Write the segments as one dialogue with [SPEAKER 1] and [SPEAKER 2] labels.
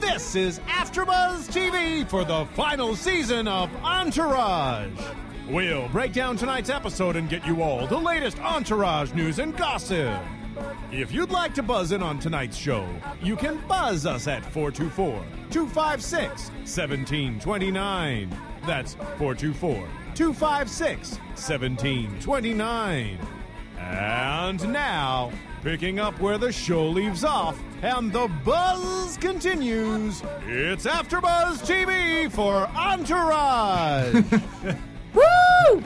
[SPEAKER 1] this is AfterBuzz TV for the final season of Entourage. We'll break down tonight's episode and get you all the latest Entourage news and gossip. If you'd like to buzz in on tonight's show, you can buzz us at 424 256 1729. That's 424 256 1729. And now, picking up where the show leaves off and the buzz continues, it's AfterBuzz TV for Entourage.
[SPEAKER 2] What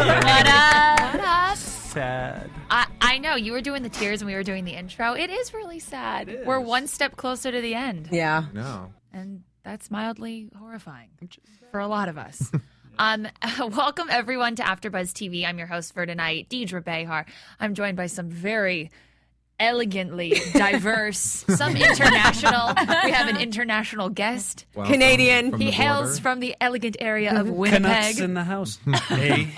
[SPEAKER 2] up?
[SPEAKER 3] Sad.
[SPEAKER 2] I, I know you were doing the tears and we were doing the intro. It is really sad. We're one step closer to the end,
[SPEAKER 4] Yeah.
[SPEAKER 3] No.
[SPEAKER 2] and that's mildly horrifying for a lot of us. um, welcome everyone to AfterBuzz TV. I'm your host for tonight, Deidre Behar. I'm joined by some very elegantly diverse, some international. we have an international guest.
[SPEAKER 3] Wow,
[SPEAKER 4] Canadian.
[SPEAKER 2] He
[SPEAKER 3] the
[SPEAKER 2] hails
[SPEAKER 3] border.
[SPEAKER 2] from the elegant area of
[SPEAKER 5] Canucks
[SPEAKER 2] Winnipeg.
[SPEAKER 5] in the house.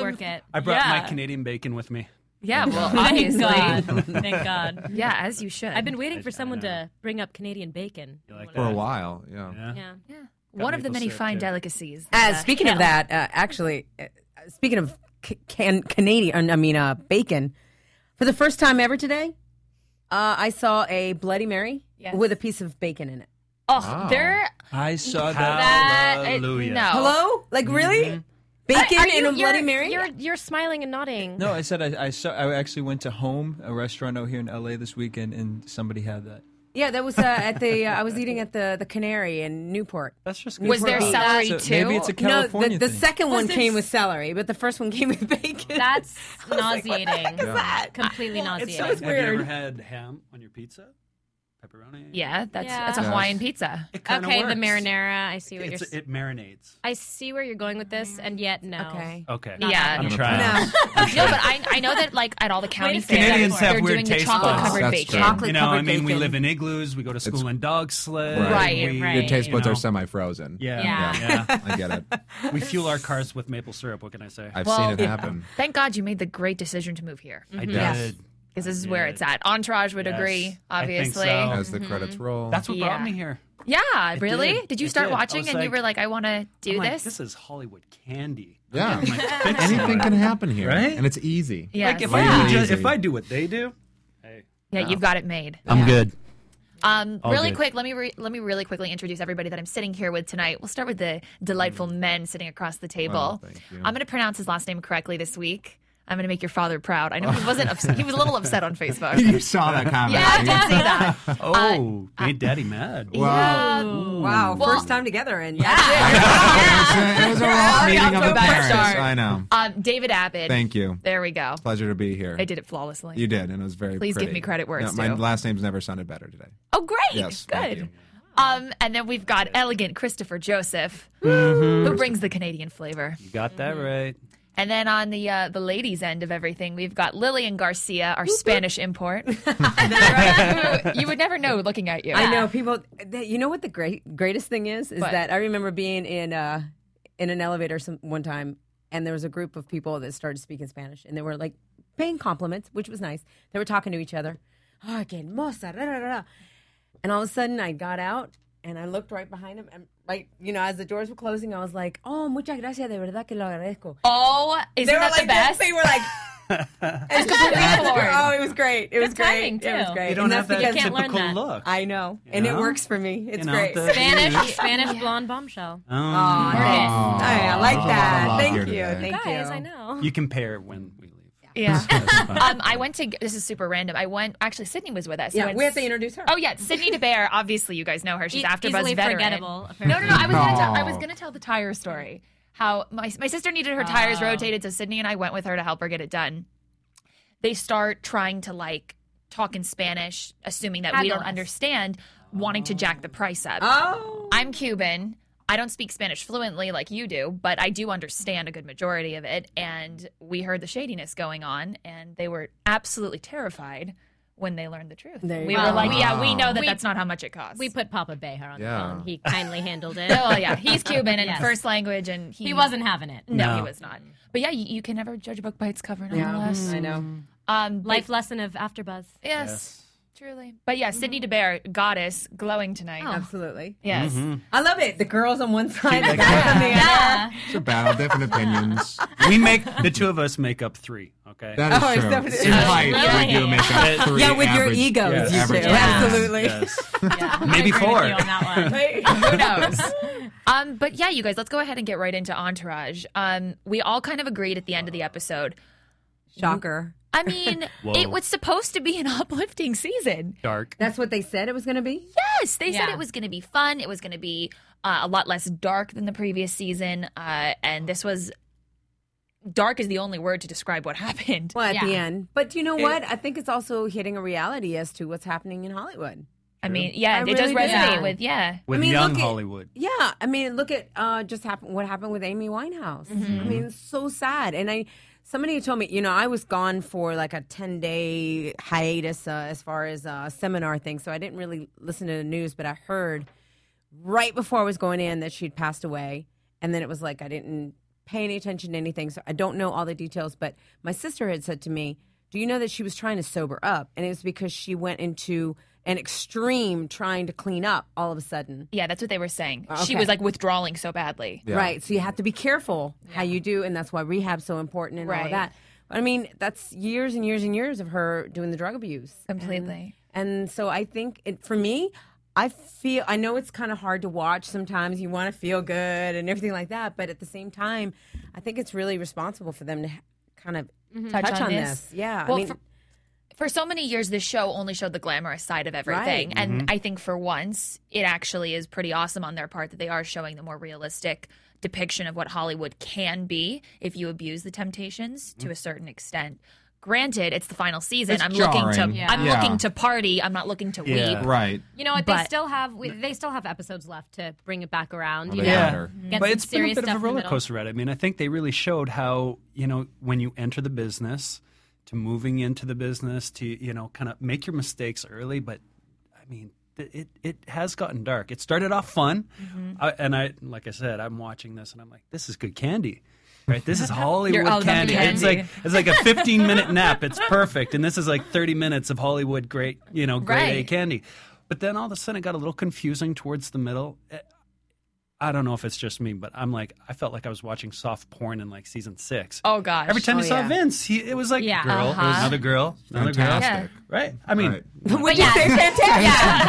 [SPEAKER 2] Work it.
[SPEAKER 5] I brought
[SPEAKER 6] Yeah.
[SPEAKER 5] my Canadian bacon with me.
[SPEAKER 2] Yeah, well,
[SPEAKER 6] Thank
[SPEAKER 2] obviously.
[SPEAKER 6] God. Thank God.
[SPEAKER 2] Yeah, as you should.
[SPEAKER 6] I've been waiting for someone to bring up Canadian bacon.
[SPEAKER 5] You like
[SPEAKER 3] For a
[SPEAKER 5] that?
[SPEAKER 3] while, yeah.
[SPEAKER 5] Yeah.
[SPEAKER 6] Yeah.
[SPEAKER 2] Yeah. One of the
[SPEAKER 5] maple
[SPEAKER 2] many
[SPEAKER 5] syrup,
[SPEAKER 2] fine
[SPEAKER 5] yeah.
[SPEAKER 2] delicacies.
[SPEAKER 4] Uh,
[SPEAKER 2] that-
[SPEAKER 4] speaking of that, uh, actually, uh, speaking of c- can- Canadian, I mean, uh, bacon, for the first time ever today, uh, I saw a Bloody Mary
[SPEAKER 2] Yes.
[SPEAKER 4] with a piece of bacon in it.
[SPEAKER 2] oh,
[SPEAKER 3] Wow.
[SPEAKER 2] there.
[SPEAKER 5] I saw
[SPEAKER 2] That,
[SPEAKER 5] that.
[SPEAKER 2] it-
[SPEAKER 5] Hallelujah.
[SPEAKER 2] no.
[SPEAKER 4] Hello? Like, really? Bacon
[SPEAKER 6] Are
[SPEAKER 4] in
[SPEAKER 6] you-
[SPEAKER 4] a Bloody
[SPEAKER 6] you're-
[SPEAKER 4] Mary?
[SPEAKER 6] You're you're smiling and nodding.
[SPEAKER 7] No, I said I, I saw. I actually went to Home, a restaurant out here in LA this weekend, and somebody had that.
[SPEAKER 4] Yeah, that was uh, at the, uh, I was eating at the, the Canary in Newport.
[SPEAKER 5] That's just good.
[SPEAKER 2] Was there
[SPEAKER 4] Well,
[SPEAKER 2] celery
[SPEAKER 7] So
[SPEAKER 2] too?
[SPEAKER 7] maybe it's a California
[SPEAKER 4] no, the, the
[SPEAKER 7] thing.
[SPEAKER 4] second one
[SPEAKER 6] there
[SPEAKER 4] came
[SPEAKER 6] s-
[SPEAKER 4] with celery, but the first one came with bacon.
[SPEAKER 6] That's
[SPEAKER 4] like, what the
[SPEAKER 6] nauseating.
[SPEAKER 4] heck is that?
[SPEAKER 6] Completely
[SPEAKER 5] It's
[SPEAKER 6] nauseating.
[SPEAKER 5] so Have you ever
[SPEAKER 4] weird.
[SPEAKER 5] had ham on your pizza? Pepperoni.
[SPEAKER 2] Yeah, that's
[SPEAKER 6] Yeah.
[SPEAKER 2] that's a
[SPEAKER 6] Yes.
[SPEAKER 2] Hawaiian pizza.
[SPEAKER 5] It kinda
[SPEAKER 6] Okay, the
[SPEAKER 5] works.
[SPEAKER 6] marinara. I see what you're.
[SPEAKER 5] It's,
[SPEAKER 6] s-
[SPEAKER 5] it marinates.
[SPEAKER 6] I see where you're going with this, and yet no.
[SPEAKER 4] Okay.
[SPEAKER 5] Okay.
[SPEAKER 2] Yeah.
[SPEAKER 5] I'm
[SPEAKER 2] No.
[SPEAKER 5] trying.
[SPEAKER 4] No.
[SPEAKER 2] no, but I I know that like at all the county
[SPEAKER 6] Wait a second.
[SPEAKER 2] fairs,
[SPEAKER 5] Canadians have
[SPEAKER 2] they're
[SPEAKER 5] weird
[SPEAKER 2] doing the
[SPEAKER 5] taste
[SPEAKER 2] chocolate
[SPEAKER 5] buds.
[SPEAKER 2] covered
[SPEAKER 3] That's
[SPEAKER 2] bacon.
[SPEAKER 3] true.
[SPEAKER 4] Chocolate
[SPEAKER 5] You know, I
[SPEAKER 4] covered
[SPEAKER 5] mean, we
[SPEAKER 4] bacon.
[SPEAKER 5] live in igloos. We go to school in dog sled.
[SPEAKER 2] Right,
[SPEAKER 5] we-
[SPEAKER 2] right.
[SPEAKER 3] Your taste
[SPEAKER 5] you
[SPEAKER 3] buds
[SPEAKER 5] know.
[SPEAKER 3] are semi-frozen.
[SPEAKER 5] Yeah.
[SPEAKER 6] Yeah.
[SPEAKER 5] Yeah.
[SPEAKER 3] I get it.
[SPEAKER 5] we fuel our cars with maple syrup. What can I say?
[SPEAKER 3] I've
[SPEAKER 2] Well,
[SPEAKER 3] seen it happen.
[SPEAKER 2] Thank God you made the great decision to move here
[SPEAKER 5] I did.
[SPEAKER 4] Yes.
[SPEAKER 2] because this is where
[SPEAKER 5] Yeah.
[SPEAKER 2] it's at. Entourage would
[SPEAKER 5] Yes,
[SPEAKER 2] agree,
[SPEAKER 5] I think
[SPEAKER 2] obviously.
[SPEAKER 5] so.
[SPEAKER 3] As the credits roll,
[SPEAKER 5] That's what brought
[SPEAKER 2] Mm-hmm. Yeah.
[SPEAKER 5] me here.
[SPEAKER 2] Yeah, really?
[SPEAKER 5] did.
[SPEAKER 2] Did, you
[SPEAKER 5] It
[SPEAKER 2] start
[SPEAKER 5] did. I
[SPEAKER 2] watching
[SPEAKER 5] was
[SPEAKER 2] and you
[SPEAKER 5] like-
[SPEAKER 2] were like, I want to do
[SPEAKER 5] I'm like,
[SPEAKER 2] this?
[SPEAKER 5] this is Hollywood candy.
[SPEAKER 3] yeah.
[SPEAKER 5] Like,
[SPEAKER 3] Anything can happen here,
[SPEAKER 5] Right?
[SPEAKER 3] And it's easy.
[SPEAKER 2] Yes.
[SPEAKER 5] if,
[SPEAKER 2] yeah,
[SPEAKER 5] I
[SPEAKER 3] Really
[SPEAKER 5] do just,
[SPEAKER 3] easy.
[SPEAKER 5] if I do what they do, hey,
[SPEAKER 2] yeah, you've got it made.
[SPEAKER 5] I'm good.
[SPEAKER 2] Um,
[SPEAKER 5] All
[SPEAKER 2] really
[SPEAKER 5] good.
[SPEAKER 2] quick, let me re- let me really quickly introduce everybody that I'm sitting here with tonight. We'll start with the delightful
[SPEAKER 5] Mm.
[SPEAKER 2] men sitting across the table.
[SPEAKER 5] Oh,
[SPEAKER 3] thank you.
[SPEAKER 2] I'm going to pronounce his last name correctly this week. I'm going to make your father proud. I know he wasn't. Ups- he was a little upset on Facebook.
[SPEAKER 3] you saw that comment.
[SPEAKER 2] yeah, I did see that.
[SPEAKER 5] Oh,
[SPEAKER 4] Uh,
[SPEAKER 5] made daddy mad.
[SPEAKER 2] Yeah.
[SPEAKER 4] Wow,
[SPEAKER 2] Well-
[SPEAKER 4] first time together, and yeah.
[SPEAKER 3] It was a rough
[SPEAKER 2] Already
[SPEAKER 3] meeting
[SPEAKER 2] off
[SPEAKER 3] of
[SPEAKER 2] to
[SPEAKER 3] the
[SPEAKER 2] a bad
[SPEAKER 3] parents.
[SPEAKER 2] start.
[SPEAKER 3] I know.
[SPEAKER 2] Um, David Abbott.
[SPEAKER 3] Thank you.
[SPEAKER 2] There we go.
[SPEAKER 3] Pleasure to be here.
[SPEAKER 2] I did it flawlessly.
[SPEAKER 3] You did, and it was very.
[SPEAKER 2] Please give
[SPEAKER 3] pretty.
[SPEAKER 2] me credit where it's
[SPEAKER 3] No, My
[SPEAKER 2] due.
[SPEAKER 3] last name's never sounded better today.
[SPEAKER 2] Oh, great.
[SPEAKER 3] Yes,
[SPEAKER 2] Good.
[SPEAKER 3] thank you.
[SPEAKER 2] Um, and then we've got elegant Christopher Joseph,
[SPEAKER 3] Mm-hmm.
[SPEAKER 2] who brings the Canadian flavor.
[SPEAKER 5] You got that right.
[SPEAKER 2] And then on the uh, the ladies' end of everything, we've got Lillian Garcia, our Spanish import. Who you would never know looking at you.
[SPEAKER 4] I know people. That, you know what the great greatest thing is is
[SPEAKER 2] What?
[SPEAKER 4] that I remember being in uh in an elevator some one time, and there was a group of people that started speaking Spanish, and they were like paying compliments, which was nice. They were talking to each other. Oh, que hermosa, da, da, da, da. And all of a sudden, I got out and I looked right behind him, and right, you know, as the doors were closing, I was like, "Oh, muchas gracias, de verdad que lo agradezco."
[SPEAKER 2] Oh, isn't
[SPEAKER 4] they were
[SPEAKER 2] that
[SPEAKER 4] like,
[SPEAKER 2] the best?
[SPEAKER 4] They were like.
[SPEAKER 2] It's completely floored.
[SPEAKER 4] Oh, it was great! It was
[SPEAKER 6] timing,
[SPEAKER 4] great! It was
[SPEAKER 6] too.
[SPEAKER 4] great.
[SPEAKER 5] You don't
[SPEAKER 4] And
[SPEAKER 5] have
[SPEAKER 4] that's
[SPEAKER 5] that
[SPEAKER 4] because-
[SPEAKER 6] can't learn
[SPEAKER 5] typical
[SPEAKER 6] that.
[SPEAKER 5] look.
[SPEAKER 4] I know, and it
[SPEAKER 5] know?
[SPEAKER 4] works for me. It's
[SPEAKER 5] You know,
[SPEAKER 4] great.
[SPEAKER 5] the-
[SPEAKER 6] Spanish, Spanish blonde bombshell.
[SPEAKER 5] Um,
[SPEAKER 3] Oh,
[SPEAKER 4] I, I like
[SPEAKER 3] there's a lot of
[SPEAKER 4] that.
[SPEAKER 3] love
[SPEAKER 4] Thank
[SPEAKER 3] here
[SPEAKER 4] you.
[SPEAKER 3] today.
[SPEAKER 4] Thank
[SPEAKER 6] Guys,
[SPEAKER 4] you.
[SPEAKER 6] I know.
[SPEAKER 5] you compare when we leave.
[SPEAKER 2] Yeah. um, I went to. This is super random. I went. Actually, Sydney was with us. I
[SPEAKER 4] Yeah,
[SPEAKER 2] went-
[SPEAKER 4] we have to introduce her.
[SPEAKER 2] Oh yeah, Sydney DeBear. Obviously, you guys know her. She's
[SPEAKER 6] E-
[SPEAKER 2] after Buzz
[SPEAKER 6] easily
[SPEAKER 2] veteran.
[SPEAKER 6] forgettable,
[SPEAKER 2] No, no, no. I was gonna tell, I
[SPEAKER 3] Aw.
[SPEAKER 2] was gonna tell the tire story. How my my sister needed her tires rotated, so Sydney and I went with her to help her get it done. They start trying to like talk in Spanish, assuming that we
[SPEAKER 6] Fabulous.
[SPEAKER 2] don't understand. wanting to jack the price up.
[SPEAKER 4] Oh.
[SPEAKER 2] I'm Cuban. I don't speak Spanish fluently like you do, but I do understand a good majority of it. And we heard the shadiness going on, and they were absolutely terrified when they learned the truth.
[SPEAKER 4] There you
[SPEAKER 2] we
[SPEAKER 4] go.
[SPEAKER 2] were like, yeah, we know that
[SPEAKER 6] We-
[SPEAKER 2] that's not how much it costs.
[SPEAKER 6] We put Papa Behar on
[SPEAKER 3] Yeah.
[SPEAKER 6] the phone. He kindly handled it.
[SPEAKER 2] Oh yeah, he's Cuban and
[SPEAKER 6] Yes.
[SPEAKER 2] first language, and he,
[SPEAKER 6] He wasn't having it.
[SPEAKER 2] No, he was not. But yeah, you, you can never judge a book by its cover, nonetheless.
[SPEAKER 4] Mm, I know.
[SPEAKER 2] Um,
[SPEAKER 6] Life lesson of AfterBuzz. Mm-hmm.
[SPEAKER 2] but- yes, truly. But yeah, Sydney DeBear, goddess, glowing tonight.
[SPEAKER 6] Oh.
[SPEAKER 4] Absolutely.
[SPEAKER 2] Yes.
[SPEAKER 5] Mm-hmm.
[SPEAKER 3] Mm-hmm.
[SPEAKER 4] I love it. The girls on one side, the guys on the other.
[SPEAKER 3] It's about different opinions.
[SPEAKER 5] We make the two of us make up three. Okay.
[SPEAKER 3] That is
[SPEAKER 4] Oh,
[SPEAKER 3] true.
[SPEAKER 4] except it is-
[SPEAKER 3] In life,
[SPEAKER 6] Really?
[SPEAKER 3] we do make up three
[SPEAKER 4] Yeah, with
[SPEAKER 3] average-
[SPEAKER 4] your egos,
[SPEAKER 5] yes,
[SPEAKER 4] you
[SPEAKER 3] average
[SPEAKER 4] two.
[SPEAKER 3] egos.
[SPEAKER 4] Absolutely.
[SPEAKER 5] Yes.
[SPEAKER 6] Yeah.
[SPEAKER 5] Maybe
[SPEAKER 6] I agree with
[SPEAKER 5] four.
[SPEAKER 6] you on that one.
[SPEAKER 2] Who knows? um, but yeah, you guys, let's go ahead and get right into Entourage. Um, we all kind of agreed at the end of the episode.
[SPEAKER 4] Shocker.
[SPEAKER 2] I mean,
[SPEAKER 5] Whoa.
[SPEAKER 2] it was supposed to be an uplifting season.
[SPEAKER 5] Dark.
[SPEAKER 4] That's what they said it was going to be?
[SPEAKER 2] Yes, they said
[SPEAKER 6] Yeah.
[SPEAKER 2] it was going to be fun. It was going to be uh, a lot less dark than the previous season, uh, and this was dark is the only word to describe what happened.
[SPEAKER 4] Well, at the
[SPEAKER 6] Yeah.
[SPEAKER 4] end. But you know what? I think it's also hitting a reality as to what's happening in Hollywood.
[SPEAKER 2] I mean, yeah,
[SPEAKER 4] I
[SPEAKER 2] it does
[SPEAKER 4] really
[SPEAKER 2] resonate
[SPEAKER 4] did. Yeah.
[SPEAKER 2] with yeah.
[SPEAKER 5] With
[SPEAKER 4] mean,
[SPEAKER 5] young
[SPEAKER 4] look at-
[SPEAKER 5] Hollywood.
[SPEAKER 4] Yeah, I mean, look at uh, just happened what happened with Amy Winehouse.
[SPEAKER 2] Mm-hmm.
[SPEAKER 4] I mean, it's so sad. And I, somebody told me, you know, I was gone for like a ten day hiatus uh, as far as uh, seminar thing, so I didn't really listen to the news, but I heard right before I was going in that she'd passed away, and then it was like I didn't pay any attention to anything, so I don't know all the details. But my sister had said to me, "Do you know that she was trying to sober up?" And it was because she went into an extreme trying to clean up all of a sudden.
[SPEAKER 2] Yeah, that's what they were saying. She
[SPEAKER 4] Oh, Okay.
[SPEAKER 2] was like withdrawing so badly.
[SPEAKER 3] Yeah.
[SPEAKER 4] Right. So you have to be careful how you do, and that's why rehab's so important and all
[SPEAKER 2] Right.
[SPEAKER 4] of that. But I mean, that's years and years and years of her doing the drug abuse.
[SPEAKER 2] Completely.
[SPEAKER 4] And so I think it, for me, I feel I know it's kind of hard to watch sometimes. You want to feel good and everything like that, but at the same time, I think it's really responsible for them to ha- kind of
[SPEAKER 2] Mm-hmm.
[SPEAKER 4] touch, on, this. Yeah.
[SPEAKER 2] Well,
[SPEAKER 4] I mean, eh,
[SPEAKER 2] for, for so many years, this show only showed the glamorous side of everything. And
[SPEAKER 5] Mm-hmm.
[SPEAKER 2] I think for once, it actually is pretty awesome on their part that they are showing the more realistic depiction of what Hollywood can be if you abuse the temptations
[SPEAKER 5] Mm.
[SPEAKER 2] to a certain extent. Granted, it's the final season.
[SPEAKER 3] It's
[SPEAKER 2] I'm looking
[SPEAKER 3] jarring.
[SPEAKER 2] to
[SPEAKER 3] Yeah.
[SPEAKER 2] I'm
[SPEAKER 3] Yeah.
[SPEAKER 2] looking to party. I'm not looking to weep.
[SPEAKER 3] Right.
[SPEAKER 6] You know what? they
[SPEAKER 2] But-
[SPEAKER 6] still have we, they still have episodes left to bring it back around.
[SPEAKER 3] Well,
[SPEAKER 6] you
[SPEAKER 3] they
[SPEAKER 6] know?
[SPEAKER 3] Yeah. matter.
[SPEAKER 6] Get
[SPEAKER 5] but
[SPEAKER 6] some
[SPEAKER 5] it's been a
[SPEAKER 6] serious
[SPEAKER 5] bit of a
[SPEAKER 6] stuff in the
[SPEAKER 5] roller
[SPEAKER 6] middle.
[SPEAKER 5] coaster ride. I mean, I think they really showed how you know when you enter the business to moving into the business to you know kind of make your mistakes early. But I mean, th- it it has gotten dark. It started off fun,
[SPEAKER 2] Mm-hmm.
[SPEAKER 5] I, and I like I said, I'm watching this and I'm like, this is good candy. Right, this is Hollywood
[SPEAKER 2] all about
[SPEAKER 5] candy.
[SPEAKER 2] candy.
[SPEAKER 5] It's like it's like a 15 minute nap. It's perfect, and this is like 30 minutes of Hollywood great, you know, great A
[SPEAKER 2] Right.
[SPEAKER 5] candy. But then all of a sudden, it got a little confusing towards the middle. I don't know if it's just me, but I'm like, I felt like I was watching soft porn in like season six.
[SPEAKER 2] Oh gosh.
[SPEAKER 5] Every time
[SPEAKER 4] Oh,
[SPEAKER 5] you saw
[SPEAKER 4] yeah.
[SPEAKER 5] Vince, he, it was like
[SPEAKER 6] Yeah.
[SPEAKER 5] girl,
[SPEAKER 2] Uh-huh.
[SPEAKER 5] another girl, another girl.
[SPEAKER 3] Fantastic.
[SPEAKER 5] Right? I mean,
[SPEAKER 3] Right.
[SPEAKER 4] would you say fantastic?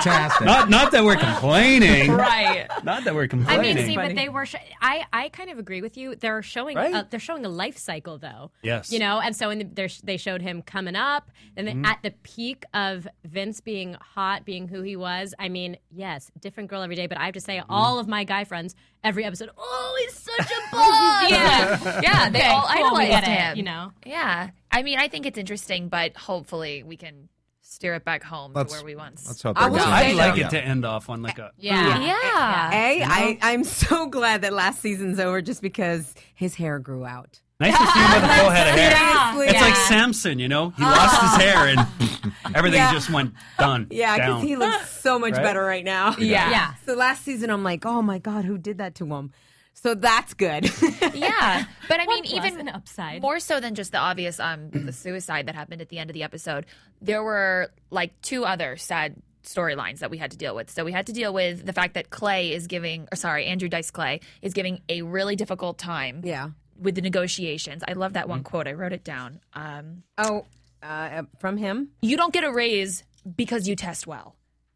[SPEAKER 3] Fantastic.
[SPEAKER 5] not not that we're complaining.
[SPEAKER 2] right.
[SPEAKER 5] Not that we're
[SPEAKER 6] I
[SPEAKER 5] complaining.
[SPEAKER 6] mean, see,
[SPEAKER 4] Funny.
[SPEAKER 6] but they were. Sh- I I kind of agree with you. They're showing.
[SPEAKER 5] Right?
[SPEAKER 6] Uh, they're showing a life cycle, though.
[SPEAKER 5] Yes.
[SPEAKER 6] You know, and so in the, they're sh- they showed him coming up, and
[SPEAKER 5] Mm-hmm.
[SPEAKER 6] then at the peak of Vince being hot, being who he was. I mean, yes, different girl every day. But I have to say,
[SPEAKER 5] Mm-hmm.
[SPEAKER 6] all of my guy friends, every episode, oh, he's such a boss. yeah.
[SPEAKER 2] Yeah, they all
[SPEAKER 6] cool, we
[SPEAKER 2] idolized
[SPEAKER 6] get it,
[SPEAKER 2] him.
[SPEAKER 6] you know?
[SPEAKER 2] Yeah. I mean, I think it's interesting, but hopefully we can steer it back home
[SPEAKER 3] Let's-
[SPEAKER 2] to where we once.
[SPEAKER 3] Let's hope
[SPEAKER 4] I
[SPEAKER 3] that
[SPEAKER 4] will
[SPEAKER 3] goes
[SPEAKER 4] say
[SPEAKER 5] I'd
[SPEAKER 3] down.
[SPEAKER 4] that-
[SPEAKER 5] like it to end off on like a.
[SPEAKER 6] Yeah.
[SPEAKER 2] yeah.
[SPEAKER 4] A, eh, I, I'm so glad that last season's over just because his hair grew out.
[SPEAKER 5] Nice to see him with a full head of hair.
[SPEAKER 4] Seriously.
[SPEAKER 5] It's like Samson, you know? He lost his hair and everything
[SPEAKER 4] Yeah.
[SPEAKER 5] just went done.
[SPEAKER 4] Yeah, because
[SPEAKER 5] down.
[SPEAKER 4] he looks so much
[SPEAKER 5] Right?
[SPEAKER 4] better right now.
[SPEAKER 2] Yeah.
[SPEAKER 6] Yeah.
[SPEAKER 4] So last season, I'm like, oh my God, who did that to him? So that's good.
[SPEAKER 2] yeah Uh, but i mean
[SPEAKER 6] plus
[SPEAKER 2] even
[SPEAKER 6] and upside.
[SPEAKER 2] more so than just the obvious um the suicide that happened at the end of the episode there were like two other sad storylines that we had to deal with so we had to deal with the fact that clay is giving or sorry andrew dice clay is giving a really difficult time
[SPEAKER 4] yeah.
[SPEAKER 2] with the negotiations i love that one quote i wrote it down um
[SPEAKER 4] Oh, uh, from him?
[SPEAKER 2] you don't get a raise because you test well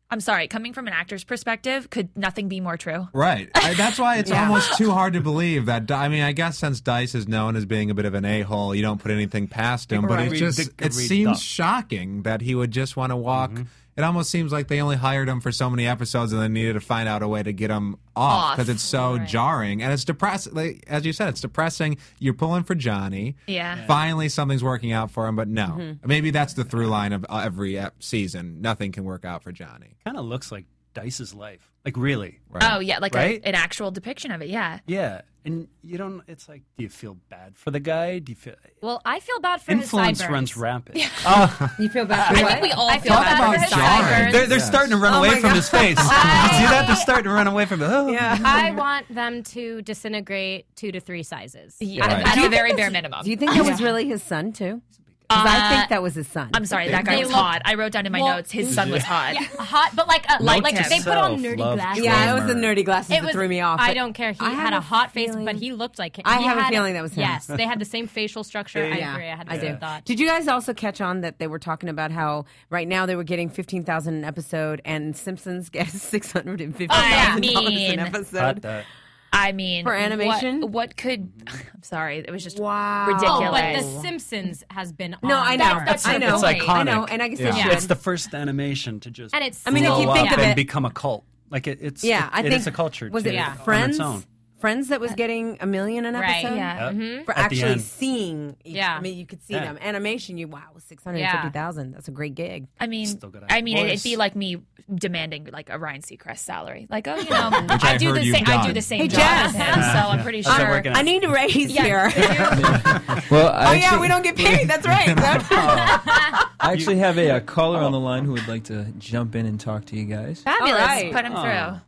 [SPEAKER 2] i'm sorry coming from an actor's perspective could nothing be more true
[SPEAKER 3] Right. I, that's why it's almost too hard to believe that. Di- I mean, I guess since Dice is known as being a bit of an a hole, you don't put anything past him. But
[SPEAKER 5] Right.
[SPEAKER 3] it just
[SPEAKER 5] Ridic-
[SPEAKER 3] it
[SPEAKER 5] ridic-
[SPEAKER 3] seems shocking that he would just want to walk.
[SPEAKER 5] Mm-hmm.
[SPEAKER 3] It almost seems like they only hired him for so many episodes and they needed to find out a way to get him off
[SPEAKER 2] Off.
[SPEAKER 3] because it's so jarring and it's depressing. Like, as you said, it's depressing. You're pulling for Johnny.
[SPEAKER 2] Yeah. Mm-hmm.
[SPEAKER 3] Finally, something's working out for him, but no. Maybe that's the through line of uh, every ep- season. Nothing can work out for Johnny.
[SPEAKER 5] kind of looks like Dice's life. Like really.
[SPEAKER 2] Oh yeah, like
[SPEAKER 5] Right?
[SPEAKER 2] a, an actual depiction of it. Yeah.
[SPEAKER 5] Yeah. And you don't it's like do you feel bad for the guy? Do you feel
[SPEAKER 6] Well, I feel bad for his
[SPEAKER 5] influence runs
[SPEAKER 6] sideburns.
[SPEAKER 5] rampant.
[SPEAKER 4] You feel bad for
[SPEAKER 2] I think
[SPEAKER 4] what?
[SPEAKER 2] we all
[SPEAKER 6] I
[SPEAKER 2] feel
[SPEAKER 6] feel
[SPEAKER 2] bad
[SPEAKER 6] bad
[SPEAKER 2] for
[SPEAKER 6] for
[SPEAKER 2] his
[SPEAKER 6] John.
[SPEAKER 2] sideburns.
[SPEAKER 5] They're, they're starting to run
[SPEAKER 4] Oh
[SPEAKER 5] away
[SPEAKER 4] my
[SPEAKER 5] from
[SPEAKER 4] God.
[SPEAKER 5] his face. Do that? They're starting to run away from it. Oh.
[SPEAKER 6] I want them to disintegrate two to three sizes.
[SPEAKER 2] Yeah,
[SPEAKER 3] Right.
[SPEAKER 2] At a very bare minimum.
[SPEAKER 4] Do you think that was really his son too? 'Cause I think that was his son.
[SPEAKER 2] Uh, I'm sorry, that guy
[SPEAKER 6] They
[SPEAKER 2] was
[SPEAKER 6] look-
[SPEAKER 2] hot. I wrote down in my
[SPEAKER 6] Well-
[SPEAKER 2] notes his son was hot.
[SPEAKER 6] Yeah, hot, but like a, like,
[SPEAKER 2] Note to
[SPEAKER 6] they put on
[SPEAKER 5] self,
[SPEAKER 6] nerdy
[SPEAKER 5] love
[SPEAKER 6] glasses.
[SPEAKER 5] Yeah,
[SPEAKER 4] Yeah, it was the
[SPEAKER 5] Plumber.
[SPEAKER 4] nerdy glasses
[SPEAKER 6] It
[SPEAKER 4] that
[SPEAKER 6] was,
[SPEAKER 4] threw me off.
[SPEAKER 6] I
[SPEAKER 4] but
[SPEAKER 6] don't care. He
[SPEAKER 4] I
[SPEAKER 6] had
[SPEAKER 4] have
[SPEAKER 6] a hot face,
[SPEAKER 4] feeling-
[SPEAKER 6] but he looked like him.
[SPEAKER 4] I
[SPEAKER 6] He
[SPEAKER 4] have a
[SPEAKER 6] had-
[SPEAKER 4] feeling that was him.
[SPEAKER 6] Yes, they had the same facial structure. I
[SPEAKER 4] Yeah,
[SPEAKER 6] agree. I had the
[SPEAKER 4] I
[SPEAKER 6] same
[SPEAKER 4] do.
[SPEAKER 6] thought.
[SPEAKER 4] Did you guys also catch on that they were talking about how right now they were getting fifteen thousand an episode, and Simpsons gets six hundred and fifty
[SPEAKER 2] I
[SPEAKER 4] thousand dollars
[SPEAKER 2] mean-
[SPEAKER 4] an episode?
[SPEAKER 2] I mean,
[SPEAKER 4] For animation?
[SPEAKER 2] what, what could? I'm sorry, it was just
[SPEAKER 4] Wow.
[SPEAKER 2] ridiculous.
[SPEAKER 6] Oh, but The Simpsons has been on.
[SPEAKER 4] No, I know,
[SPEAKER 2] that's
[SPEAKER 4] I
[SPEAKER 2] her
[SPEAKER 4] know,
[SPEAKER 2] It's iconic.
[SPEAKER 4] I know, and I guess they
[SPEAKER 3] Yeah.
[SPEAKER 4] should.
[SPEAKER 5] It's the first animation to just
[SPEAKER 6] And it's
[SPEAKER 4] I mean, if
[SPEAKER 5] blow
[SPEAKER 4] you think
[SPEAKER 5] up
[SPEAKER 4] of
[SPEAKER 5] and
[SPEAKER 4] it-
[SPEAKER 5] become a cult. Like it, it's
[SPEAKER 4] yeah,
[SPEAKER 5] it-
[SPEAKER 4] I
[SPEAKER 5] it
[SPEAKER 4] think
[SPEAKER 5] is a culture.
[SPEAKER 4] Was
[SPEAKER 5] too,
[SPEAKER 4] it
[SPEAKER 6] Yeah.
[SPEAKER 5] on its
[SPEAKER 4] Friends?
[SPEAKER 5] own.
[SPEAKER 4] Friends that was getting a million an
[SPEAKER 6] Right,
[SPEAKER 4] episode.
[SPEAKER 2] yeah. mm-hmm.
[SPEAKER 5] Yep.
[SPEAKER 4] For
[SPEAKER 5] At the
[SPEAKER 4] actually
[SPEAKER 5] end.
[SPEAKER 4] seeing, each,
[SPEAKER 6] Yeah.
[SPEAKER 4] I mean, you could see
[SPEAKER 5] Yeah.
[SPEAKER 4] them. Animation, you wow, six hundred fifty thousand. That's a great gig.
[SPEAKER 2] I mean,
[SPEAKER 5] Still good
[SPEAKER 2] I mean, it'd
[SPEAKER 5] voice.
[SPEAKER 2] be like me demanding like a Ryan Seacrest salary. Like, oh, you know,
[SPEAKER 3] Which
[SPEAKER 2] I
[SPEAKER 3] I
[SPEAKER 2] do
[SPEAKER 3] heard
[SPEAKER 2] the
[SPEAKER 3] you've
[SPEAKER 2] same. I do
[SPEAKER 3] done.
[SPEAKER 2] the same
[SPEAKER 4] Hey,
[SPEAKER 2] job as
[SPEAKER 4] Jess.
[SPEAKER 2] him, so I'm pretty
[SPEAKER 5] How's that
[SPEAKER 2] sure.
[SPEAKER 5] working out?
[SPEAKER 4] I need to raise here.
[SPEAKER 7] Well, I
[SPEAKER 4] Oh
[SPEAKER 7] actually,
[SPEAKER 4] yeah, we don't get paid. That's right.
[SPEAKER 7] I actually have a, uh caller on the
[SPEAKER 5] Oh.
[SPEAKER 7] line who would like to jump in and talk to you guys.
[SPEAKER 2] Fabulous.
[SPEAKER 4] All right.
[SPEAKER 2] Put him through.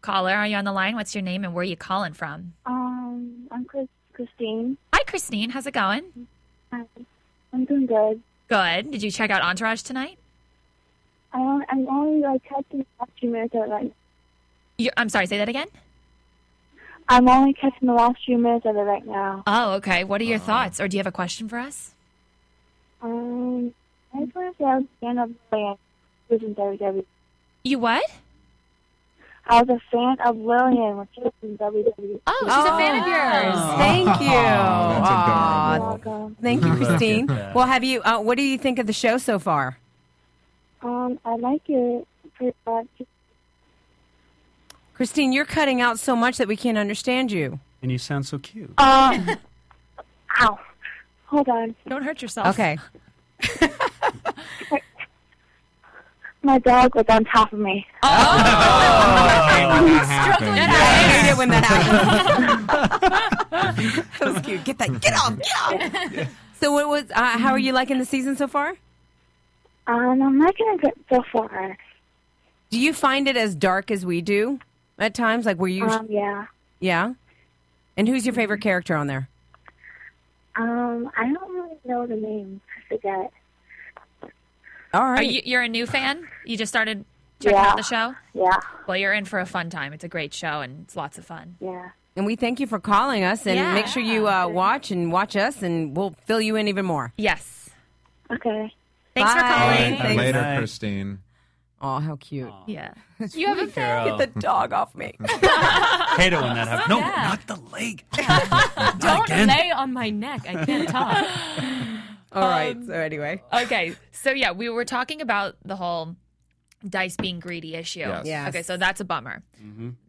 [SPEAKER 2] Caller, are you on the line? What's your name and where are you calling from?
[SPEAKER 8] Um, I'm Chris- Christine.
[SPEAKER 2] Hi, Christine. How's it going?
[SPEAKER 8] Hi. Um, I'm doing good.
[SPEAKER 2] Good. Did you check out Entourage tonight?
[SPEAKER 8] I on- I'm only like catching the last few minutes of it.
[SPEAKER 2] you I'm sorry. Say that again.
[SPEAKER 8] I'm only catching the last few minutes of it right now.
[SPEAKER 2] Oh, okay. What are your thoughts, or do you have a question for us?
[SPEAKER 8] Um, I just want to say I was a fan of Lillian, who's in WWE.
[SPEAKER 2] You what?
[SPEAKER 8] I was a fan of Lillian when she was in E. WWE.
[SPEAKER 2] Oh, she's a fan of yours.
[SPEAKER 4] Thank you.
[SPEAKER 3] That's
[SPEAKER 4] Aw,
[SPEAKER 3] adorable.
[SPEAKER 8] Welcome.
[SPEAKER 4] Thank you,
[SPEAKER 5] Look at
[SPEAKER 4] Christine.
[SPEAKER 5] that.
[SPEAKER 4] Well, have you? Uh, what do you think of the show so far?
[SPEAKER 8] Um, I like it pretty much.
[SPEAKER 4] Christine, you're cutting out so much that we can't understand you.
[SPEAKER 5] And you sound so cute.
[SPEAKER 8] Um, ow. Hold on.
[SPEAKER 2] Don't hurt yourself.
[SPEAKER 4] Okay.
[SPEAKER 8] My dog was on top of me.
[SPEAKER 2] Oh.
[SPEAKER 4] I hate it when that happens. that was cute. Get that. Get off. Get off. So, what was? Uh, how are you liking the season so far?
[SPEAKER 8] Um, I'm not going to get so far.
[SPEAKER 4] Do you find it as dark as we do at times? Like, were you?
[SPEAKER 8] Um, yeah.
[SPEAKER 4] yeah. And who's your favorite character on there?
[SPEAKER 8] Um, I don't really know the name. I forget.
[SPEAKER 4] All right.
[SPEAKER 2] Are you, you're a new fan? You just started checking
[SPEAKER 8] Yeah.
[SPEAKER 2] out the show?
[SPEAKER 8] Yeah,
[SPEAKER 2] Well, you're in for a fun time. It's a great show and it's lots of fun.
[SPEAKER 8] yeah.
[SPEAKER 4] and we thank you for calling us. And
[SPEAKER 2] Yeah.
[SPEAKER 4] make sure you uh, watch and watch us, and we'll fill you in even more.
[SPEAKER 2] Yes.
[SPEAKER 8] Okay.
[SPEAKER 2] Thanks for
[SPEAKER 4] Bye.
[SPEAKER 3] All
[SPEAKER 2] calling.
[SPEAKER 3] right,
[SPEAKER 4] Thanks.
[SPEAKER 3] later,
[SPEAKER 5] Bye.
[SPEAKER 3] Christine.
[SPEAKER 4] Oh, how cute.
[SPEAKER 2] Yeah.
[SPEAKER 4] You have a fan. Get the dog off me.
[SPEAKER 5] Hate it when that
[SPEAKER 4] Oh,
[SPEAKER 5] happens. No, not the leg.
[SPEAKER 6] Don't lay on my neck. I can't talk.
[SPEAKER 4] All right. So anyway,
[SPEAKER 2] Okay. So, yeah, we were talking about the whole dice being greedy issue.
[SPEAKER 3] Yes.
[SPEAKER 4] Yes.
[SPEAKER 2] Okay. So that's a bummer.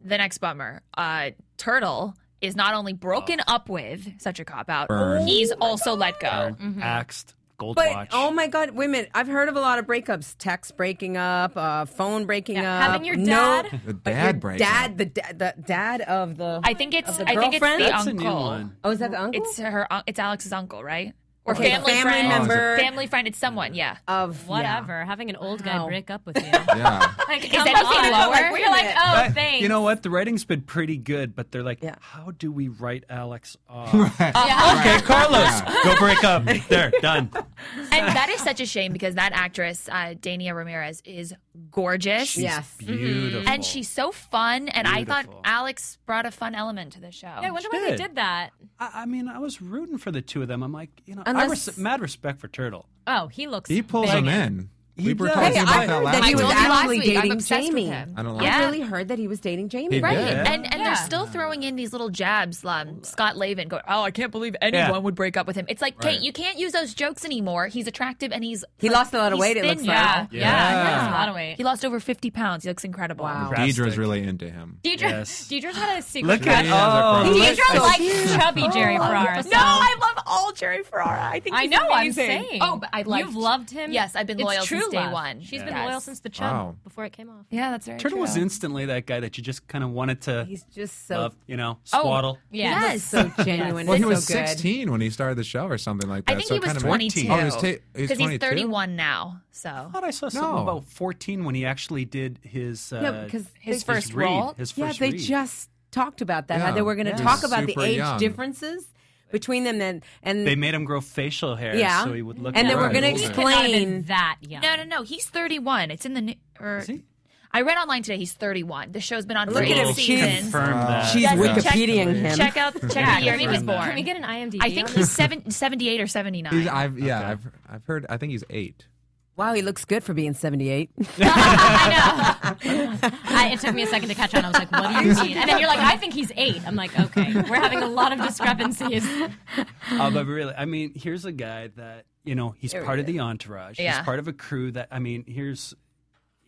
[SPEAKER 2] The next bummer uh, Turtle is not only broken
[SPEAKER 5] Oh.
[SPEAKER 2] up with, such a cop out,
[SPEAKER 3] Burned.
[SPEAKER 2] he's also let go. Mm-hmm.
[SPEAKER 5] Axed. Gold
[SPEAKER 4] Mm-hmm. but
[SPEAKER 5] watch.
[SPEAKER 4] oh my God, women! I've heard of a lot of breakups: text breaking up, uh, phone breaking
[SPEAKER 6] Yeah,
[SPEAKER 4] up.
[SPEAKER 6] having your
[SPEAKER 4] no-
[SPEAKER 6] dad-
[SPEAKER 3] Uh, The
[SPEAKER 4] but your
[SPEAKER 3] dad breaks.
[SPEAKER 4] Dad, the, da- the dad of the.
[SPEAKER 2] I think it's
[SPEAKER 4] the
[SPEAKER 2] I think it's the
[SPEAKER 4] girlfriend?
[SPEAKER 5] That's a
[SPEAKER 2] uncle.
[SPEAKER 5] new one.
[SPEAKER 4] oh, is that the uncle
[SPEAKER 2] It's her. un- It's Alex's uncle, right? Or
[SPEAKER 4] Okay,
[SPEAKER 2] family,
[SPEAKER 4] family
[SPEAKER 2] friend,
[SPEAKER 4] member.
[SPEAKER 2] family friend. It's someone. Yeah.
[SPEAKER 4] of
[SPEAKER 6] Whatever. Having an old guy
[SPEAKER 4] Wow.
[SPEAKER 6] break up with you.
[SPEAKER 3] Yeah.
[SPEAKER 6] Like, is
[SPEAKER 2] that anything lower?
[SPEAKER 6] You're like, oh,
[SPEAKER 5] But
[SPEAKER 6] thanks.
[SPEAKER 5] You know what? The writing's been pretty good, but they're like,
[SPEAKER 4] Yeah.
[SPEAKER 5] how do we write Alex off?
[SPEAKER 2] Yeah.
[SPEAKER 5] okay, Carlos, go break up. There, done.
[SPEAKER 2] and that is such a shame because that actress, uh, Dania Ramirez, is gorgeous.
[SPEAKER 5] She's
[SPEAKER 4] Yes.
[SPEAKER 5] Beautiful.
[SPEAKER 2] Mm-hmm. And she's so fun, and I thought
[SPEAKER 5] Beautiful.
[SPEAKER 2] Alex brought a fun element to the show.
[SPEAKER 6] Yeah, I wonder why they
[SPEAKER 5] Good.
[SPEAKER 6] did that.
[SPEAKER 5] I, I mean, I was rooting for the two of them. I'm like, you know,
[SPEAKER 4] Unless-
[SPEAKER 5] I res- mad respect for Turtle.
[SPEAKER 6] Oh, he looks.
[SPEAKER 3] He pulls
[SPEAKER 6] big.
[SPEAKER 3] him in.
[SPEAKER 5] He
[SPEAKER 3] we were
[SPEAKER 5] does.
[SPEAKER 3] talking
[SPEAKER 5] Hey,
[SPEAKER 3] about
[SPEAKER 5] I
[SPEAKER 3] that
[SPEAKER 4] heard
[SPEAKER 3] last
[SPEAKER 4] that he
[SPEAKER 2] I
[SPEAKER 4] was
[SPEAKER 2] told
[SPEAKER 3] week.
[SPEAKER 2] you last
[SPEAKER 4] actually
[SPEAKER 2] week I'm
[SPEAKER 4] dating
[SPEAKER 2] obsessed
[SPEAKER 4] Jamie.
[SPEAKER 2] with him.
[SPEAKER 3] I don't like
[SPEAKER 2] Yeah.
[SPEAKER 4] I really heard that he was dating Jamie.
[SPEAKER 3] He
[SPEAKER 2] Right,
[SPEAKER 3] Yeah.
[SPEAKER 2] and and they're still throwing in these little jabs. Um, Scott Lavin going, "Oh, I can't believe anyone
[SPEAKER 5] Yeah.
[SPEAKER 2] would break up with him." It's like, Kate, you can't use those jokes anymore. He's attractive, and he's
[SPEAKER 4] He lost a lot of
[SPEAKER 2] he's
[SPEAKER 4] weight, it
[SPEAKER 2] thin
[SPEAKER 4] looks like.
[SPEAKER 2] now.
[SPEAKER 5] Yeah.
[SPEAKER 2] yeah,
[SPEAKER 6] That's a lot of weight.
[SPEAKER 2] He lost over 50 pounds. He looks incredible.
[SPEAKER 4] Wow.
[SPEAKER 3] Deidre's
[SPEAKER 5] Drastic.
[SPEAKER 3] really into him.
[SPEAKER 6] Deidre,
[SPEAKER 5] Yes.
[SPEAKER 6] Deidre's had a secret
[SPEAKER 5] Look at
[SPEAKER 6] crush.
[SPEAKER 5] oh,
[SPEAKER 3] Deidre
[SPEAKER 5] look-
[SPEAKER 6] Deidre likes chubby Jerry Ferrara. so-
[SPEAKER 4] love all Jerry Ferrara. I think
[SPEAKER 6] I know. I'm saying.
[SPEAKER 2] Oh, but I liked-
[SPEAKER 6] You've loved him.
[SPEAKER 2] Yes, I've been
[SPEAKER 6] It's
[SPEAKER 2] loyal
[SPEAKER 6] true.
[SPEAKER 2] since
[SPEAKER 6] true
[SPEAKER 2] day
[SPEAKER 6] love.
[SPEAKER 2] one.
[SPEAKER 6] She's been
[SPEAKER 2] Yes.
[SPEAKER 6] loyal since the chub
[SPEAKER 3] Wow.
[SPEAKER 6] before it came off.
[SPEAKER 2] Yeah, that's right.
[SPEAKER 5] Turtle was instantly that guy that you just kind of wanted to
[SPEAKER 4] He's just so
[SPEAKER 5] love, you know, swaddle.
[SPEAKER 6] Yes.
[SPEAKER 2] Yes.
[SPEAKER 4] so genuine.
[SPEAKER 3] Well,
[SPEAKER 4] and
[SPEAKER 3] he was
[SPEAKER 4] so good.
[SPEAKER 3] 16 when he started the show or something like that.
[SPEAKER 2] I think
[SPEAKER 3] so
[SPEAKER 2] he
[SPEAKER 3] it
[SPEAKER 2] was
[SPEAKER 3] kinda makes-
[SPEAKER 2] 22.
[SPEAKER 3] Oh, he was ta- he was
[SPEAKER 2] Because he's
[SPEAKER 3] 22?
[SPEAKER 2] 31 now. So
[SPEAKER 5] I thought I saw something
[SPEAKER 3] No.
[SPEAKER 5] about 14 when he actually did his uh,
[SPEAKER 4] Yeah, because
[SPEAKER 2] his
[SPEAKER 4] they-
[SPEAKER 2] first
[SPEAKER 5] read,
[SPEAKER 2] role.
[SPEAKER 5] His
[SPEAKER 4] Yeah,
[SPEAKER 5] first
[SPEAKER 4] they
[SPEAKER 5] read.
[SPEAKER 4] just talked about that.
[SPEAKER 3] Yeah,
[SPEAKER 4] How they were going to
[SPEAKER 3] he was
[SPEAKER 4] talk about the
[SPEAKER 3] super
[SPEAKER 4] age
[SPEAKER 3] young.
[SPEAKER 4] differences between them, then and
[SPEAKER 5] they made him grow facial hair
[SPEAKER 4] yeah,
[SPEAKER 5] so he would look
[SPEAKER 4] and then we're
[SPEAKER 3] right
[SPEAKER 4] going to
[SPEAKER 3] older.
[SPEAKER 6] He could not have been
[SPEAKER 4] explain
[SPEAKER 6] that young.
[SPEAKER 2] No, no, no. He's 31. It's in the new. Or,
[SPEAKER 5] Is he?
[SPEAKER 2] I read online today. He's 31. The show's been on for
[SPEAKER 4] Look at
[SPEAKER 2] eight
[SPEAKER 4] him. She's-
[SPEAKER 2] seasons.
[SPEAKER 5] confirmed that.
[SPEAKER 4] She's
[SPEAKER 2] Guys,
[SPEAKER 3] Yeah.
[SPEAKER 2] check-
[SPEAKER 4] Wikipediaing him.
[SPEAKER 2] Check out check the year he was
[SPEAKER 5] confirm that.
[SPEAKER 2] born.
[SPEAKER 6] Can we get an IMDb?
[SPEAKER 2] I think
[SPEAKER 6] on
[SPEAKER 2] he's
[SPEAKER 6] this?
[SPEAKER 2] seven, 78 or 79.
[SPEAKER 3] He's- I've, yeah,
[SPEAKER 5] Okay.
[SPEAKER 3] I've, I've heard. I think he's eight.
[SPEAKER 4] wow, he looks good for being seventy-eight.
[SPEAKER 6] I, it took me a second to catch on. I was like, "What do you mean?" And then you're like, "I think he's eight. I'm like, "Okay, we're having a lot of discrepancies."
[SPEAKER 5] Uh, but really, I mean, here's a guy that you know he's part of the entourage.
[SPEAKER 2] Yeah.
[SPEAKER 5] He's part of a crew that I mean, here's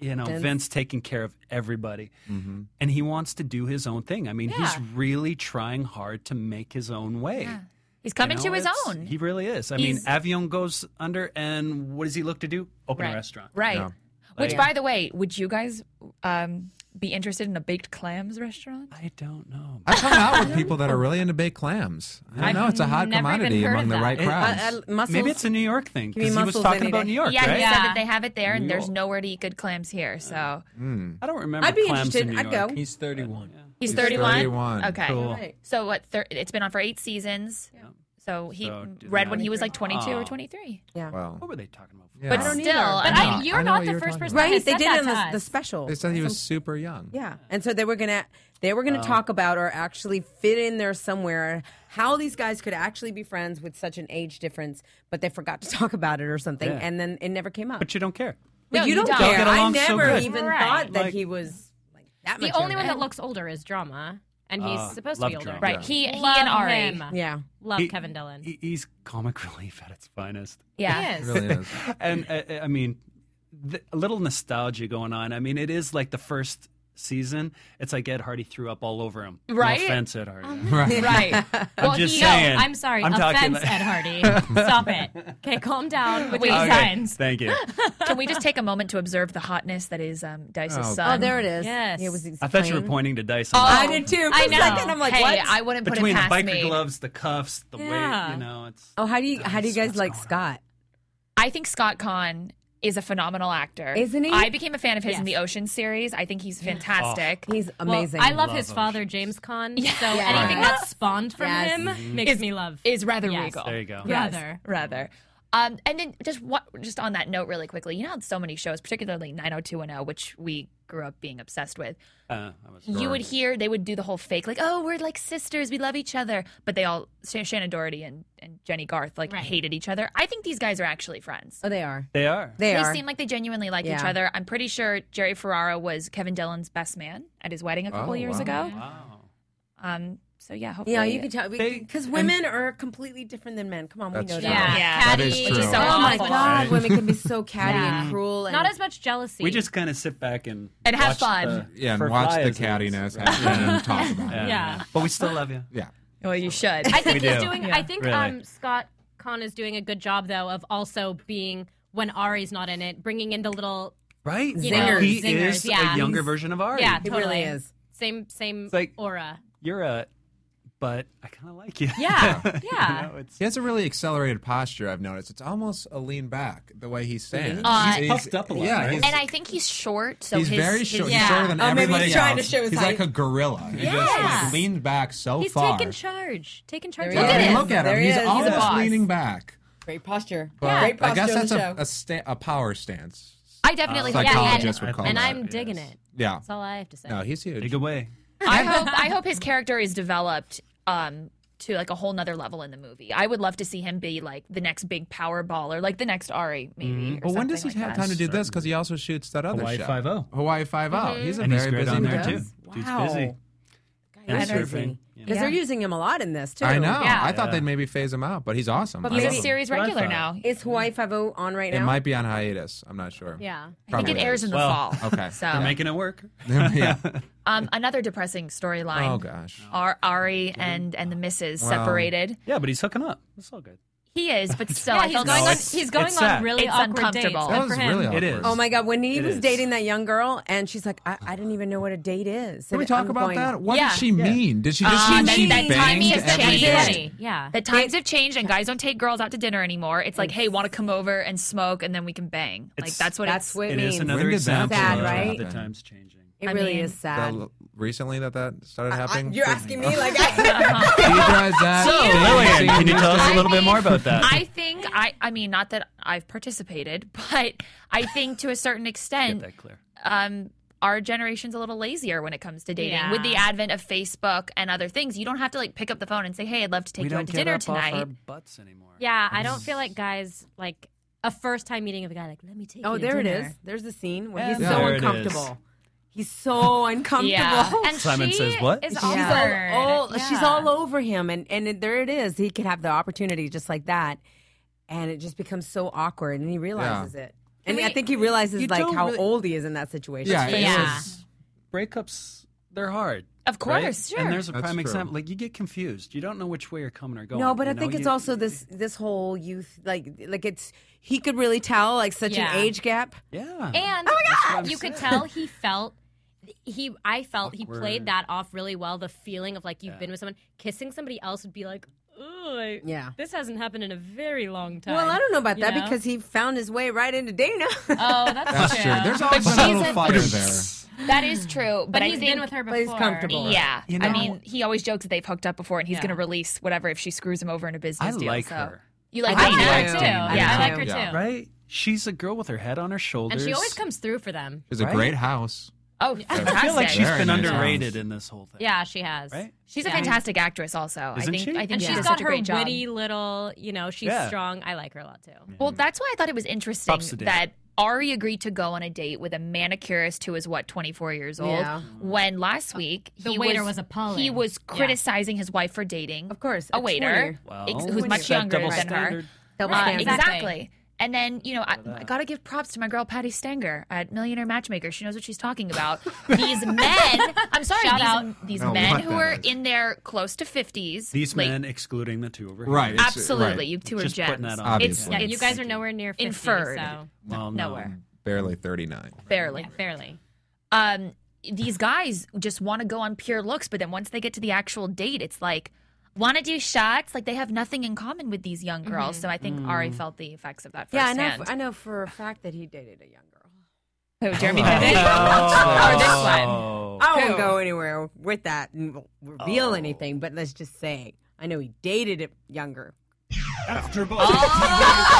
[SPEAKER 5] you know Vince, taking care of everybody,
[SPEAKER 3] Mm-hmm.
[SPEAKER 5] and he wants to do his own thing. I mean,
[SPEAKER 2] Yeah.
[SPEAKER 5] he's really trying hard to make his own way.
[SPEAKER 2] He's
[SPEAKER 5] You
[SPEAKER 2] coming
[SPEAKER 5] know,
[SPEAKER 2] to his
[SPEAKER 5] it's-
[SPEAKER 2] own.
[SPEAKER 5] He really is. I
[SPEAKER 2] He's-
[SPEAKER 5] mean, Avion goes under, and what does he look to do? Open
[SPEAKER 6] Right.
[SPEAKER 5] a restaurant.
[SPEAKER 2] right.
[SPEAKER 3] Yeah.
[SPEAKER 2] Which,
[SPEAKER 5] Like-
[SPEAKER 2] by the way, would you guys um, be interested in a baked clams restaurant?
[SPEAKER 5] I don't know.
[SPEAKER 3] I've hung out with people that are really into baked clams. I don't
[SPEAKER 6] I've
[SPEAKER 3] know. It's a hot
[SPEAKER 6] never even
[SPEAKER 3] commodity
[SPEAKER 6] heard
[SPEAKER 3] among
[SPEAKER 6] of
[SPEAKER 3] the
[SPEAKER 6] that.
[SPEAKER 3] right
[SPEAKER 5] It-
[SPEAKER 3] crowds.
[SPEAKER 4] Uh, uh, muscles.
[SPEAKER 5] Maybe it's a New York thing
[SPEAKER 4] me
[SPEAKER 5] because he was
[SPEAKER 4] mussels
[SPEAKER 5] talking
[SPEAKER 4] any
[SPEAKER 5] about
[SPEAKER 4] day.
[SPEAKER 5] New York,
[SPEAKER 2] Yeah,
[SPEAKER 5] right?
[SPEAKER 2] he said
[SPEAKER 6] Yeah.
[SPEAKER 2] that they have it there, and there's
[SPEAKER 7] York.
[SPEAKER 2] nowhere to eat good clams here. So
[SPEAKER 4] Hmm.
[SPEAKER 5] I don't remember.
[SPEAKER 4] I'd be
[SPEAKER 5] clams in
[SPEAKER 4] interested.
[SPEAKER 5] New
[SPEAKER 4] I'd
[SPEAKER 5] York.
[SPEAKER 4] go.
[SPEAKER 7] He's 31.
[SPEAKER 2] he's,
[SPEAKER 3] He's
[SPEAKER 2] 31?
[SPEAKER 3] 31.
[SPEAKER 2] Okay.
[SPEAKER 5] Cool.
[SPEAKER 4] Right.
[SPEAKER 2] So what? Thir- it's been on for eight seasons. So he
[SPEAKER 5] So do
[SPEAKER 2] read
[SPEAKER 5] that.
[SPEAKER 2] when he was like 22 or
[SPEAKER 5] Oh.
[SPEAKER 2] 23.
[SPEAKER 4] Yeah.
[SPEAKER 3] Well,
[SPEAKER 5] What were they talking about?
[SPEAKER 3] yeah.
[SPEAKER 2] But
[SPEAKER 4] don't
[SPEAKER 2] still,
[SPEAKER 4] either.
[SPEAKER 2] I
[SPEAKER 6] But
[SPEAKER 2] mean,
[SPEAKER 6] I, you're
[SPEAKER 3] I know
[SPEAKER 6] not
[SPEAKER 3] what
[SPEAKER 6] the
[SPEAKER 3] you're
[SPEAKER 6] first
[SPEAKER 3] talking
[SPEAKER 6] person.
[SPEAKER 4] Right,
[SPEAKER 6] that has
[SPEAKER 4] they
[SPEAKER 6] said
[SPEAKER 4] did
[SPEAKER 6] that
[SPEAKER 4] it in
[SPEAKER 6] to
[SPEAKER 4] the,
[SPEAKER 6] us.
[SPEAKER 4] the special.
[SPEAKER 3] they said he was super young.
[SPEAKER 4] Yeah, and so they were gonna they were gonna talk about or actually fit in there somewhere how these guys could actually be friends with such an age difference, but they forgot to talk about it or something,
[SPEAKER 5] Yeah.
[SPEAKER 4] and then it never came up.
[SPEAKER 5] But you don't care.
[SPEAKER 4] But
[SPEAKER 2] No,
[SPEAKER 4] you
[SPEAKER 2] you
[SPEAKER 4] don't
[SPEAKER 2] don't.
[SPEAKER 4] care.
[SPEAKER 5] Get
[SPEAKER 4] I
[SPEAKER 5] along so
[SPEAKER 4] never
[SPEAKER 5] good.
[SPEAKER 4] even
[SPEAKER 6] Right.
[SPEAKER 4] thought that
[SPEAKER 5] Like-
[SPEAKER 4] he was like that.
[SPEAKER 6] The
[SPEAKER 4] much
[SPEAKER 6] only
[SPEAKER 4] younger.
[SPEAKER 6] one that looks older is Drama, and he's
[SPEAKER 5] Uh,
[SPEAKER 6] supposed to
[SPEAKER 5] love
[SPEAKER 6] be older.
[SPEAKER 5] Drama.
[SPEAKER 2] Right. He, he
[SPEAKER 6] Love
[SPEAKER 2] and Ari.
[SPEAKER 6] him.
[SPEAKER 4] yeah.
[SPEAKER 6] Love
[SPEAKER 5] He-
[SPEAKER 6] Kevin Dillon.
[SPEAKER 5] He- He's comic relief at its finest.
[SPEAKER 2] Yeah.
[SPEAKER 6] He
[SPEAKER 3] It
[SPEAKER 6] is.
[SPEAKER 3] really is.
[SPEAKER 5] And uh, uh, I mean, th- a little nostalgia going on. I mean, it is like the first season. It's like Ed Hardy threw up all over him.
[SPEAKER 2] Right?
[SPEAKER 5] No offense, Ed Hardy.
[SPEAKER 3] right.
[SPEAKER 2] Right.
[SPEAKER 6] Um, Well,
[SPEAKER 5] just
[SPEAKER 6] he-
[SPEAKER 5] saying.
[SPEAKER 6] No, I'm sorry.
[SPEAKER 5] I'm talking
[SPEAKER 6] offense,
[SPEAKER 5] like-
[SPEAKER 6] Ed Hardy. Stop it. Okay, calm down with
[SPEAKER 2] Wait,
[SPEAKER 6] your
[SPEAKER 2] okay.
[SPEAKER 6] signs.
[SPEAKER 5] Thank you.
[SPEAKER 2] Can we just take a moment to observe the hotness that is um, Dice's
[SPEAKER 3] Oh,
[SPEAKER 2] son?
[SPEAKER 4] Oh, there it is.
[SPEAKER 6] Yes.
[SPEAKER 4] It was.
[SPEAKER 5] I thought you were
[SPEAKER 4] explained.
[SPEAKER 5] pointing to Dice.
[SPEAKER 4] I did too. For
[SPEAKER 6] Oh, I
[SPEAKER 4] a
[SPEAKER 6] know.
[SPEAKER 4] second, I'm like,
[SPEAKER 2] hey,
[SPEAKER 4] what?
[SPEAKER 2] I wouldn't put
[SPEAKER 5] Between
[SPEAKER 2] it
[SPEAKER 5] the
[SPEAKER 2] past
[SPEAKER 5] biker
[SPEAKER 2] me.
[SPEAKER 5] gloves, the cuffs, the
[SPEAKER 6] Yeah.
[SPEAKER 5] weight, you know, it's.
[SPEAKER 4] oh, how do you how do you guys
[SPEAKER 5] What's
[SPEAKER 4] like
[SPEAKER 5] going on?
[SPEAKER 4] Scott?
[SPEAKER 2] I think Scott Kahn is a phenomenal actor.
[SPEAKER 4] Isn't he?
[SPEAKER 2] I became a fan of his in the
[SPEAKER 6] Yes.
[SPEAKER 2] Ocean series. I think he's fantastic.
[SPEAKER 4] He's
[SPEAKER 6] Well,
[SPEAKER 4] amazing.
[SPEAKER 6] I love,
[SPEAKER 5] Love
[SPEAKER 6] his
[SPEAKER 5] him.
[SPEAKER 6] father, James Caan. So
[SPEAKER 4] Yes.
[SPEAKER 6] anything
[SPEAKER 4] Right.
[SPEAKER 6] that spawned from
[SPEAKER 4] Yes.
[SPEAKER 6] him makes me love.
[SPEAKER 2] is rather
[SPEAKER 6] Yes.
[SPEAKER 2] regal.
[SPEAKER 5] Mm-hmm. There you go.
[SPEAKER 2] Yes,
[SPEAKER 6] Rather.
[SPEAKER 2] rather. Um, and then just what, just on that note, really quickly, you know, how so many shows, particularly 90210, which we grew up being obsessed with.
[SPEAKER 5] Uh, I was
[SPEAKER 2] You would hear they would do the whole fake, like, "Oh, we're like sisters, we love each other," but they all Shan- Shannon Doherty and, and Jenny Garth like
[SPEAKER 6] Right.
[SPEAKER 2] hated each other. I think these guys are actually friends.
[SPEAKER 4] oh, they are.
[SPEAKER 5] They are.
[SPEAKER 4] They,
[SPEAKER 2] They
[SPEAKER 4] are.
[SPEAKER 2] seem like they genuinely like each
[SPEAKER 4] Yeah.
[SPEAKER 2] other. I'm pretty sure Jerry Ferrara was Kevin Dillon's best man at his wedding a couple
[SPEAKER 3] Oh,
[SPEAKER 2] years
[SPEAKER 3] wow.
[SPEAKER 2] ago.
[SPEAKER 5] Wow.
[SPEAKER 2] Um, so yeah, hopefully,
[SPEAKER 4] yeah, you can tell
[SPEAKER 5] They-
[SPEAKER 4] because women are completely different than men. Come on, we
[SPEAKER 3] That's
[SPEAKER 4] know
[SPEAKER 3] true.
[SPEAKER 4] that.
[SPEAKER 6] Yeah,
[SPEAKER 2] Yeah.
[SPEAKER 3] That
[SPEAKER 6] catty.
[SPEAKER 3] is true.
[SPEAKER 2] so
[SPEAKER 4] oh my
[SPEAKER 2] awful.
[SPEAKER 4] god,
[SPEAKER 5] Right.
[SPEAKER 4] women can be so catty and
[SPEAKER 6] Yeah.
[SPEAKER 4] cruel. And
[SPEAKER 6] Not as much jealousy.
[SPEAKER 5] We just kind of sit back and
[SPEAKER 2] And have
[SPEAKER 5] watch
[SPEAKER 2] fun.
[SPEAKER 5] the-
[SPEAKER 3] Yeah, and
[SPEAKER 5] for
[SPEAKER 3] watch the
[SPEAKER 5] flies.
[SPEAKER 3] cattiness happen and talk about
[SPEAKER 5] Yeah.
[SPEAKER 3] it.
[SPEAKER 6] Yeah.
[SPEAKER 5] But we still love you.
[SPEAKER 3] Yeah.
[SPEAKER 2] well, Oh, you should.
[SPEAKER 6] I think
[SPEAKER 5] We
[SPEAKER 6] he's
[SPEAKER 5] do.
[SPEAKER 6] doing.
[SPEAKER 2] Yeah.
[SPEAKER 6] I think
[SPEAKER 5] Really.
[SPEAKER 6] um, Scott Kahn is doing a good job though of also being when Ari's not in it, bringing in the little.
[SPEAKER 5] Right?
[SPEAKER 6] You
[SPEAKER 4] know, Zingers.
[SPEAKER 5] he
[SPEAKER 6] zingers,
[SPEAKER 5] is
[SPEAKER 6] yeah.
[SPEAKER 5] a younger version of Ari.
[SPEAKER 6] Yeah,
[SPEAKER 4] He
[SPEAKER 6] totally.
[SPEAKER 4] really is.
[SPEAKER 6] Same same
[SPEAKER 5] It's like-
[SPEAKER 6] Mm, aura.
[SPEAKER 5] You're a, but I kind of like you.
[SPEAKER 6] Yeah,
[SPEAKER 5] You
[SPEAKER 6] yeah.
[SPEAKER 5] know, it's-
[SPEAKER 3] He has a really accelerated posture, I've noticed. It's almost a lean back, the way he stands.
[SPEAKER 2] Uh, He's
[SPEAKER 5] puffed up a lot,
[SPEAKER 3] Yeah,
[SPEAKER 5] right?
[SPEAKER 3] he's,
[SPEAKER 2] and I think he's short, so
[SPEAKER 3] he's
[SPEAKER 2] his,
[SPEAKER 3] very
[SPEAKER 2] his-
[SPEAKER 3] short.
[SPEAKER 6] yeah.
[SPEAKER 3] He's shorter than
[SPEAKER 4] Oh, maybe he's
[SPEAKER 3] everybody
[SPEAKER 4] trying to
[SPEAKER 3] else.
[SPEAKER 4] show his
[SPEAKER 3] He's
[SPEAKER 4] height.
[SPEAKER 3] like a gorilla. He just
[SPEAKER 2] Yeah.
[SPEAKER 3] like, leaned back so
[SPEAKER 6] He's
[SPEAKER 3] far.
[SPEAKER 6] taking charge. Taking charge.
[SPEAKER 4] There
[SPEAKER 6] of
[SPEAKER 4] he
[SPEAKER 3] I
[SPEAKER 4] is.
[SPEAKER 3] mean,
[SPEAKER 6] it.
[SPEAKER 3] look at him.
[SPEAKER 4] There he
[SPEAKER 3] He's
[SPEAKER 4] is. He's a
[SPEAKER 3] almost
[SPEAKER 2] boss.
[SPEAKER 3] leaning back.
[SPEAKER 4] great posture.
[SPEAKER 3] But
[SPEAKER 4] Great
[SPEAKER 3] I
[SPEAKER 4] posture
[SPEAKER 3] guess that's
[SPEAKER 4] on the
[SPEAKER 3] a,
[SPEAKER 4] show.
[SPEAKER 3] a, sta- a power stance.
[SPEAKER 2] I
[SPEAKER 5] Uh,
[SPEAKER 2] definitely think
[SPEAKER 6] Yeah,
[SPEAKER 2] yeah,
[SPEAKER 6] and-
[SPEAKER 3] Psychologist would call
[SPEAKER 6] and
[SPEAKER 3] that.
[SPEAKER 6] I'm digging
[SPEAKER 5] Yes.
[SPEAKER 6] it.
[SPEAKER 3] Yeah.
[SPEAKER 6] That's all I have to say.
[SPEAKER 3] No, he's
[SPEAKER 5] Take
[SPEAKER 3] huge.
[SPEAKER 5] away.
[SPEAKER 2] I hope I hope his character is developed um to like a whole nother level in the movie. I would love to see him be like the next big power baller, like the next Ari maybe. or
[SPEAKER 3] Mm-hmm. But when does he
[SPEAKER 2] something like
[SPEAKER 3] have
[SPEAKER 2] that.
[SPEAKER 3] time to do this? Because he also shoots that other
[SPEAKER 5] Hawaii
[SPEAKER 3] show.
[SPEAKER 5] 5-0.
[SPEAKER 3] Hawaii Five
[SPEAKER 2] Mm-hmm.
[SPEAKER 3] O. He's a
[SPEAKER 5] And
[SPEAKER 3] very
[SPEAKER 5] he's great
[SPEAKER 3] busy
[SPEAKER 5] on there
[SPEAKER 3] man.
[SPEAKER 5] too. Dude's
[SPEAKER 4] Wow.
[SPEAKER 5] busy.
[SPEAKER 4] That's
[SPEAKER 5] And
[SPEAKER 4] crazy.
[SPEAKER 5] surfing. you know.
[SPEAKER 4] Because they're using him a lot in this too.
[SPEAKER 3] I know.
[SPEAKER 2] Yeah.
[SPEAKER 3] I thought they'd maybe phase him out, but he's awesome.
[SPEAKER 4] But
[SPEAKER 3] I
[SPEAKER 2] He's
[SPEAKER 3] love
[SPEAKER 2] a
[SPEAKER 4] maybe-
[SPEAKER 3] him.
[SPEAKER 2] series
[SPEAKER 5] That's what I
[SPEAKER 2] regular
[SPEAKER 5] thought.
[SPEAKER 2] now.
[SPEAKER 4] Is Hawaii Five O on right
[SPEAKER 3] It
[SPEAKER 4] now?
[SPEAKER 3] might be on hiatus. I'm not sure.
[SPEAKER 6] Yeah.
[SPEAKER 2] I think it
[SPEAKER 3] Probably.
[SPEAKER 2] airs in the
[SPEAKER 5] Well,
[SPEAKER 2] fall.
[SPEAKER 3] Okay.
[SPEAKER 2] So
[SPEAKER 5] They're making it work.
[SPEAKER 3] yeah.
[SPEAKER 2] um another depressing storyline.
[SPEAKER 3] Oh gosh.
[SPEAKER 2] Are Ari and and the missus
[SPEAKER 3] Wow.
[SPEAKER 2] separated.
[SPEAKER 5] Yeah, but he's hooking up. It's all good.
[SPEAKER 2] He is, but still,
[SPEAKER 6] yeah,
[SPEAKER 2] I
[SPEAKER 6] he's
[SPEAKER 2] felt
[SPEAKER 6] going
[SPEAKER 2] so-
[SPEAKER 6] on.
[SPEAKER 5] it's-
[SPEAKER 6] He's going
[SPEAKER 5] it's
[SPEAKER 6] on
[SPEAKER 5] sad.
[SPEAKER 6] really
[SPEAKER 2] It's
[SPEAKER 6] awkward
[SPEAKER 2] uncomfortable.
[SPEAKER 6] dates.
[SPEAKER 3] That
[SPEAKER 6] Good
[SPEAKER 3] was
[SPEAKER 6] for him.
[SPEAKER 3] really awkward.
[SPEAKER 5] It is.
[SPEAKER 4] Oh my God, when he
[SPEAKER 5] It
[SPEAKER 4] was
[SPEAKER 5] is.
[SPEAKER 4] dating that young girl, and she's like, I, I didn't even know what a date is.
[SPEAKER 3] Can we
[SPEAKER 4] And
[SPEAKER 3] talk
[SPEAKER 4] I'm
[SPEAKER 3] about
[SPEAKER 4] going,
[SPEAKER 3] that? What
[SPEAKER 6] Yeah.
[SPEAKER 3] did she mean? Did she just
[SPEAKER 2] Ah,
[SPEAKER 3] mean
[SPEAKER 2] that-
[SPEAKER 3] she
[SPEAKER 2] that
[SPEAKER 3] banged
[SPEAKER 2] timing is
[SPEAKER 3] every
[SPEAKER 2] changed.
[SPEAKER 3] day?
[SPEAKER 2] Right.
[SPEAKER 6] Yeah.
[SPEAKER 2] The times have changed, and guys don't take girls out to dinner anymore. It's like, hey, want to come over and smoke, and then we can bang. Like
[SPEAKER 5] It's-
[SPEAKER 2] that's what
[SPEAKER 4] That's
[SPEAKER 2] it's.
[SPEAKER 4] what it,
[SPEAKER 5] It
[SPEAKER 4] means.
[SPEAKER 5] is another
[SPEAKER 3] When did that
[SPEAKER 5] example
[SPEAKER 4] happen?
[SPEAKER 5] of
[SPEAKER 4] Sad,
[SPEAKER 5] how
[SPEAKER 4] right?
[SPEAKER 5] the times changing.
[SPEAKER 4] It
[SPEAKER 2] I
[SPEAKER 4] really
[SPEAKER 2] mean,
[SPEAKER 4] is sad.
[SPEAKER 3] That, recently that that started
[SPEAKER 4] I-
[SPEAKER 3] happening?
[SPEAKER 4] you're asking me like I.
[SPEAKER 3] He drives that.
[SPEAKER 2] So,
[SPEAKER 3] dating
[SPEAKER 5] Lillian,
[SPEAKER 3] scene.
[SPEAKER 5] can you tell us a little bit more about that?
[SPEAKER 2] I think I. I mean, not that I've participated, but I think to a certain
[SPEAKER 5] Get
[SPEAKER 2] extent,
[SPEAKER 5] that clear.
[SPEAKER 2] um, our generation's a little lazier when it comes to dating.
[SPEAKER 6] Yeah.
[SPEAKER 2] With the advent of Facebook and other things, you don't have to like pick up the phone and say, "Hey, I'd love to take
[SPEAKER 5] we
[SPEAKER 2] you
[SPEAKER 5] don't
[SPEAKER 2] out to
[SPEAKER 5] get
[SPEAKER 2] dinner
[SPEAKER 5] up
[SPEAKER 2] tonight."
[SPEAKER 5] off our butts anymore.
[SPEAKER 6] Yeah, I don't feel like guys like a first time meeting of a guy like let me take.
[SPEAKER 4] oh,
[SPEAKER 6] you to
[SPEAKER 4] there it
[SPEAKER 6] dinner."
[SPEAKER 4] is. There's the scene where he's
[SPEAKER 5] Yeah.
[SPEAKER 4] so
[SPEAKER 5] There it is.
[SPEAKER 4] uncomfortable. He's so uncomfortable.
[SPEAKER 2] Yeah.
[SPEAKER 6] And
[SPEAKER 5] Simon
[SPEAKER 6] she
[SPEAKER 5] says, "What?"
[SPEAKER 6] Is
[SPEAKER 5] She's
[SPEAKER 4] She's
[SPEAKER 6] awkward.
[SPEAKER 4] all, oh, she's
[SPEAKER 6] Yeah.
[SPEAKER 4] all over him, and and it- there it is. He could have the opportunity just like that, and it just becomes so awkward, and he realizes it. And I
[SPEAKER 2] we-
[SPEAKER 4] think he realizes
[SPEAKER 5] You
[SPEAKER 4] like
[SPEAKER 5] don't
[SPEAKER 4] how
[SPEAKER 5] really-
[SPEAKER 4] old he is in that situation.
[SPEAKER 3] Yeah, it
[SPEAKER 6] Yeah.
[SPEAKER 3] was-
[SPEAKER 5] Breakups, they're hard.
[SPEAKER 2] Of
[SPEAKER 5] right?
[SPEAKER 2] course, sure.
[SPEAKER 5] And there's a
[SPEAKER 3] That's
[SPEAKER 5] prime
[SPEAKER 3] true.
[SPEAKER 5] example. Like you get confused. You don't know which way you're coming or going.
[SPEAKER 4] No, but
[SPEAKER 5] you
[SPEAKER 4] I
[SPEAKER 5] know?
[SPEAKER 4] think it's
[SPEAKER 5] You-
[SPEAKER 4] also this this whole youth like like it's he could really tell like such
[SPEAKER 6] Yeah.
[SPEAKER 4] an age gap.
[SPEAKER 5] Yeah.
[SPEAKER 2] Oh
[SPEAKER 6] And
[SPEAKER 5] what I'm
[SPEAKER 6] you could
[SPEAKER 5] saying.
[SPEAKER 6] tell he felt he I felt he
[SPEAKER 5] Awkward.
[SPEAKER 6] played that off really well. The feeling of like you've been with someone kissing somebody else would be like, ooh, I-
[SPEAKER 4] Yeah.
[SPEAKER 6] this hasn't happened in a very long time.
[SPEAKER 4] Well, I don't know about
[SPEAKER 6] You
[SPEAKER 4] that
[SPEAKER 6] know?
[SPEAKER 4] because he found his way right into Dana.
[SPEAKER 6] Oh, that's,
[SPEAKER 3] That's
[SPEAKER 6] true.
[SPEAKER 3] true. There's always a little
[SPEAKER 2] she's a-
[SPEAKER 3] fire there.
[SPEAKER 2] that is true, but,
[SPEAKER 6] but
[SPEAKER 2] I
[SPEAKER 6] he's
[SPEAKER 2] think
[SPEAKER 6] been with her
[SPEAKER 4] but
[SPEAKER 6] before.
[SPEAKER 4] he's comfortable.
[SPEAKER 2] Yeah,
[SPEAKER 5] You
[SPEAKER 2] I
[SPEAKER 5] know-
[SPEAKER 2] mean, he always jokes that they've hooked up before, and he's
[SPEAKER 6] Yeah.
[SPEAKER 2] going to release whatever if she screws him over in a
[SPEAKER 5] I
[SPEAKER 2] business deal.
[SPEAKER 5] like
[SPEAKER 2] so.
[SPEAKER 5] her.
[SPEAKER 2] You like
[SPEAKER 6] I
[SPEAKER 2] Dana?
[SPEAKER 6] like
[SPEAKER 4] do.
[SPEAKER 6] her too.
[SPEAKER 4] I
[SPEAKER 6] Yeah, I
[SPEAKER 2] do.
[SPEAKER 6] like her
[SPEAKER 3] Yeah.
[SPEAKER 6] too.
[SPEAKER 5] Right? She's a girl with her head on her
[SPEAKER 6] And
[SPEAKER 5] shoulders.
[SPEAKER 6] she always comes through for them.
[SPEAKER 3] It's a
[SPEAKER 5] Right?
[SPEAKER 3] great house.
[SPEAKER 2] Oh, fantastic!
[SPEAKER 5] I feel like she's
[SPEAKER 3] Very
[SPEAKER 5] been
[SPEAKER 3] nice
[SPEAKER 5] underrated
[SPEAKER 3] house.
[SPEAKER 5] in this whole thing.
[SPEAKER 6] Yeah, she has.
[SPEAKER 5] Right?
[SPEAKER 2] she's a
[SPEAKER 6] Yeah.
[SPEAKER 2] fantastic actress, also.
[SPEAKER 5] Isn't
[SPEAKER 2] I think.
[SPEAKER 5] she?
[SPEAKER 2] I think
[SPEAKER 6] And
[SPEAKER 2] she
[SPEAKER 6] she's
[SPEAKER 2] does
[SPEAKER 6] got
[SPEAKER 2] such a
[SPEAKER 6] her
[SPEAKER 2] great job.
[SPEAKER 6] witty little, you know, she's
[SPEAKER 5] Yeah.
[SPEAKER 6] strong. I like her a lot too.
[SPEAKER 2] Well, that's why I thought it was interesting
[SPEAKER 5] Props to Dana.
[SPEAKER 2] that Ari agreed to go on a date with a manicurist who is what 24 years old.
[SPEAKER 4] Yeah.
[SPEAKER 2] When last week
[SPEAKER 6] The
[SPEAKER 2] he
[SPEAKER 6] waiter
[SPEAKER 2] was,
[SPEAKER 6] was appalling.
[SPEAKER 2] He was
[SPEAKER 6] Yeah.
[SPEAKER 2] criticizing his wife for dating,
[SPEAKER 4] Of course,
[SPEAKER 2] a
[SPEAKER 4] at
[SPEAKER 2] waiter
[SPEAKER 4] 20.
[SPEAKER 5] Well,
[SPEAKER 2] ex- who's
[SPEAKER 5] it's
[SPEAKER 2] much
[SPEAKER 5] that
[SPEAKER 2] younger
[SPEAKER 5] double
[SPEAKER 2] than her.
[SPEAKER 5] standard.
[SPEAKER 4] Double
[SPEAKER 2] Uh,
[SPEAKER 4] standard.
[SPEAKER 2] exactly.
[SPEAKER 6] Exactly.
[SPEAKER 2] And then, you know, I, I got to give props to my girl Patty Stenger at Millionaire Matchmaker. She knows what she's talking about. these men, I'm sorry,
[SPEAKER 6] Shout
[SPEAKER 2] these,
[SPEAKER 6] out.
[SPEAKER 2] these
[SPEAKER 3] No,
[SPEAKER 2] men
[SPEAKER 3] what
[SPEAKER 2] who
[SPEAKER 3] that
[SPEAKER 2] are
[SPEAKER 3] is.
[SPEAKER 2] in their close to 50s.
[SPEAKER 5] These
[SPEAKER 2] late-
[SPEAKER 5] men, excluding the two over here.
[SPEAKER 3] Right. It's-
[SPEAKER 2] Absolutely.
[SPEAKER 3] right.
[SPEAKER 2] You two are
[SPEAKER 5] Just
[SPEAKER 2] gems.
[SPEAKER 5] putting that on.
[SPEAKER 2] It's,
[SPEAKER 3] Obviously.
[SPEAKER 6] Yeah, you
[SPEAKER 2] it's
[SPEAKER 6] guys are nowhere near 50,
[SPEAKER 2] inferred.
[SPEAKER 6] so
[SPEAKER 5] Well, no.
[SPEAKER 2] nowhere.
[SPEAKER 3] Barely 39.
[SPEAKER 2] Barely.
[SPEAKER 6] yeah, barely.
[SPEAKER 2] um, these guys just want to go on pure looks, but then once they get to the actual date, it's like want to do shots. Like they have nothing in common with these young girls. So I think
[SPEAKER 5] Mm.
[SPEAKER 2] Ari felt the effects of that
[SPEAKER 4] Yeah, I
[SPEAKER 2] firsthand.
[SPEAKER 4] know. I know for a fact that he dated a young girl.
[SPEAKER 2] Who,
[SPEAKER 4] Oh,
[SPEAKER 2] Jeremy Piven? Oh, or this one?
[SPEAKER 5] Oh.
[SPEAKER 2] Who?
[SPEAKER 4] I
[SPEAKER 2] Oh.
[SPEAKER 4] won't go anywhere with that and won't reveal anything, but let's just say I know he dated it younger.
[SPEAKER 9] After Buzz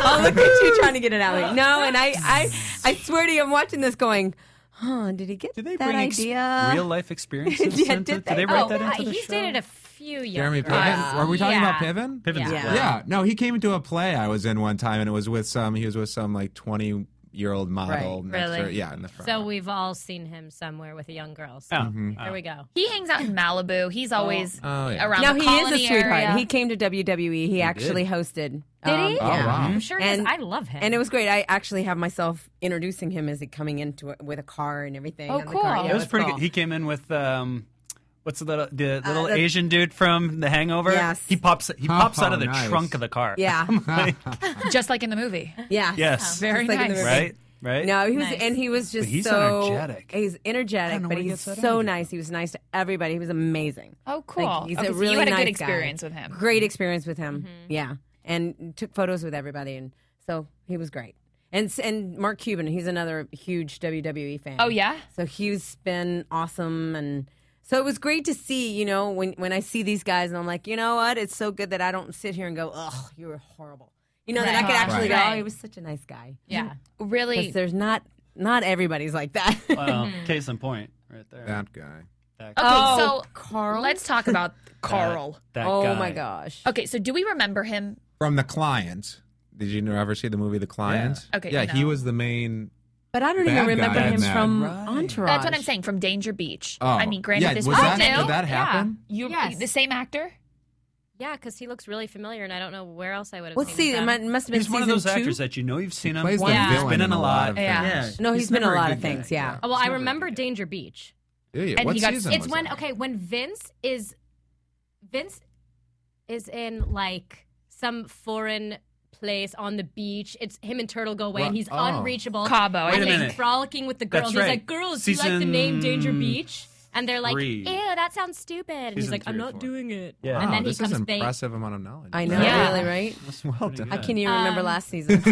[SPEAKER 4] Oh, look at you trying to get it out of me. No, and I, I, I swear to you, I'm watching this going, huh, did he get
[SPEAKER 5] Did they
[SPEAKER 4] that
[SPEAKER 5] bring ex-
[SPEAKER 4] idea?
[SPEAKER 5] real life experiences
[SPEAKER 4] Yeah,
[SPEAKER 5] into Did
[SPEAKER 4] did they?
[SPEAKER 5] they write
[SPEAKER 6] oh,
[SPEAKER 5] that into
[SPEAKER 6] yeah,
[SPEAKER 5] the
[SPEAKER 6] he's
[SPEAKER 5] show?
[SPEAKER 6] dated a few young
[SPEAKER 2] Uh,
[SPEAKER 3] Jeremy Piven.
[SPEAKER 6] girls.
[SPEAKER 3] Are we talking
[SPEAKER 6] yeah.
[SPEAKER 3] about Piven?
[SPEAKER 5] Piven's
[SPEAKER 6] Yeah.
[SPEAKER 5] black.
[SPEAKER 3] Yeah. No, he came into a play I was in one time, and it was with some. He was with some like twenty year old model.
[SPEAKER 4] Right.
[SPEAKER 3] next
[SPEAKER 2] Really?
[SPEAKER 3] to- yeah, in the front. Mm-hmm.
[SPEAKER 6] So
[SPEAKER 3] row.
[SPEAKER 6] we've all seen him somewhere with a young girl. So
[SPEAKER 5] Oh.
[SPEAKER 6] There we go.
[SPEAKER 2] He hangs out in Malibu. He's always
[SPEAKER 3] Oh, yeah.
[SPEAKER 2] around.
[SPEAKER 4] No,
[SPEAKER 2] the
[SPEAKER 4] he is a
[SPEAKER 2] colony
[SPEAKER 4] sweetheart.
[SPEAKER 2] area.
[SPEAKER 4] He came to WWE. He, actually hosted. um,
[SPEAKER 6] Did he?
[SPEAKER 3] Oh, wow.
[SPEAKER 6] I'm sure. he's-
[SPEAKER 4] And-
[SPEAKER 6] I love him.
[SPEAKER 4] And it was great. I actually have myself introducing him as he coming into it with a car and everything.
[SPEAKER 2] Oh,
[SPEAKER 4] on the car.
[SPEAKER 2] cool. It
[SPEAKER 4] Yeah,
[SPEAKER 5] It was pretty
[SPEAKER 4] cool.
[SPEAKER 5] good. He came in with um, what's the little, the little
[SPEAKER 4] that-
[SPEAKER 5] Asian dude from The Hangover?
[SPEAKER 4] Yes.
[SPEAKER 5] He pops he pops out of the
[SPEAKER 3] Oh, nice.
[SPEAKER 5] trunk of the car.
[SPEAKER 4] yeah,
[SPEAKER 2] just like in the movie.
[SPEAKER 4] yeah,
[SPEAKER 5] Yes.
[SPEAKER 2] Very
[SPEAKER 4] Just like in the
[SPEAKER 2] nice.
[SPEAKER 4] movie.
[SPEAKER 5] Right. Right.
[SPEAKER 4] No, he was,
[SPEAKER 2] Nice.
[SPEAKER 4] and he was just
[SPEAKER 5] But he's
[SPEAKER 4] so
[SPEAKER 5] energetic.
[SPEAKER 4] He's
[SPEAKER 5] I don't know
[SPEAKER 4] energetic, but
[SPEAKER 5] where he
[SPEAKER 4] he's
[SPEAKER 5] gets that
[SPEAKER 4] so
[SPEAKER 5] energy
[SPEAKER 4] nice. He was nice to everybody. He was amazing.
[SPEAKER 2] Oh, cool.
[SPEAKER 4] Like, he's
[SPEAKER 2] Okay,
[SPEAKER 4] a
[SPEAKER 2] so
[SPEAKER 4] really
[SPEAKER 2] you had a
[SPEAKER 4] nice
[SPEAKER 2] good
[SPEAKER 4] guy.
[SPEAKER 2] experience with him. Mm-hmm.
[SPEAKER 4] Great experience with him. Yeah, and took photos with everybody, and so he was great. And s- and Mark Cuban, he's another huge WWE fan.
[SPEAKER 2] Oh, yeah?
[SPEAKER 4] So he's been awesome, and so it was great to see. You know, when when I see these guys, and I'm like, you know what? It's so good that I don't sit here and go, oh, you were horrible. You know that I
[SPEAKER 2] Right.
[SPEAKER 4] could actually
[SPEAKER 2] Right.
[SPEAKER 4] go, oh, he was such a nice guy.
[SPEAKER 6] yeah.
[SPEAKER 2] Really,
[SPEAKER 4] Because there's not not everybody's like that.
[SPEAKER 5] Well,
[SPEAKER 4] Hmm.
[SPEAKER 5] case in point, right there.
[SPEAKER 3] that guy.
[SPEAKER 5] That
[SPEAKER 2] Okay,
[SPEAKER 4] Oh,
[SPEAKER 2] so
[SPEAKER 4] Carl?
[SPEAKER 2] Let's talk about Carl.
[SPEAKER 5] that
[SPEAKER 4] oh
[SPEAKER 5] guy.
[SPEAKER 4] my gosh.
[SPEAKER 2] Okay, so do we remember him?
[SPEAKER 3] From the client. Did you ever see the movie The Client?
[SPEAKER 2] Yeah. Okay,
[SPEAKER 3] Yeah, he
[SPEAKER 2] no.
[SPEAKER 3] was the main.
[SPEAKER 4] But I don't
[SPEAKER 3] Bad
[SPEAKER 4] even remember
[SPEAKER 3] guy in
[SPEAKER 4] him
[SPEAKER 3] that.
[SPEAKER 4] from
[SPEAKER 5] Right.
[SPEAKER 4] Entourage.
[SPEAKER 2] That's what I'm saying. From Danger Beach.
[SPEAKER 3] Mm, Oh,
[SPEAKER 2] I mean, granted,
[SPEAKER 3] yeah,
[SPEAKER 2] this
[SPEAKER 3] was
[SPEAKER 2] was
[SPEAKER 3] that-
[SPEAKER 2] new.
[SPEAKER 3] did that happen?
[SPEAKER 2] Yeah. You,
[SPEAKER 6] Yes.
[SPEAKER 2] the same actor.
[SPEAKER 6] Yeah, because he looks really familiar, and I don't know where else I would have
[SPEAKER 4] Let's
[SPEAKER 6] seen
[SPEAKER 4] see. It
[SPEAKER 6] him.
[SPEAKER 4] might- must have been
[SPEAKER 5] He's one of
[SPEAKER 4] season
[SPEAKER 5] those
[SPEAKER 4] two.
[SPEAKER 5] actors that you know you've seen him.
[SPEAKER 3] plays the
[SPEAKER 6] Yeah.
[SPEAKER 5] He's
[SPEAKER 3] villain
[SPEAKER 5] been in a lot.
[SPEAKER 3] of
[SPEAKER 2] Yeah.
[SPEAKER 3] things.
[SPEAKER 4] No, he's been
[SPEAKER 5] never
[SPEAKER 4] a lot
[SPEAKER 5] good
[SPEAKER 4] of
[SPEAKER 5] guy.
[SPEAKER 4] things, yeah.
[SPEAKER 6] Oh, well, I
[SPEAKER 5] He's never a
[SPEAKER 6] remember
[SPEAKER 5] good guy.
[SPEAKER 6] Danger Beach.
[SPEAKER 3] Yeah, yeah.
[SPEAKER 2] And
[SPEAKER 3] What
[SPEAKER 2] he got-
[SPEAKER 3] season
[SPEAKER 6] It's
[SPEAKER 3] was
[SPEAKER 6] when
[SPEAKER 3] that?
[SPEAKER 6] okay, when Vince is Vince is in like some foreign place on the beach. It's him and Turtle go away, and
[SPEAKER 3] Right.
[SPEAKER 6] he's
[SPEAKER 3] Oh.
[SPEAKER 6] unreachable.
[SPEAKER 2] Cabo, I
[SPEAKER 6] and
[SPEAKER 5] Wait a
[SPEAKER 6] he's
[SPEAKER 5] minute.
[SPEAKER 6] frolicking with the
[SPEAKER 5] That's
[SPEAKER 6] girls.
[SPEAKER 5] right.
[SPEAKER 6] He's like, "Girls, do you like the
[SPEAKER 5] Season
[SPEAKER 6] name Danger Beach?" And they're like,
[SPEAKER 5] three.
[SPEAKER 6] "Ew, that sounds stupid." And he's
[SPEAKER 5] Season
[SPEAKER 6] like,
[SPEAKER 5] three
[SPEAKER 6] "I'm
[SPEAKER 5] or
[SPEAKER 6] not
[SPEAKER 5] four.
[SPEAKER 6] doing it."
[SPEAKER 5] Yeah.
[SPEAKER 6] And
[SPEAKER 3] Wow,
[SPEAKER 6] then he
[SPEAKER 3] this
[SPEAKER 6] comes
[SPEAKER 3] is an
[SPEAKER 6] back.
[SPEAKER 3] impressive amount of knowledge.
[SPEAKER 4] I know,
[SPEAKER 2] Yeah.
[SPEAKER 4] really, right?
[SPEAKER 3] Well done.
[SPEAKER 4] I can't even remember
[SPEAKER 6] Um,
[SPEAKER 4] last season.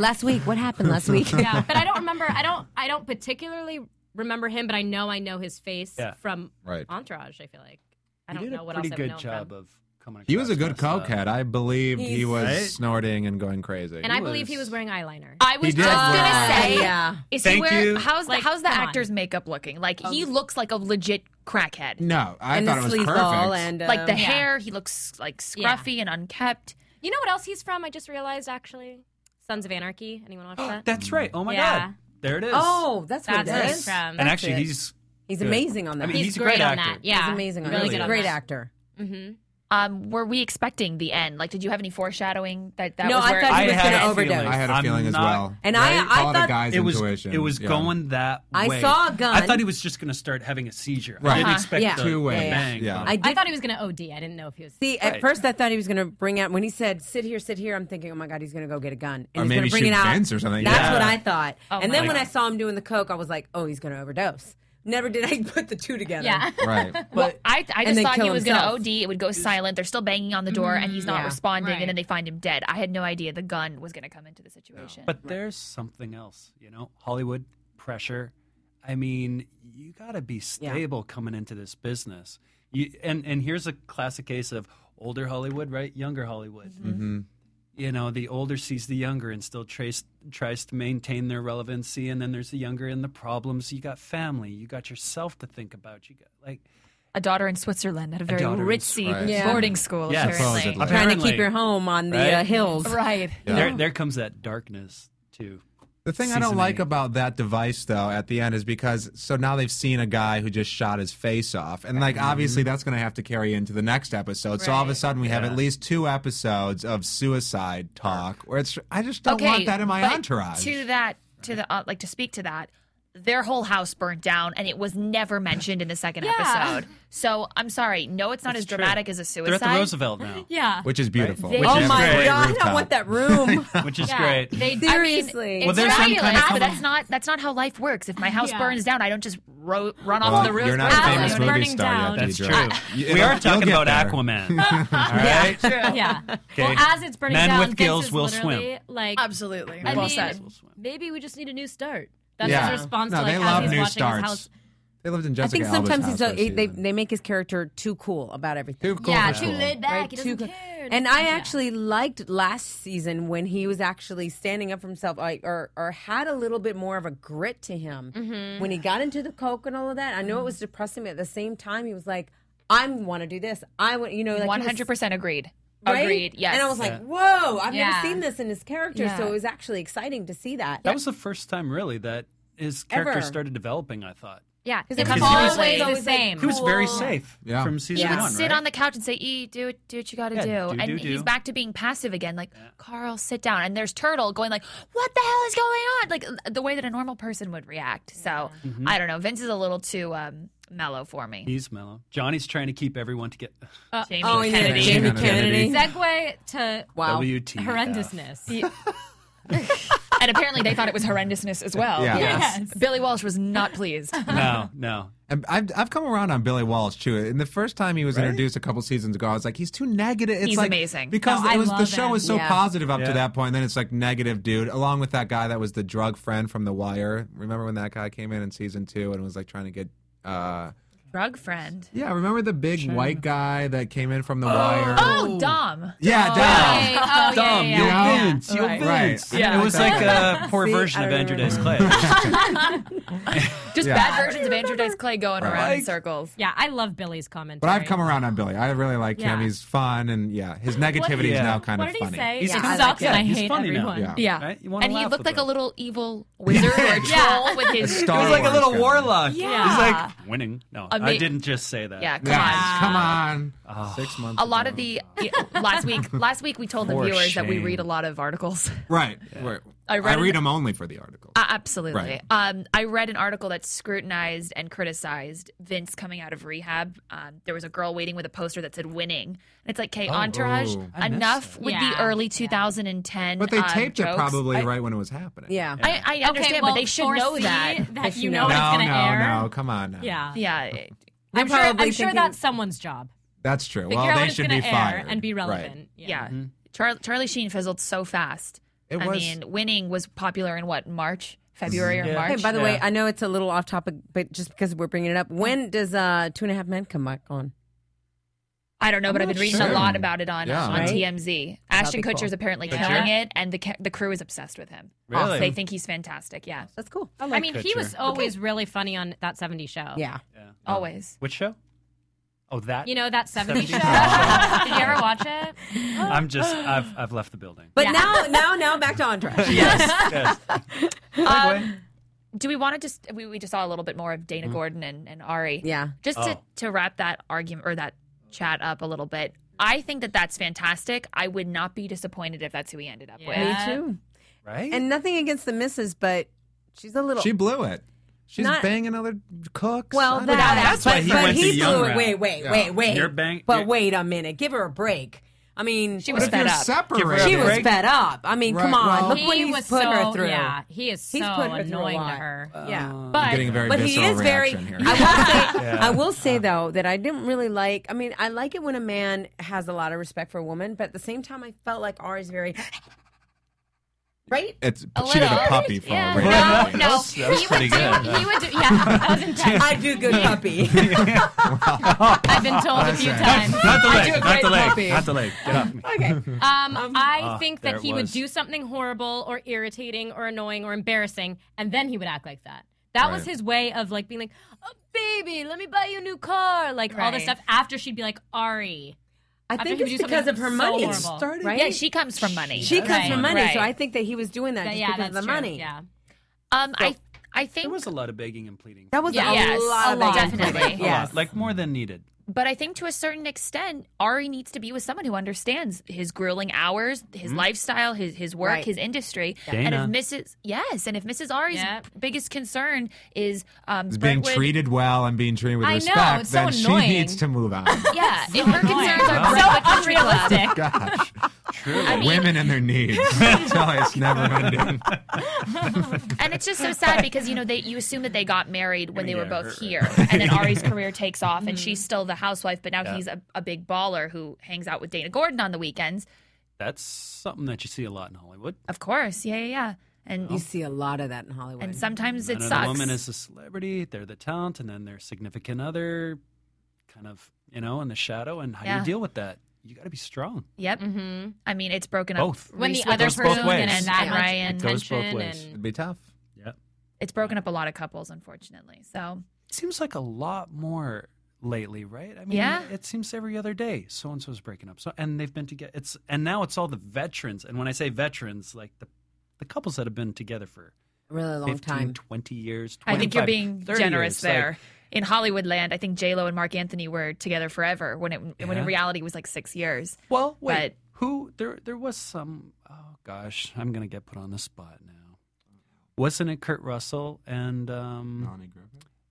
[SPEAKER 4] last week, what happened last week?
[SPEAKER 6] yeah, but I don't remember. I don't. I don't particularly remember him, but I know I know his face
[SPEAKER 5] Yeah.
[SPEAKER 6] from
[SPEAKER 3] Right.
[SPEAKER 6] Entourage. I feel like I
[SPEAKER 5] You
[SPEAKER 6] don't
[SPEAKER 5] did
[SPEAKER 6] know
[SPEAKER 5] a
[SPEAKER 6] what
[SPEAKER 5] pretty
[SPEAKER 6] else I've
[SPEAKER 5] good
[SPEAKER 6] known
[SPEAKER 5] job
[SPEAKER 6] from.
[SPEAKER 5] of coming.
[SPEAKER 3] He was a
[SPEAKER 5] across
[SPEAKER 3] good
[SPEAKER 5] to us, uh,
[SPEAKER 3] cokehead. I believed he
[SPEAKER 4] He's-
[SPEAKER 3] was
[SPEAKER 5] Right?
[SPEAKER 3] snorting and going crazy.
[SPEAKER 6] and I believe
[SPEAKER 5] was-
[SPEAKER 6] he was wearing eyeliner.
[SPEAKER 2] I was
[SPEAKER 3] did
[SPEAKER 2] just
[SPEAKER 3] wear
[SPEAKER 2] gonna
[SPEAKER 3] eyeliner.
[SPEAKER 2] say, uh,
[SPEAKER 4] Yeah.
[SPEAKER 2] is he
[SPEAKER 5] Thank
[SPEAKER 2] wearing?
[SPEAKER 5] you.
[SPEAKER 2] How's
[SPEAKER 6] Like,
[SPEAKER 2] the how's the
[SPEAKER 6] come on.
[SPEAKER 2] actor's makeup looking? Like he looks like a legit crackhead.
[SPEAKER 3] no, I
[SPEAKER 4] Um, and the
[SPEAKER 3] thought it was perfect.
[SPEAKER 4] sleazeball and um,
[SPEAKER 2] like the
[SPEAKER 6] Yeah.
[SPEAKER 2] hair, he looks like scruffy and unkempt.
[SPEAKER 6] You know what else he's from? I just realized actually, Sons of Anarchy. Anyone watch that?
[SPEAKER 5] That's right. Oh my
[SPEAKER 6] Yeah.
[SPEAKER 5] god, there it is.
[SPEAKER 4] Oh, that's what
[SPEAKER 6] That's
[SPEAKER 4] it
[SPEAKER 6] where
[SPEAKER 4] is.
[SPEAKER 6] he's from.
[SPEAKER 5] and actually,
[SPEAKER 4] it.
[SPEAKER 5] he's
[SPEAKER 4] He's
[SPEAKER 5] Good.
[SPEAKER 4] amazing on that.
[SPEAKER 5] I mean,
[SPEAKER 6] he's,
[SPEAKER 5] he's a
[SPEAKER 6] great,
[SPEAKER 5] great
[SPEAKER 6] on
[SPEAKER 5] actor.
[SPEAKER 6] that. Yeah,
[SPEAKER 4] He's amazing on
[SPEAKER 6] really
[SPEAKER 4] that.
[SPEAKER 6] good on
[SPEAKER 4] Great
[SPEAKER 6] that.
[SPEAKER 4] actor.
[SPEAKER 6] Mm-hmm.
[SPEAKER 2] Um, were we expecting the end? Like, did you have any foreshadowing that that
[SPEAKER 4] No,
[SPEAKER 2] was
[SPEAKER 4] I
[SPEAKER 2] where?
[SPEAKER 4] thought
[SPEAKER 5] I
[SPEAKER 4] he was
[SPEAKER 5] had
[SPEAKER 4] gonna
[SPEAKER 5] a
[SPEAKER 4] overdose.
[SPEAKER 5] feeling.
[SPEAKER 3] I had a
[SPEAKER 5] I'm
[SPEAKER 3] feeling as
[SPEAKER 5] not-
[SPEAKER 3] well.
[SPEAKER 4] And I- I
[SPEAKER 3] Call it a
[SPEAKER 4] thought-
[SPEAKER 3] guy's
[SPEAKER 5] it was
[SPEAKER 3] intuition.
[SPEAKER 5] it was
[SPEAKER 3] Yeah.
[SPEAKER 5] going that
[SPEAKER 4] I
[SPEAKER 5] way.
[SPEAKER 4] saw a gun.
[SPEAKER 5] I thought he was just going to start having a seizure.
[SPEAKER 3] Right.
[SPEAKER 5] I didn't
[SPEAKER 3] Uh-huh.
[SPEAKER 5] expect
[SPEAKER 4] Yeah.
[SPEAKER 5] the,
[SPEAKER 4] Two
[SPEAKER 5] the
[SPEAKER 3] ways.
[SPEAKER 5] bang.
[SPEAKER 3] Yeah.
[SPEAKER 5] but-
[SPEAKER 4] I
[SPEAKER 6] I
[SPEAKER 4] did
[SPEAKER 6] thought he was going to OD. Oh, I didn't know if he was.
[SPEAKER 4] see. At first, I thought he was going to bring out when he said "sit here, sit here." I'm thinking, oh my god, he's going to go get a gun and
[SPEAKER 3] Or
[SPEAKER 4] he's
[SPEAKER 3] maybe
[SPEAKER 4] going to bring
[SPEAKER 3] shoot
[SPEAKER 4] it out.
[SPEAKER 3] Vince or something.
[SPEAKER 4] That's
[SPEAKER 3] Yeah.
[SPEAKER 4] what I thought.
[SPEAKER 2] Oh
[SPEAKER 4] and
[SPEAKER 2] my
[SPEAKER 4] then when
[SPEAKER 2] God.
[SPEAKER 4] I saw him doing the coke, I was like, oh, he's going to overdose. Never did I put the two together.
[SPEAKER 6] Yeah.
[SPEAKER 3] right.
[SPEAKER 2] well, I, I
[SPEAKER 4] and
[SPEAKER 2] just
[SPEAKER 4] then
[SPEAKER 2] thought he
[SPEAKER 4] kill
[SPEAKER 2] was
[SPEAKER 4] himself.
[SPEAKER 2] going to OD. It would go silent. They're still banging on the door, and he's not
[SPEAKER 4] Yeah.
[SPEAKER 2] responding.
[SPEAKER 6] Right.
[SPEAKER 2] And then they find him dead. I had no idea the gun was going to come into the situation.
[SPEAKER 5] But there's something else, you know, Hollywood pressure. I mean, you got to be stable coming into this business. You, and and here's a classic case of older Hollywood, right? Younger Hollywood.
[SPEAKER 4] Mm-hmm.
[SPEAKER 2] Mm-hmm.
[SPEAKER 3] Mhm.
[SPEAKER 5] You know, the older sees the younger and still trace, tries to maintain their relevancy. And then there's the younger and the problems. You got family, you got yourself to think about. You got like
[SPEAKER 2] a daughter in Switzerland at a very
[SPEAKER 5] daughter in
[SPEAKER 2] ritzy
[SPEAKER 3] Switzerland.
[SPEAKER 4] Yeah.
[SPEAKER 2] boarding school,
[SPEAKER 5] Yes.
[SPEAKER 2] apparently.
[SPEAKER 4] Trying to
[SPEAKER 3] Supposedly.
[SPEAKER 4] keep
[SPEAKER 5] Apparently.
[SPEAKER 4] your home on the
[SPEAKER 5] Right?
[SPEAKER 4] uh, hills.
[SPEAKER 2] Right.
[SPEAKER 5] there there comes that darkness too.
[SPEAKER 3] The thing I
[SPEAKER 5] Season
[SPEAKER 3] don't like
[SPEAKER 5] eight.
[SPEAKER 3] about that device, though, at the end is because so now they've seen a guy who just shot his face off. And, like, obviously
[SPEAKER 4] Mm-hmm.
[SPEAKER 3] that's going to have to carry into the next episode. So all of a
[SPEAKER 6] Right.
[SPEAKER 3] sudden we have at least two episodes of suicide talk where it's, I just don't
[SPEAKER 2] okay,
[SPEAKER 3] want that in my
[SPEAKER 2] but
[SPEAKER 3] entourage.
[SPEAKER 2] To that, to the uh, like to speak to that, their whole house burnt down, and it was never mentioned in the second episode. So I'm sorry, no, it's not as
[SPEAKER 5] true.
[SPEAKER 2] dramatic as a
[SPEAKER 5] They're
[SPEAKER 2] suicide.
[SPEAKER 5] at the Roosevelt now,
[SPEAKER 6] Yeah.
[SPEAKER 3] which is beautiful.
[SPEAKER 2] They-
[SPEAKER 3] which
[SPEAKER 4] Oh
[SPEAKER 3] is
[SPEAKER 4] my
[SPEAKER 3] great
[SPEAKER 4] god, I
[SPEAKER 3] rooftop.
[SPEAKER 4] don't want that room.
[SPEAKER 5] which is
[SPEAKER 6] yeah.
[SPEAKER 5] great.
[SPEAKER 6] They,
[SPEAKER 4] Seriously.
[SPEAKER 6] I mean,
[SPEAKER 4] Well,
[SPEAKER 2] It's
[SPEAKER 5] there's some
[SPEAKER 2] fabulous,
[SPEAKER 5] kind of
[SPEAKER 2] but
[SPEAKER 5] common-
[SPEAKER 2] that's not that's not how life works. If my house
[SPEAKER 6] Yeah.
[SPEAKER 2] burns down, I don't just ro- run off
[SPEAKER 3] Well,
[SPEAKER 2] to the roof.
[SPEAKER 3] You're not a
[SPEAKER 6] Absolutely.
[SPEAKER 3] famous movie
[SPEAKER 6] Burning
[SPEAKER 3] star
[SPEAKER 6] down.
[SPEAKER 3] yet.
[SPEAKER 5] That's
[SPEAKER 3] Deidre.
[SPEAKER 5] true.
[SPEAKER 3] You-
[SPEAKER 5] we
[SPEAKER 3] it'll-
[SPEAKER 5] are
[SPEAKER 3] you'll
[SPEAKER 5] talking
[SPEAKER 3] get
[SPEAKER 5] about
[SPEAKER 3] there.
[SPEAKER 5] Aquaman. All right.
[SPEAKER 6] yeah. Well, as it's burning
[SPEAKER 5] Men
[SPEAKER 6] down,
[SPEAKER 5] with
[SPEAKER 6] Vince
[SPEAKER 5] gills
[SPEAKER 6] is
[SPEAKER 5] will
[SPEAKER 6] literally,
[SPEAKER 5] swim.
[SPEAKER 6] Like
[SPEAKER 2] Absolutely.
[SPEAKER 6] I
[SPEAKER 2] well
[SPEAKER 6] mean,
[SPEAKER 2] said.
[SPEAKER 6] Maybe we just need a new start. That's
[SPEAKER 3] Yeah.
[SPEAKER 6] his response
[SPEAKER 3] No,
[SPEAKER 6] to like
[SPEAKER 3] they
[SPEAKER 6] as
[SPEAKER 3] love
[SPEAKER 6] he's
[SPEAKER 3] new
[SPEAKER 6] watching
[SPEAKER 3] starts.
[SPEAKER 6] his house.
[SPEAKER 3] They lived in
[SPEAKER 4] I
[SPEAKER 3] Jessica
[SPEAKER 4] think
[SPEAKER 3] Alba's
[SPEAKER 4] sometimes he's
[SPEAKER 3] house
[SPEAKER 4] a,
[SPEAKER 3] this
[SPEAKER 4] he, they,
[SPEAKER 3] season.
[SPEAKER 4] they make his character too cool about everything.
[SPEAKER 3] Too cool
[SPEAKER 6] yeah,
[SPEAKER 3] for
[SPEAKER 6] too
[SPEAKER 3] school.
[SPEAKER 6] laid back.
[SPEAKER 4] Right,
[SPEAKER 6] He
[SPEAKER 4] too
[SPEAKER 6] doesn't
[SPEAKER 4] cool.
[SPEAKER 6] care.
[SPEAKER 4] And I actually liked last season when he was actually standing up for himself, like, or or had a little bit more of a grit to him
[SPEAKER 2] Mm-hmm.
[SPEAKER 4] when he got into the coke and all of that. I know it was depressing, but at the same time, he was like, "I want to do this. I want, you know, like he was-
[SPEAKER 2] One hundred percent agreed.
[SPEAKER 4] right?
[SPEAKER 2] Agreed. Yes.
[SPEAKER 4] And I was like, "Whoa, I've
[SPEAKER 6] Yeah.
[SPEAKER 4] never seen this in his character." So it was actually exciting to see that.
[SPEAKER 5] That was the first time, really, that his character
[SPEAKER 4] Ever.
[SPEAKER 5] started developing. I thought
[SPEAKER 6] yeah,
[SPEAKER 4] Because
[SPEAKER 6] it
[SPEAKER 5] it
[SPEAKER 6] comes
[SPEAKER 5] was
[SPEAKER 6] all
[SPEAKER 5] always-
[SPEAKER 6] way the
[SPEAKER 2] always, like,
[SPEAKER 6] same.
[SPEAKER 5] he was very
[SPEAKER 2] Cool.
[SPEAKER 5] safe
[SPEAKER 3] Yeah.
[SPEAKER 5] from season
[SPEAKER 2] he would
[SPEAKER 5] one.
[SPEAKER 2] sit
[SPEAKER 5] right?
[SPEAKER 2] on the couch and say, "E, do it, do what you got to
[SPEAKER 5] Yeah,
[SPEAKER 2] do,"
[SPEAKER 5] do,
[SPEAKER 2] and
[SPEAKER 5] do,
[SPEAKER 2] he's
[SPEAKER 5] do.
[SPEAKER 2] back to being passive again. Like, Carl, sit down. And there's Turtle going like, "What the hell is going on?" Like uh, the way that a normal person would react. So
[SPEAKER 5] Mm-hmm.
[SPEAKER 2] I don't know. Vince is a little too um, mellow for me.
[SPEAKER 5] He's mellow. Johnny's trying to keep everyone to get
[SPEAKER 2] Jamie
[SPEAKER 4] oh, and
[SPEAKER 2] Kennedy.
[SPEAKER 4] Jamie
[SPEAKER 3] Jamie
[SPEAKER 4] Kennedy.
[SPEAKER 6] Segue to
[SPEAKER 4] Wow.
[SPEAKER 5] WT
[SPEAKER 6] horrendousness.
[SPEAKER 2] and apparently they thought it was horrendousness as well.
[SPEAKER 3] Yeah.
[SPEAKER 4] Yes.
[SPEAKER 2] Billy Walsh was not pleased.
[SPEAKER 5] No, no.
[SPEAKER 3] And I've, I've come around on Billy Walsh too. And the first time he was introduced a couple seasons ago, I was like, he's too negative. It's
[SPEAKER 2] He's
[SPEAKER 3] like,
[SPEAKER 2] amazing.
[SPEAKER 3] because
[SPEAKER 6] No, I
[SPEAKER 3] it was the
[SPEAKER 6] love
[SPEAKER 3] show
[SPEAKER 6] him.
[SPEAKER 3] was so
[SPEAKER 4] Yeah.
[SPEAKER 3] positive up to
[SPEAKER 5] Yeah.
[SPEAKER 3] that point. Then it's like negative, dude. Along with that guy that was the drug friend from The Wire. Remember when that guy came in in season two and was like trying to get. Uh,
[SPEAKER 2] Drug friend.
[SPEAKER 3] yeah, remember the big white guy that came in from The Wire?
[SPEAKER 2] Oh, Dom.
[SPEAKER 3] Yeah,
[SPEAKER 6] Right.
[SPEAKER 3] Dom.
[SPEAKER 6] Oh, yeah,
[SPEAKER 5] Dumb,
[SPEAKER 6] yeah,
[SPEAKER 5] you
[SPEAKER 6] yeah.
[SPEAKER 3] yeah.
[SPEAKER 5] Vince, you
[SPEAKER 4] Right.
[SPEAKER 5] Vince.
[SPEAKER 3] Right.
[SPEAKER 2] Yeah.
[SPEAKER 5] It was like uh, a poor
[SPEAKER 4] See,
[SPEAKER 5] version
[SPEAKER 4] I
[SPEAKER 5] of
[SPEAKER 4] remember
[SPEAKER 5] Andrew Dice
[SPEAKER 4] now.
[SPEAKER 5] Clay.
[SPEAKER 2] Just
[SPEAKER 3] Yeah.
[SPEAKER 2] bad versions of Andrew Dice Clay going around in
[SPEAKER 5] Like-
[SPEAKER 2] circles.
[SPEAKER 6] Yeah, I love Billy's comment.
[SPEAKER 3] But I've come around on Billy. I really like him.
[SPEAKER 6] Yeah.
[SPEAKER 3] He's fun, and yeah, his negativity is
[SPEAKER 5] Yeah.
[SPEAKER 3] now kind
[SPEAKER 6] What
[SPEAKER 3] of
[SPEAKER 6] did he
[SPEAKER 3] funny.
[SPEAKER 6] say?
[SPEAKER 5] He's
[SPEAKER 6] yeah,
[SPEAKER 5] funny.
[SPEAKER 6] I sucks
[SPEAKER 5] Yeah,
[SPEAKER 6] and I
[SPEAKER 5] he's
[SPEAKER 6] hate
[SPEAKER 5] funny now.
[SPEAKER 6] everyone.
[SPEAKER 3] Yeah.
[SPEAKER 2] Yeah.
[SPEAKER 5] Right? You wanna
[SPEAKER 2] And he
[SPEAKER 5] laugh
[SPEAKER 2] looked
[SPEAKER 5] with
[SPEAKER 2] like a
[SPEAKER 5] him.
[SPEAKER 2] little evil wizard or a troll with his.
[SPEAKER 3] Star
[SPEAKER 5] It was like a
[SPEAKER 3] Wars
[SPEAKER 5] little
[SPEAKER 3] guy.
[SPEAKER 5] warlock.
[SPEAKER 6] Yeah.
[SPEAKER 5] He's like winning. No, I,
[SPEAKER 2] mean-
[SPEAKER 5] didn't just say that.
[SPEAKER 2] Yeah, come
[SPEAKER 3] Yeah,
[SPEAKER 2] on.
[SPEAKER 3] come on.
[SPEAKER 5] Oh.
[SPEAKER 7] Six months.
[SPEAKER 2] a lot of the yeah, last week last week we told the
[SPEAKER 5] For
[SPEAKER 2] viewers that we
[SPEAKER 5] shame.
[SPEAKER 2] read a lot of articles
[SPEAKER 3] Right. Right.
[SPEAKER 2] I
[SPEAKER 3] I
[SPEAKER 2] read,
[SPEAKER 3] read
[SPEAKER 2] an,
[SPEAKER 3] them only for the article.
[SPEAKER 2] Uh, absolutely.
[SPEAKER 3] Right.
[SPEAKER 2] Um, I read an article that scrutinized and criticized Vince coming out of rehab. Um, there was a girl waiting with a poster that said "winning," and it's like, "Okay, entourage,
[SPEAKER 3] Oh, ooh.
[SPEAKER 5] I missed
[SPEAKER 2] enough
[SPEAKER 5] that.
[SPEAKER 2] with the
[SPEAKER 6] Yeah,
[SPEAKER 2] early 2010."
[SPEAKER 3] But they
[SPEAKER 2] um,
[SPEAKER 3] taped it
[SPEAKER 2] jokes.
[SPEAKER 3] probably right when it was happening.
[SPEAKER 4] Yeah.
[SPEAKER 2] I, I understand,
[SPEAKER 6] okay, well,
[SPEAKER 2] but they should know
[SPEAKER 6] foresee
[SPEAKER 2] that.
[SPEAKER 4] They
[SPEAKER 6] That
[SPEAKER 4] should
[SPEAKER 6] you
[SPEAKER 4] know
[SPEAKER 6] know it's
[SPEAKER 3] No,
[SPEAKER 6] going to
[SPEAKER 3] no,
[SPEAKER 6] air.
[SPEAKER 3] no. Come on. Now.
[SPEAKER 6] Yeah.
[SPEAKER 2] Yeah, it-
[SPEAKER 6] I'm sure,
[SPEAKER 4] They're
[SPEAKER 6] I'm
[SPEAKER 4] probably
[SPEAKER 6] sure
[SPEAKER 4] thinking-
[SPEAKER 6] that's someone's job.
[SPEAKER 3] That's true.
[SPEAKER 6] Figure
[SPEAKER 3] well,
[SPEAKER 6] out
[SPEAKER 3] they
[SPEAKER 6] when it's
[SPEAKER 3] should
[SPEAKER 6] going to
[SPEAKER 3] be
[SPEAKER 6] air
[SPEAKER 3] fired.
[SPEAKER 6] and be
[SPEAKER 3] Right. Mm-hmm.
[SPEAKER 6] relevant.
[SPEAKER 2] yeah. Char- Charlie Sheen fizzled so fast.
[SPEAKER 3] It
[SPEAKER 2] I
[SPEAKER 3] was-
[SPEAKER 2] mean, winning was popular in what March, February, or
[SPEAKER 5] Yeah.
[SPEAKER 2] March.
[SPEAKER 5] Hey,
[SPEAKER 4] Hey, by the way,
[SPEAKER 5] Yeah.
[SPEAKER 4] I know it's a little off topic, but just because we're bringing it up, when does uh, Two and a Half Men come back on?
[SPEAKER 2] I don't know, but I've been
[SPEAKER 3] not
[SPEAKER 2] reading
[SPEAKER 3] sure.
[SPEAKER 2] a lot about it on
[SPEAKER 3] Yeah.
[SPEAKER 2] on
[SPEAKER 4] Right?
[SPEAKER 2] TMZ. Ashton
[SPEAKER 4] be cool.
[SPEAKER 2] Kutcher's apparently
[SPEAKER 3] Kutcher?
[SPEAKER 2] killing it, and the ca- the crew is obsessed with him.
[SPEAKER 5] Really?
[SPEAKER 2] They think he's fantastic. Yeah,
[SPEAKER 4] That's cool.
[SPEAKER 6] I mean, he
[SPEAKER 5] Kutcher.
[SPEAKER 6] was always really funny on that 70 show.
[SPEAKER 4] yeah.
[SPEAKER 2] always.
[SPEAKER 5] Which show? Oh, that.
[SPEAKER 6] You know, that 70
[SPEAKER 5] 70s
[SPEAKER 6] show?
[SPEAKER 5] show.
[SPEAKER 6] Did you ever watch it?
[SPEAKER 5] I'm just. I've I've left the building.
[SPEAKER 4] But
[SPEAKER 6] Yeah.
[SPEAKER 4] now, now, now back to Entourage.
[SPEAKER 5] yes. Segue.
[SPEAKER 2] Um, Do we want to just we, we just saw a little bit more of Dana Gordon and, and Ari?
[SPEAKER 4] Yeah.
[SPEAKER 2] Just to
[SPEAKER 5] Mm-hmm. Oh.
[SPEAKER 2] to wrap that argument or that chat up a little bit. I think that that's fantastic. I would not be disappointed if that's who he ended up
[SPEAKER 6] Yeah.
[SPEAKER 2] with.
[SPEAKER 4] Me too.
[SPEAKER 5] right.
[SPEAKER 4] And nothing against the misses, but she's a little.
[SPEAKER 3] She blew it. She's
[SPEAKER 4] Not-
[SPEAKER 3] banging other cooks.
[SPEAKER 4] well, that,
[SPEAKER 3] I don't know.
[SPEAKER 4] that's
[SPEAKER 5] that's why
[SPEAKER 4] but,
[SPEAKER 5] he
[SPEAKER 4] but
[SPEAKER 5] went
[SPEAKER 4] he
[SPEAKER 5] the young
[SPEAKER 4] blew it.
[SPEAKER 5] route.
[SPEAKER 4] Wait, wait, wait, wait.
[SPEAKER 5] You're bang-
[SPEAKER 4] but
[SPEAKER 5] you're-
[SPEAKER 4] wait a minute. Give her a break. I mean,
[SPEAKER 2] She
[SPEAKER 3] But
[SPEAKER 2] was
[SPEAKER 3] if
[SPEAKER 2] fed
[SPEAKER 3] you're
[SPEAKER 2] up.
[SPEAKER 3] separated,
[SPEAKER 5] Give
[SPEAKER 4] she
[SPEAKER 5] her a
[SPEAKER 4] was
[SPEAKER 5] break.
[SPEAKER 4] fed up. I mean,
[SPEAKER 3] Right,
[SPEAKER 4] come on.
[SPEAKER 3] well-
[SPEAKER 4] Look what he's
[SPEAKER 6] was
[SPEAKER 4] put
[SPEAKER 6] so,
[SPEAKER 4] her through.
[SPEAKER 6] Yeah, he is so
[SPEAKER 4] He's put her through a
[SPEAKER 6] annoying to
[SPEAKER 4] lot.
[SPEAKER 6] her.
[SPEAKER 3] Uh,
[SPEAKER 4] Yeah.
[SPEAKER 3] I'm
[SPEAKER 6] But
[SPEAKER 3] getting a very
[SPEAKER 4] but he
[SPEAKER 3] visceral
[SPEAKER 4] is very.
[SPEAKER 3] reaction here.
[SPEAKER 4] I will say, I will say though that I didn't really like. I mean, I like it when a man has a lot of respect for a woman, but at the same time, I felt like Ari's very. Right.
[SPEAKER 3] it's
[SPEAKER 2] A
[SPEAKER 3] she did a
[SPEAKER 2] little.
[SPEAKER 3] puppy for
[SPEAKER 2] Yeah.
[SPEAKER 3] a radio.
[SPEAKER 2] No,
[SPEAKER 3] voice.
[SPEAKER 2] no.
[SPEAKER 5] That was
[SPEAKER 6] he
[SPEAKER 5] pretty
[SPEAKER 6] would do,
[SPEAKER 5] good.
[SPEAKER 6] He would do, yeah, that was intense.
[SPEAKER 4] I do good puppy.
[SPEAKER 6] I've been told a few
[SPEAKER 5] Not,
[SPEAKER 6] times.
[SPEAKER 5] not the
[SPEAKER 4] I do
[SPEAKER 5] leg.
[SPEAKER 4] agree
[SPEAKER 5] Not the
[SPEAKER 4] with
[SPEAKER 5] leg.
[SPEAKER 4] Poppy.
[SPEAKER 5] Not the leg. Get off me.
[SPEAKER 4] okay.
[SPEAKER 6] Um, I
[SPEAKER 5] Ah,
[SPEAKER 6] think
[SPEAKER 5] there
[SPEAKER 6] that
[SPEAKER 5] it
[SPEAKER 6] he would
[SPEAKER 5] was.
[SPEAKER 6] do something horrible or irritating or annoying or embarrassing, and then he would act like that. That was
[SPEAKER 3] Right.
[SPEAKER 6] his way of like being like, oh, "Baby, let me buy you a new car," like all this
[SPEAKER 2] Right.
[SPEAKER 6] stuff. After she'd be like, "Ari,
[SPEAKER 4] I think
[SPEAKER 6] he would
[SPEAKER 4] it's
[SPEAKER 6] do something
[SPEAKER 4] because of her
[SPEAKER 6] so
[SPEAKER 4] money.
[SPEAKER 6] horrible. It started-
[SPEAKER 4] right?
[SPEAKER 2] Yeah, she comes from money.
[SPEAKER 4] She comes
[SPEAKER 6] Right.
[SPEAKER 4] from money, so
[SPEAKER 2] Right.
[SPEAKER 4] I think that he was doing that
[SPEAKER 6] That-
[SPEAKER 4] just
[SPEAKER 6] yeah,
[SPEAKER 4] because
[SPEAKER 6] that's
[SPEAKER 4] of the
[SPEAKER 6] true.
[SPEAKER 4] money.
[SPEAKER 6] Yeah,
[SPEAKER 2] Um, I I think
[SPEAKER 5] There was a lot of begging and pleading.
[SPEAKER 4] That was
[SPEAKER 2] Yeah.
[SPEAKER 4] a
[SPEAKER 2] Yes,
[SPEAKER 4] lot
[SPEAKER 2] a
[SPEAKER 4] of
[SPEAKER 2] lot,
[SPEAKER 4] money.
[SPEAKER 2] definitely.
[SPEAKER 5] a
[SPEAKER 4] Yes.
[SPEAKER 5] lot, like more than needed.
[SPEAKER 2] But I think to a certain extent, Ari needs to be with someone who understands his grueling hours, his
[SPEAKER 3] Mm-hmm.
[SPEAKER 2] lifestyle, his his work,
[SPEAKER 4] Right.
[SPEAKER 2] his industry.
[SPEAKER 5] Dana.
[SPEAKER 2] And if Mrs. Yes, and if Mrs. Ari's
[SPEAKER 6] Yep.
[SPEAKER 2] b- biggest concern is um,
[SPEAKER 3] Is being
[SPEAKER 2] Brentwood-
[SPEAKER 3] treated well and being treated with
[SPEAKER 6] I know,
[SPEAKER 3] respect,
[SPEAKER 6] it's so
[SPEAKER 3] then
[SPEAKER 6] annoying.
[SPEAKER 3] she needs to move on.
[SPEAKER 2] Yeah, if her concerns
[SPEAKER 5] Wow.
[SPEAKER 2] are Brentwood Country Club,
[SPEAKER 3] Gosh, women and their needs. That's why it's never ending.
[SPEAKER 2] and it's just so sad because you know they you assume that they got married when they were
[SPEAKER 5] Yeah,
[SPEAKER 2] both
[SPEAKER 5] right,
[SPEAKER 2] here, and then Ari's career takes off, and she's still the housewife, but now he's a, a big baller who hangs out with Dana Gordon on the weekends.
[SPEAKER 5] That's something that you see a lot in Hollywood.
[SPEAKER 2] Of course, yeah, yeah, yeah, and
[SPEAKER 4] You see a lot of that in Hollywood.
[SPEAKER 2] and sometimes it
[SPEAKER 5] and then
[SPEAKER 2] sucks.
[SPEAKER 5] the woman is a celebrity. They're the talent, and then their significant other, kind of you know, in the shadow. And how
[SPEAKER 2] Yeah.
[SPEAKER 5] you deal with that? You got to be strong.
[SPEAKER 2] Yep.
[SPEAKER 6] mm-hmm.
[SPEAKER 2] I mean, it's broken
[SPEAKER 5] Both.
[SPEAKER 2] up.
[SPEAKER 6] When
[SPEAKER 2] Reese
[SPEAKER 6] the other
[SPEAKER 5] goes both
[SPEAKER 6] person
[SPEAKER 5] ways.
[SPEAKER 6] and,
[SPEAKER 2] and,
[SPEAKER 6] that
[SPEAKER 2] and
[SPEAKER 6] much
[SPEAKER 2] Ryan,
[SPEAKER 5] It goes both
[SPEAKER 6] attention
[SPEAKER 5] ways.
[SPEAKER 6] and
[SPEAKER 3] It'd be tough.
[SPEAKER 5] Yeah.
[SPEAKER 2] it's broken up a lot of couples, unfortunately. So
[SPEAKER 5] seems like a lot more lately, right? I mean,
[SPEAKER 2] Yeah.
[SPEAKER 5] it seems every other day so and so's breaking up. So and they've been together. It's and now it's all the veterans. And when I say veterans, like the the couples that have been together for
[SPEAKER 4] really long
[SPEAKER 5] 15,
[SPEAKER 4] time.
[SPEAKER 5] 20 years.
[SPEAKER 2] I think you're
[SPEAKER 5] 25,
[SPEAKER 2] being
[SPEAKER 5] 30
[SPEAKER 2] generous
[SPEAKER 5] years, like,
[SPEAKER 2] there. in Hollywood land, I think J Lo and Mark Anthony were together forever when it when in
[SPEAKER 5] Yeah.
[SPEAKER 2] reality it was like six years.
[SPEAKER 5] well, wait.
[SPEAKER 2] but-
[SPEAKER 5] who there there was some oh gosh, I'm going to get put on the spot now. Wasn't it Kurt Russell and um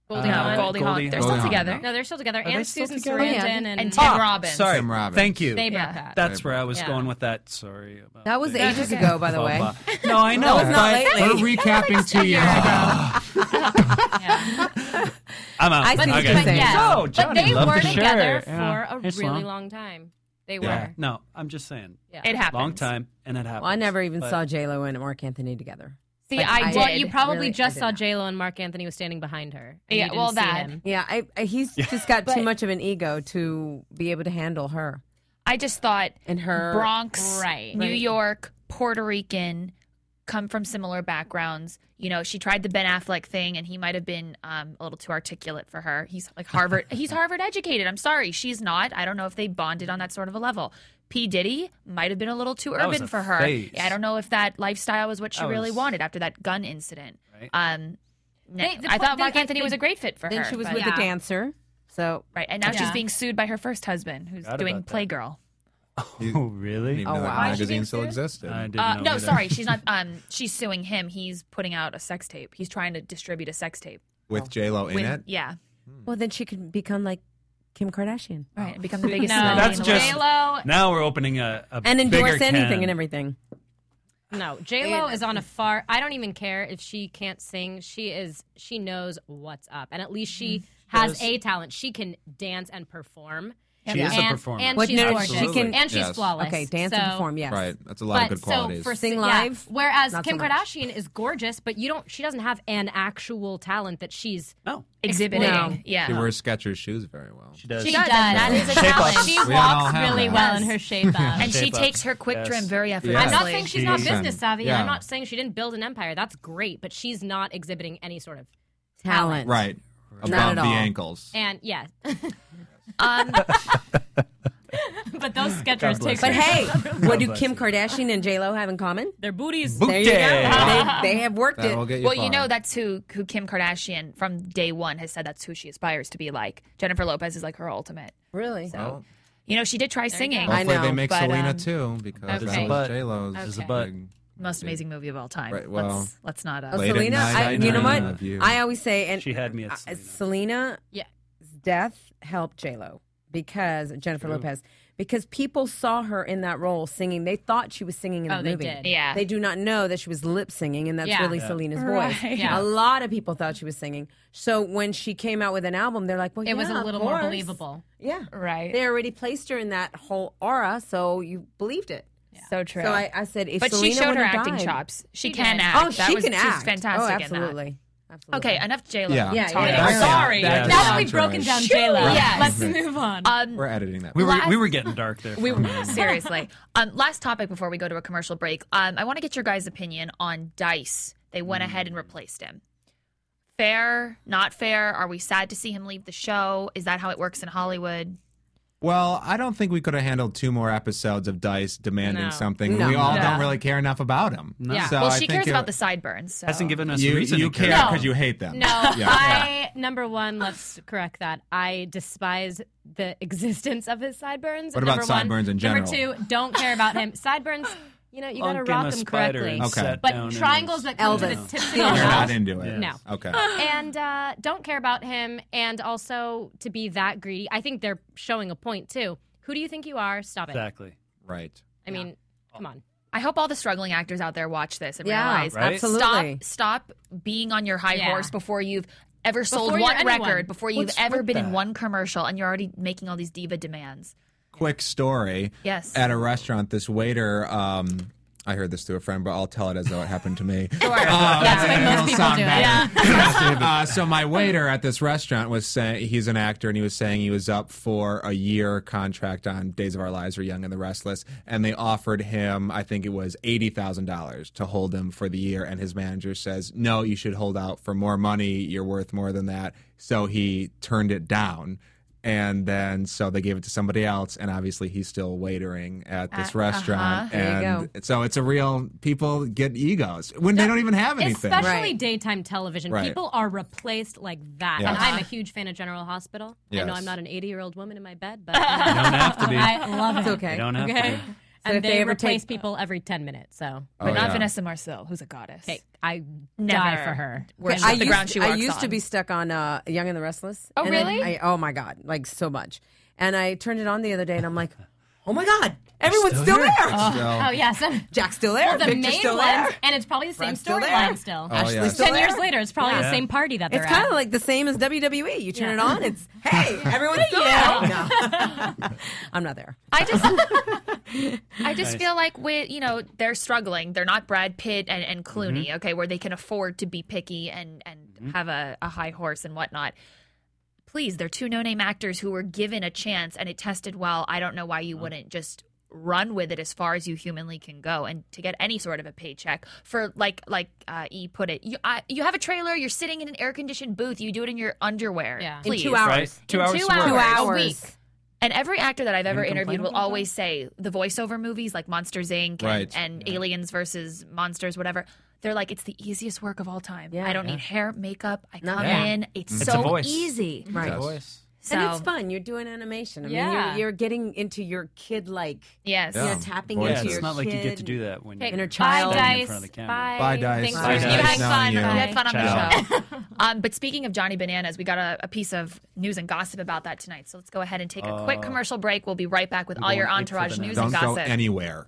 [SPEAKER 6] Goldie
[SPEAKER 5] Uh,
[SPEAKER 6] Hawn.
[SPEAKER 2] no, Goldie Hawn.
[SPEAKER 5] Goldie
[SPEAKER 2] They're
[SPEAKER 5] Hawn.
[SPEAKER 2] still
[SPEAKER 3] Goldie Hawn,
[SPEAKER 2] together.
[SPEAKER 6] No, they're still together.
[SPEAKER 5] they
[SPEAKER 6] and
[SPEAKER 5] still
[SPEAKER 6] Susan
[SPEAKER 5] together? Oh,
[SPEAKER 6] Sarandon
[SPEAKER 5] yeah.
[SPEAKER 6] and,
[SPEAKER 2] And Tim
[SPEAKER 5] Ah,
[SPEAKER 2] Robbins.
[SPEAKER 5] Sorry.
[SPEAKER 3] Tim Robbins.
[SPEAKER 5] Thank you.
[SPEAKER 6] they broke
[SPEAKER 2] Yeah.
[SPEAKER 6] that.
[SPEAKER 5] That's where I was
[SPEAKER 6] Yeah.
[SPEAKER 5] going with that. Sorry about
[SPEAKER 4] That was
[SPEAKER 5] the-
[SPEAKER 4] ages ago, by the way.
[SPEAKER 5] faux pas. No, I know.
[SPEAKER 4] was not
[SPEAKER 5] but-
[SPEAKER 4] lately.
[SPEAKER 3] We're recapping two years ago.
[SPEAKER 5] I'm out.
[SPEAKER 4] I see what
[SPEAKER 5] okay.
[SPEAKER 4] you're saying.
[SPEAKER 6] Yeah.
[SPEAKER 5] Oh, Johnny
[SPEAKER 6] but they
[SPEAKER 5] Love
[SPEAKER 6] were
[SPEAKER 5] Sure.
[SPEAKER 6] together
[SPEAKER 5] Yeah.
[SPEAKER 6] for a
[SPEAKER 5] It's
[SPEAKER 6] really
[SPEAKER 5] long.
[SPEAKER 6] long time. They were.
[SPEAKER 3] Yeah.
[SPEAKER 6] Yeah.
[SPEAKER 5] No, I'm just saying.
[SPEAKER 2] It happens.
[SPEAKER 5] Long time, and it happens.
[SPEAKER 4] Well, I never even
[SPEAKER 5] But-
[SPEAKER 4] saw J Lo and Mark Anthony together.
[SPEAKER 6] See,
[SPEAKER 2] Like,
[SPEAKER 6] I,
[SPEAKER 2] I
[SPEAKER 6] well,
[SPEAKER 2] did.
[SPEAKER 6] you probably
[SPEAKER 4] Really,
[SPEAKER 6] just
[SPEAKER 4] I
[SPEAKER 6] saw
[SPEAKER 4] did.
[SPEAKER 6] J Lo and Mark Anthony was standing behind her. and
[SPEAKER 2] Yeah,
[SPEAKER 6] you didn't
[SPEAKER 2] well,
[SPEAKER 6] see
[SPEAKER 2] that.
[SPEAKER 6] him.
[SPEAKER 4] Yeah, I, I he's just got too much of an ego to be able to handle her
[SPEAKER 2] I just thought
[SPEAKER 4] and her.
[SPEAKER 2] Bronx,
[SPEAKER 6] Right.
[SPEAKER 2] New
[SPEAKER 6] Right.
[SPEAKER 2] York, Puerto Rican, come from similar backgrounds. You know, she tried the Ben Affleck thing, and he might have been um, a little too articulate for her. He's like Harvard. he's Harvard educated. I'm sorry, she's not. I don't know if they bonded on that sort of a level. P Diddy might have been a little too
[SPEAKER 5] That was
[SPEAKER 2] urban
[SPEAKER 5] a
[SPEAKER 2] for her.
[SPEAKER 5] phase.
[SPEAKER 2] I don't know if that lifestyle was what she
[SPEAKER 5] That
[SPEAKER 2] really
[SPEAKER 5] was-
[SPEAKER 2] wanted after that gun incident.
[SPEAKER 5] Right.
[SPEAKER 2] Um, no,
[SPEAKER 6] They- the
[SPEAKER 2] I
[SPEAKER 6] pla-
[SPEAKER 2] thought Mark
[SPEAKER 6] they-
[SPEAKER 2] Anthony
[SPEAKER 6] they-
[SPEAKER 2] was a great fit for
[SPEAKER 4] Then
[SPEAKER 2] her.
[SPEAKER 4] she was
[SPEAKER 2] but-
[SPEAKER 4] with
[SPEAKER 6] Yeah.
[SPEAKER 4] a dancer, so
[SPEAKER 2] right, and now
[SPEAKER 6] Yeah.
[SPEAKER 2] she's being sued by her first husband, who's
[SPEAKER 5] Forgot
[SPEAKER 2] doing
[SPEAKER 5] about that.
[SPEAKER 2] Playgirl.
[SPEAKER 5] Oh, really?
[SPEAKER 3] Didn't even know
[SPEAKER 4] Oh,
[SPEAKER 3] that
[SPEAKER 4] wow.
[SPEAKER 3] magazine
[SPEAKER 2] being
[SPEAKER 3] still
[SPEAKER 2] serious?
[SPEAKER 3] existed.
[SPEAKER 5] I didn't
[SPEAKER 2] Uh,
[SPEAKER 5] know
[SPEAKER 2] no,
[SPEAKER 5] either.
[SPEAKER 2] sorry, she's not. Um, she's suing him. He's putting out a sex tape. He's trying to distribute a sex tape.
[SPEAKER 3] With J Lo Oh, in
[SPEAKER 2] With-
[SPEAKER 3] it.
[SPEAKER 2] Yeah,
[SPEAKER 4] Well, then she could become like Kim Kardashian
[SPEAKER 2] right. and Become the biggest.
[SPEAKER 6] No.
[SPEAKER 2] celebrity
[SPEAKER 5] That's
[SPEAKER 2] in the
[SPEAKER 5] just
[SPEAKER 2] world.
[SPEAKER 6] J-Lo,
[SPEAKER 5] Now we're opening a, a
[SPEAKER 4] and endorse
[SPEAKER 5] bigger
[SPEAKER 4] anything
[SPEAKER 5] can.
[SPEAKER 4] and everything.
[SPEAKER 6] no, J Lo is on a far. I don't even care if she can't sing. She is. She knows what's up, and at least she has a talent. She can dance and perform.
[SPEAKER 5] She is a
[SPEAKER 6] and,
[SPEAKER 5] performer.
[SPEAKER 6] And
[SPEAKER 4] Well,
[SPEAKER 6] she's
[SPEAKER 4] no, no,
[SPEAKER 6] gorgeous.
[SPEAKER 4] she can-
[SPEAKER 6] and she's
[SPEAKER 3] Yes.
[SPEAKER 6] flawless.
[SPEAKER 4] Okay, dance and
[SPEAKER 6] So-
[SPEAKER 4] perform. Yes,
[SPEAKER 3] Right. That's a lot of good qualities.
[SPEAKER 6] So for
[SPEAKER 4] Sing
[SPEAKER 6] sing
[SPEAKER 4] live,
[SPEAKER 6] live, whereas
[SPEAKER 4] not so
[SPEAKER 6] Kim
[SPEAKER 4] much.
[SPEAKER 6] Kardashian is gorgeous, but you don't. She doesn't have an actual talent that she's.
[SPEAKER 5] No,
[SPEAKER 2] exhibiting.
[SPEAKER 6] No.
[SPEAKER 2] Yeah.
[SPEAKER 3] she wears Skechers shoes very well.
[SPEAKER 5] she does.
[SPEAKER 6] She, does. That is a
[SPEAKER 5] Shape-ups.
[SPEAKER 6] talent. She
[SPEAKER 3] We all
[SPEAKER 6] walks
[SPEAKER 3] have
[SPEAKER 6] really
[SPEAKER 3] that.
[SPEAKER 6] well in her shape up.
[SPEAKER 2] and she
[SPEAKER 5] Shape-ups.
[SPEAKER 2] takes her quick
[SPEAKER 5] Yes.
[SPEAKER 2] trim very effortlessly.
[SPEAKER 6] I'm not saying she's not
[SPEAKER 3] She-
[SPEAKER 6] business savvy. and I'm
[SPEAKER 3] Yeah.
[SPEAKER 6] not saying she didn't build an empire. That's great, but she's not exhibiting any sort of.
[SPEAKER 4] talent.
[SPEAKER 3] Right. Above
[SPEAKER 4] at
[SPEAKER 3] the
[SPEAKER 4] all.
[SPEAKER 3] ankles.
[SPEAKER 6] And yeah,
[SPEAKER 2] Um,
[SPEAKER 6] but those Skechers
[SPEAKER 5] bless
[SPEAKER 6] take.
[SPEAKER 4] But
[SPEAKER 5] you.
[SPEAKER 4] hey, what do
[SPEAKER 5] bless
[SPEAKER 4] Kim
[SPEAKER 5] you.
[SPEAKER 4] Kardashian and J Lo have in common?
[SPEAKER 6] their booties.
[SPEAKER 5] Boot
[SPEAKER 4] There you
[SPEAKER 5] day.
[SPEAKER 4] go. They, they have worked
[SPEAKER 3] That will
[SPEAKER 4] it.
[SPEAKER 3] get you
[SPEAKER 2] well, you
[SPEAKER 3] far.
[SPEAKER 2] know that's who who Kim Kardashian from day one has said that's who she aspires to be like. Jennifer Lopez is like her ultimate.
[SPEAKER 4] Really?
[SPEAKER 3] Well,
[SPEAKER 2] You know, she did try singing.
[SPEAKER 4] I
[SPEAKER 3] hopefully
[SPEAKER 4] know,
[SPEAKER 3] they make
[SPEAKER 2] but,
[SPEAKER 3] Selena
[SPEAKER 2] um,
[SPEAKER 3] too because
[SPEAKER 2] Okay.
[SPEAKER 3] that was
[SPEAKER 5] But-
[SPEAKER 3] J Lo's.
[SPEAKER 5] There's a but.
[SPEAKER 2] Most amazing movie of all time.
[SPEAKER 3] Right, well-
[SPEAKER 2] let's let's not.
[SPEAKER 4] Oh,
[SPEAKER 2] Uh,
[SPEAKER 3] Late at
[SPEAKER 4] Selena,
[SPEAKER 3] night,
[SPEAKER 4] I,
[SPEAKER 3] I
[SPEAKER 4] you know
[SPEAKER 3] dream
[SPEAKER 4] what?
[SPEAKER 3] of you.
[SPEAKER 4] I always say, and
[SPEAKER 5] She had me at
[SPEAKER 4] uh,
[SPEAKER 5] Selena.
[SPEAKER 4] Selena's
[SPEAKER 6] Yeah.
[SPEAKER 4] death helped J Lo because Jennifer Lopez because people saw her in that role singing. They thought she was singing in
[SPEAKER 6] Oh,
[SPEAKER 4] the
[SPEAKER 6] they
[SPEAKER 4] movie.
[SPEAKER 6] did.
[SPEAKER 2] Yeah.
[SPEAKER 4] they do not know that she was lip singing, and that's
[SPEAKER 6] Yeah.
[SPEAKER 4] really
[SPEAKER 6] Yeah.
[SPEAKER 4] Selena's voice.
[SPEAKER 2] Right.
[SPEAKER 6] Yeah.
[SPEAKER 4] A lot of people thought she was singing. So when she came out with an album, they're like, "Well,
[SPEAKER 6] It was
[SPEAKER 4] yeah,
[SPEAKER 6] a
[SPEAKER 4] of
[SPEAKER 6] little more
[SPEAKER 4] course.
[SPEAKER 6] believable.
[SPEAKER 4] Yeah,
[SPEAKER 2] right.
[SPEAKER 4] they already placed her in that whole aura, so you believed it.
[SPEAKER 2] so true.
[SPEAKER 4] So I, I said, if
[SPEAKER 2] but
[SPEAKER 4] Selena
[SPEAKER 2] she showed
[SPEAKER 4] would
[SPEAKER 2] her
[SPEAKER 4] have
[SPEAKER 2] acting
[SPEAKER 4] died-
[SPEAKER 2] chops. She,
[SPEAKER 6] She
[SPEAKER 2] can
[SPEAKER 6] did.
[SPEAKER 2] act.
[SPEAKER 4] Oh, she
[SPEAKER 2] that was,
[SPEAKER 4] can act.
[SPEAKER 2] She's fantastic
[SPEAKER 4] oh,
[SPEAKER 2] in that.
[SPEAKER 4] absolutely. absolutely.
[SPEAKER 2] Okay, enough J Lo.
[SPEAKER 3] Yeah.
[SPEAKER 4] Yeah,
[SPEAKER 2] talking.
[SPEAKER 4] yeah, yeah.
[SPEAKER 6] Sorry.
[SPEAKER 5] Yeah.
[SPEAKER 6] Now that we've
[SPEAKER 3] Entourage.
[SPEAKER 6] broken down
[SPEAKER 2] Sure.
[SPEAKER 6] J Lo,
[SPEAKER 2] Yes.
[SPEAKER 6] let's move on.
[SPEAKER 2] Um,
[SPEAKER 3] We're editing that.
[SPEAKER 5] We were
[SPEAKER 2] Last-
[SPEAKER 5] we were getting dark there. For
[SPEAKER 2] We
[SPEAKER 5] a minute.
[SPEAKER 2] were seriously. Um, last topic before we go to a commercial break. Um, I want to get your guys' opinion on Dice. They went ahead
[SPEAKER 3] Mm.
[SPEAKER 2] and replaced him. Fair, not fair. Are we sad to see him leave the show? Is that how it works in Hollywood?
[SPEAKER 3] Well, I don't think we could have handled two more episodes of Dice demanding
[SPEAKER 6] No.
[SPEAKER 3] something.
[SPEAKER 4] No.
[SPEAKER 3] We all
[SPEAKER 2] No.
[SPEAKER 3] don't really care enough about him.
[SPEAKER 6] Yeah.
[SPEAKER 3] So
[SPEAKER 2] well,
[SPEAKER 3] I
[SPEAKER 2] she
[SPEAKER 3] think
[SPEAKER 2] cares
[SPEAKER 3] it-
[SPEAKER 2] about the sideburns. So.
[SPEAKER 5] Hasn't given us
[SPEAKER 3] You,
[SPEAKER 5] reason.
[SPEAKER 3] you
[SPEAKER 5] to care.
[SPEAKER 3] care
[SPEAKER 6] No.
[SPEAKER 3] because you hate them.
[SPEAKER 6] No,
[SPEAKER 3] Yeah.
[SPEAKER 6] I number one. Let's correct that. I despise the existence of his sideburns.
[SPEAKER 3] What about
[SPEAKER 6] number one.
[SPEAKER 3] sideburns in general?
[SPEAKER 6] Number two, don't care about him. Sideburns, you know, you gotta
[SPEAKER 5] Hunk him
[SPEAKER 6] rock
[SPEAKER 5] a
[SPEAKER 6] them
[SPEAKER 5] spider
[SPEAKER 6] correctly.
[SPEAKER 5] and
[SPEAKER 3] Okay.
[SPEAKER 5] sat down
[SPEAKER 6] But
[SPEAKER 5] and-
[SPEAKER 6] triangles that come to
[SPEAKER 4] Elvis.
[SPEAKER 6] the tips of
[SPEAKER 4] You're
[SPEAKER 6] your
[SPEAKER 3] You're not
[SPEAKER 6] mouth.
[SPEAKER 3] into it.
[SPEAKER 6] No.
[SPEAKER 3] Okay.
[SPEAKER 6] And uh, don't care about him. And also to be that greedy. I think they're showing a point too. Who do you think you are? Stop it.
[SPEAKER 5] Exactly.
[SPEAKER 3] Right.
[SPEAKER 6] I mean, come on.
[SPEAKER 2] I hope all the struggling actors out there watch this and
[SPEAKER 4] Yeah,
[SPEAKER 2] realize
[SPEAKER 5] Right?
[SPEAKER 4] absolutely.
[SPEAKER 2] stop stop being on your high
[SPEAKER 6] Yeah.
[SPEAKER 2] horse before you've ever sold
[SPEAKER 6] Before you're
[SPEAKER 2] one
[SPEAKER 6] anyone.
[SPEAKER 2] record, before you've
[SPEAKER 5] What's
[SPEAKER 2] ever
[SPEAKER 5] with
[SPEAKER 2] been in
[SPEAKER 5] that?
[SPEAKER 2] one commercial, and you're already making all these diva demands.
[SPEAKER 3] quick story.
[SPEAKER 2] Yes.
[SPEAKER 3] At a restaurant, this waiter. Um, I heard this through a friend, but I'll tell it as though it happened to me. Um, Sure.
[SPEAKER 2] That's what most people do.
[SPEAKER 3] uh, so my waiter at this restaurant was saying he's an actor, and he was saying he was up for a year contract on Days of Our Lives or Young and the Restless, and they offered him, I think it was eighty thousand dollars to hold him for the year, and his manager says, "No, you should hold out for more money. You're worth more than that." So he turned it down. And then, so they gave it to somebody else, and obviously he's still waitering at this
[SPEAKER 2] Uh,
[SPEAKER 3] restaurant.
[SPEAKER 4] There you
[SPEAKER 3] And so it's a real people get egos when they don't even have anything.
[SPEAKER 6] Especially
[SPEAKER 4] Right.
[SPEAKER 6] daytime television.
[SPEAKER 3] Right.
[SPEAKER 6] People are replaced like that.
[SPEAKER 3] Yes.
[SPEAKER 6] And I'm a huge fan of General Hospital. I know
[SPEAKER 3] Yes.
[SPEAKER 6] I'm not an 80 year old woman in my bed, but
[SPEAKER 5] You don't have to be.
[SPEAKER 6] I love it.
[SPEAKER 4] It's okay.
[SPEAKER 5] You don't have
[SPEAKER 6] Okay.
[SPEAKER 5] to. Be.
[SPEAKER 6] and
[SPEAKER 4] if
[SPEAKER 6] they,
[SPEAKER 4] they ever
[SPEAKER 6] replace
[SPEAKER 4] take-
[SPEAKER 6] people every 10 minutes. So
[SPEAKER 2] But
[SPEAKER 3] Oh,
[SPEAKER 2] not
[SPEAKER 3] yeah.
[SPEAKER 2] Vanessa Marceau, who's a goddess.
[SPEAKER 6] okay, I
[SPEAKER 2] Never.
[SPEAKER 6] die for her.
[SPEAKER 2] Worship
[SPEAKER 4] I
[SPEAKER 2] the
[SPEAKER 4] used,
[SPEAKER 2] ground she
[SPEAKER 4] I
[SPEAKER 2] walks
[SPEAKER 4] used to
[SPEAKER 2] on.
[SPEAKER 4] be stuck on uh, Young and the Restless.
[SPEAKER 2] Oh,
[SPEAKER 4] And then
[SPEAKER 2] really?
[SPEAKER 4] I, oh my god, like so much. And I turned it on the other day, and I'm like, oh my god, everyone's still, there.
[SPEAKER 3] So-
[SPEAKER 6] Oh, yes. Yeah,
[SPEAKER 4] Jack's still there.
[SPEAKER 6] the
[SPEAKER 4] Victor's
[SPEAKER 6] main
[SPEAKER 4] still
[SPEAKER 6] ones,
[SPEAKER 4] there.
[SPEAKER 6] and it's probably the same
[SPEAKER 4] Brad's still there.
[SPEAKER 6] storyline still.
[SPEAKER 3] Oh, yeah.
[SPEAKER 4] still
[SPEAKER 6] Ten
[SPEAKER 4] there.
[SPEAKER 6] years later, it's probably the same party that they're
[SPEAKER 4] It's
[SPEAKER 6] at.
[SPEAKER 4] kind of like the same as WWE. You turn it on, it's hey, everyone's still there. No. I'm not there.
[SPEAKER 2] I just, I just feel like with you know they're struggling. They're not Brad Pitt and, and Clooney,
[SPEAKER 5] Mm-hmm.
[SPEAKER 2] okay, where they can afford to be picky and and have a, a high horse and whatnot. Please, they're two no-name actors who were given a chance and it tested well. I don't know why
[SPEAKER 5] Mm-hmm.
[SPEAKER 2] you wouldn't just run with it as far as you humanly can go and to get any sort of a paycheck for like like uh, E put it. You I, you have a trailer. You're sitting in an air-conditioned booth. You do it in your underwear.
[SPEAKER 6] Yeah. In
[SPEAKER 2] Please.
[SPEAKER 4] two hours.
[SPEAKER 5] Right? Two
[SPEAKER 2] In
[SPEAKER 5] hours.
[SPEAKER 2] two
[SPEAKER 5] to work.
[SPEAKER 2] hours.
[SPEAKER 4] Two
[SPEAKER 2] A
[SPEAKER 4] hours.
[SPEAKER 2] week. And every actor that I've ever
[SPEAKER 5] Gonna complain
[SPEAKER 2] interviewed will
[SPEAKER 5] about
[SPEAKER 2] always say the voiceover movies like Monsters Inc.
[SPEAKER 3] Right.
[SPEAKER 2] and, and Aliens versus Monsters, whatever. They're like, it's the easiest work of all time. I don't need hair, makeup. I come
[SPEAKER 4] Yeah.
[SPEAKER 2] in. It's
[SPEAKER 5] It's a
[SPEAKER 2] so
[SPEAKER 5] voice.
[SPEAKER 2] easy.
[SPEAKER 4] Right.
[SPEAKER 3] Yes.
[SPEAKER 5] Voice.
[SPEAKER 2] So
[SPEAKER 4] and it's fun. You're doing animation. I mean,
[SPEAKER 6] Yeah.
[SPEAKER 4] you're, you're getting into your kid like.
[SPEAKER 2] yes.
[SPEAKER 3] Yeah.
[SPEAKER 4] You're tapping
[SPEAKER 3] Voice
[SPEAKER 4] into
[SPEAKER 5] Yeah,
[SPEAKER 4] your
[SPEAKER 5] it's not like you get
[SPEAKER 4] kid.
[SPEAKER 5] to do that when
[SPEAKER 6] Okay,
[SPEAKER 5] you're standing
[SPEAKER 4] inner child.
[SPEAKER 6] Bye,
[SPEAKER 5] in
[SPEAKER 6] guys.
[SPEAKER 5] front of the camera.
[SPEAKER 6] Bye.
[SPEAKER 3] Bye, Dice.
[SPEAKER 6] Thanks
[SPEAKER 3] Bye,
[SPEAKER 6] for
[SPEAKER 3] Dice.
[SPEAKER 2] You had
[SPEAKER 3] Now
[SPEAKER 2] fun.
[SPEAKER 3] you.
[SPEAKER 2] You had fun on
[SPEAKER 5] Ciao.
[SPEAKER 2] the show. um, but speaking of Johnny Bananas, we got a, a piece of news and gossip about that tonight. So let's go ahead and take a
[SPEAKER 5] Oh.
[SPEAKER 2] quick commercial break. We'll be right back with all your
[SPEAKER 5] going ape for
[SPEAKER 2] entourage
[SPEAKER 5] the
[SPEAKER 2] news
[SPEAKER 5] now.
[SPEAKER 3] Don't
[SPEAKER 2] and
[SPEAKER 3] go
[SPEAKER 2] gossip.
[SPEAKER 3] anywhere.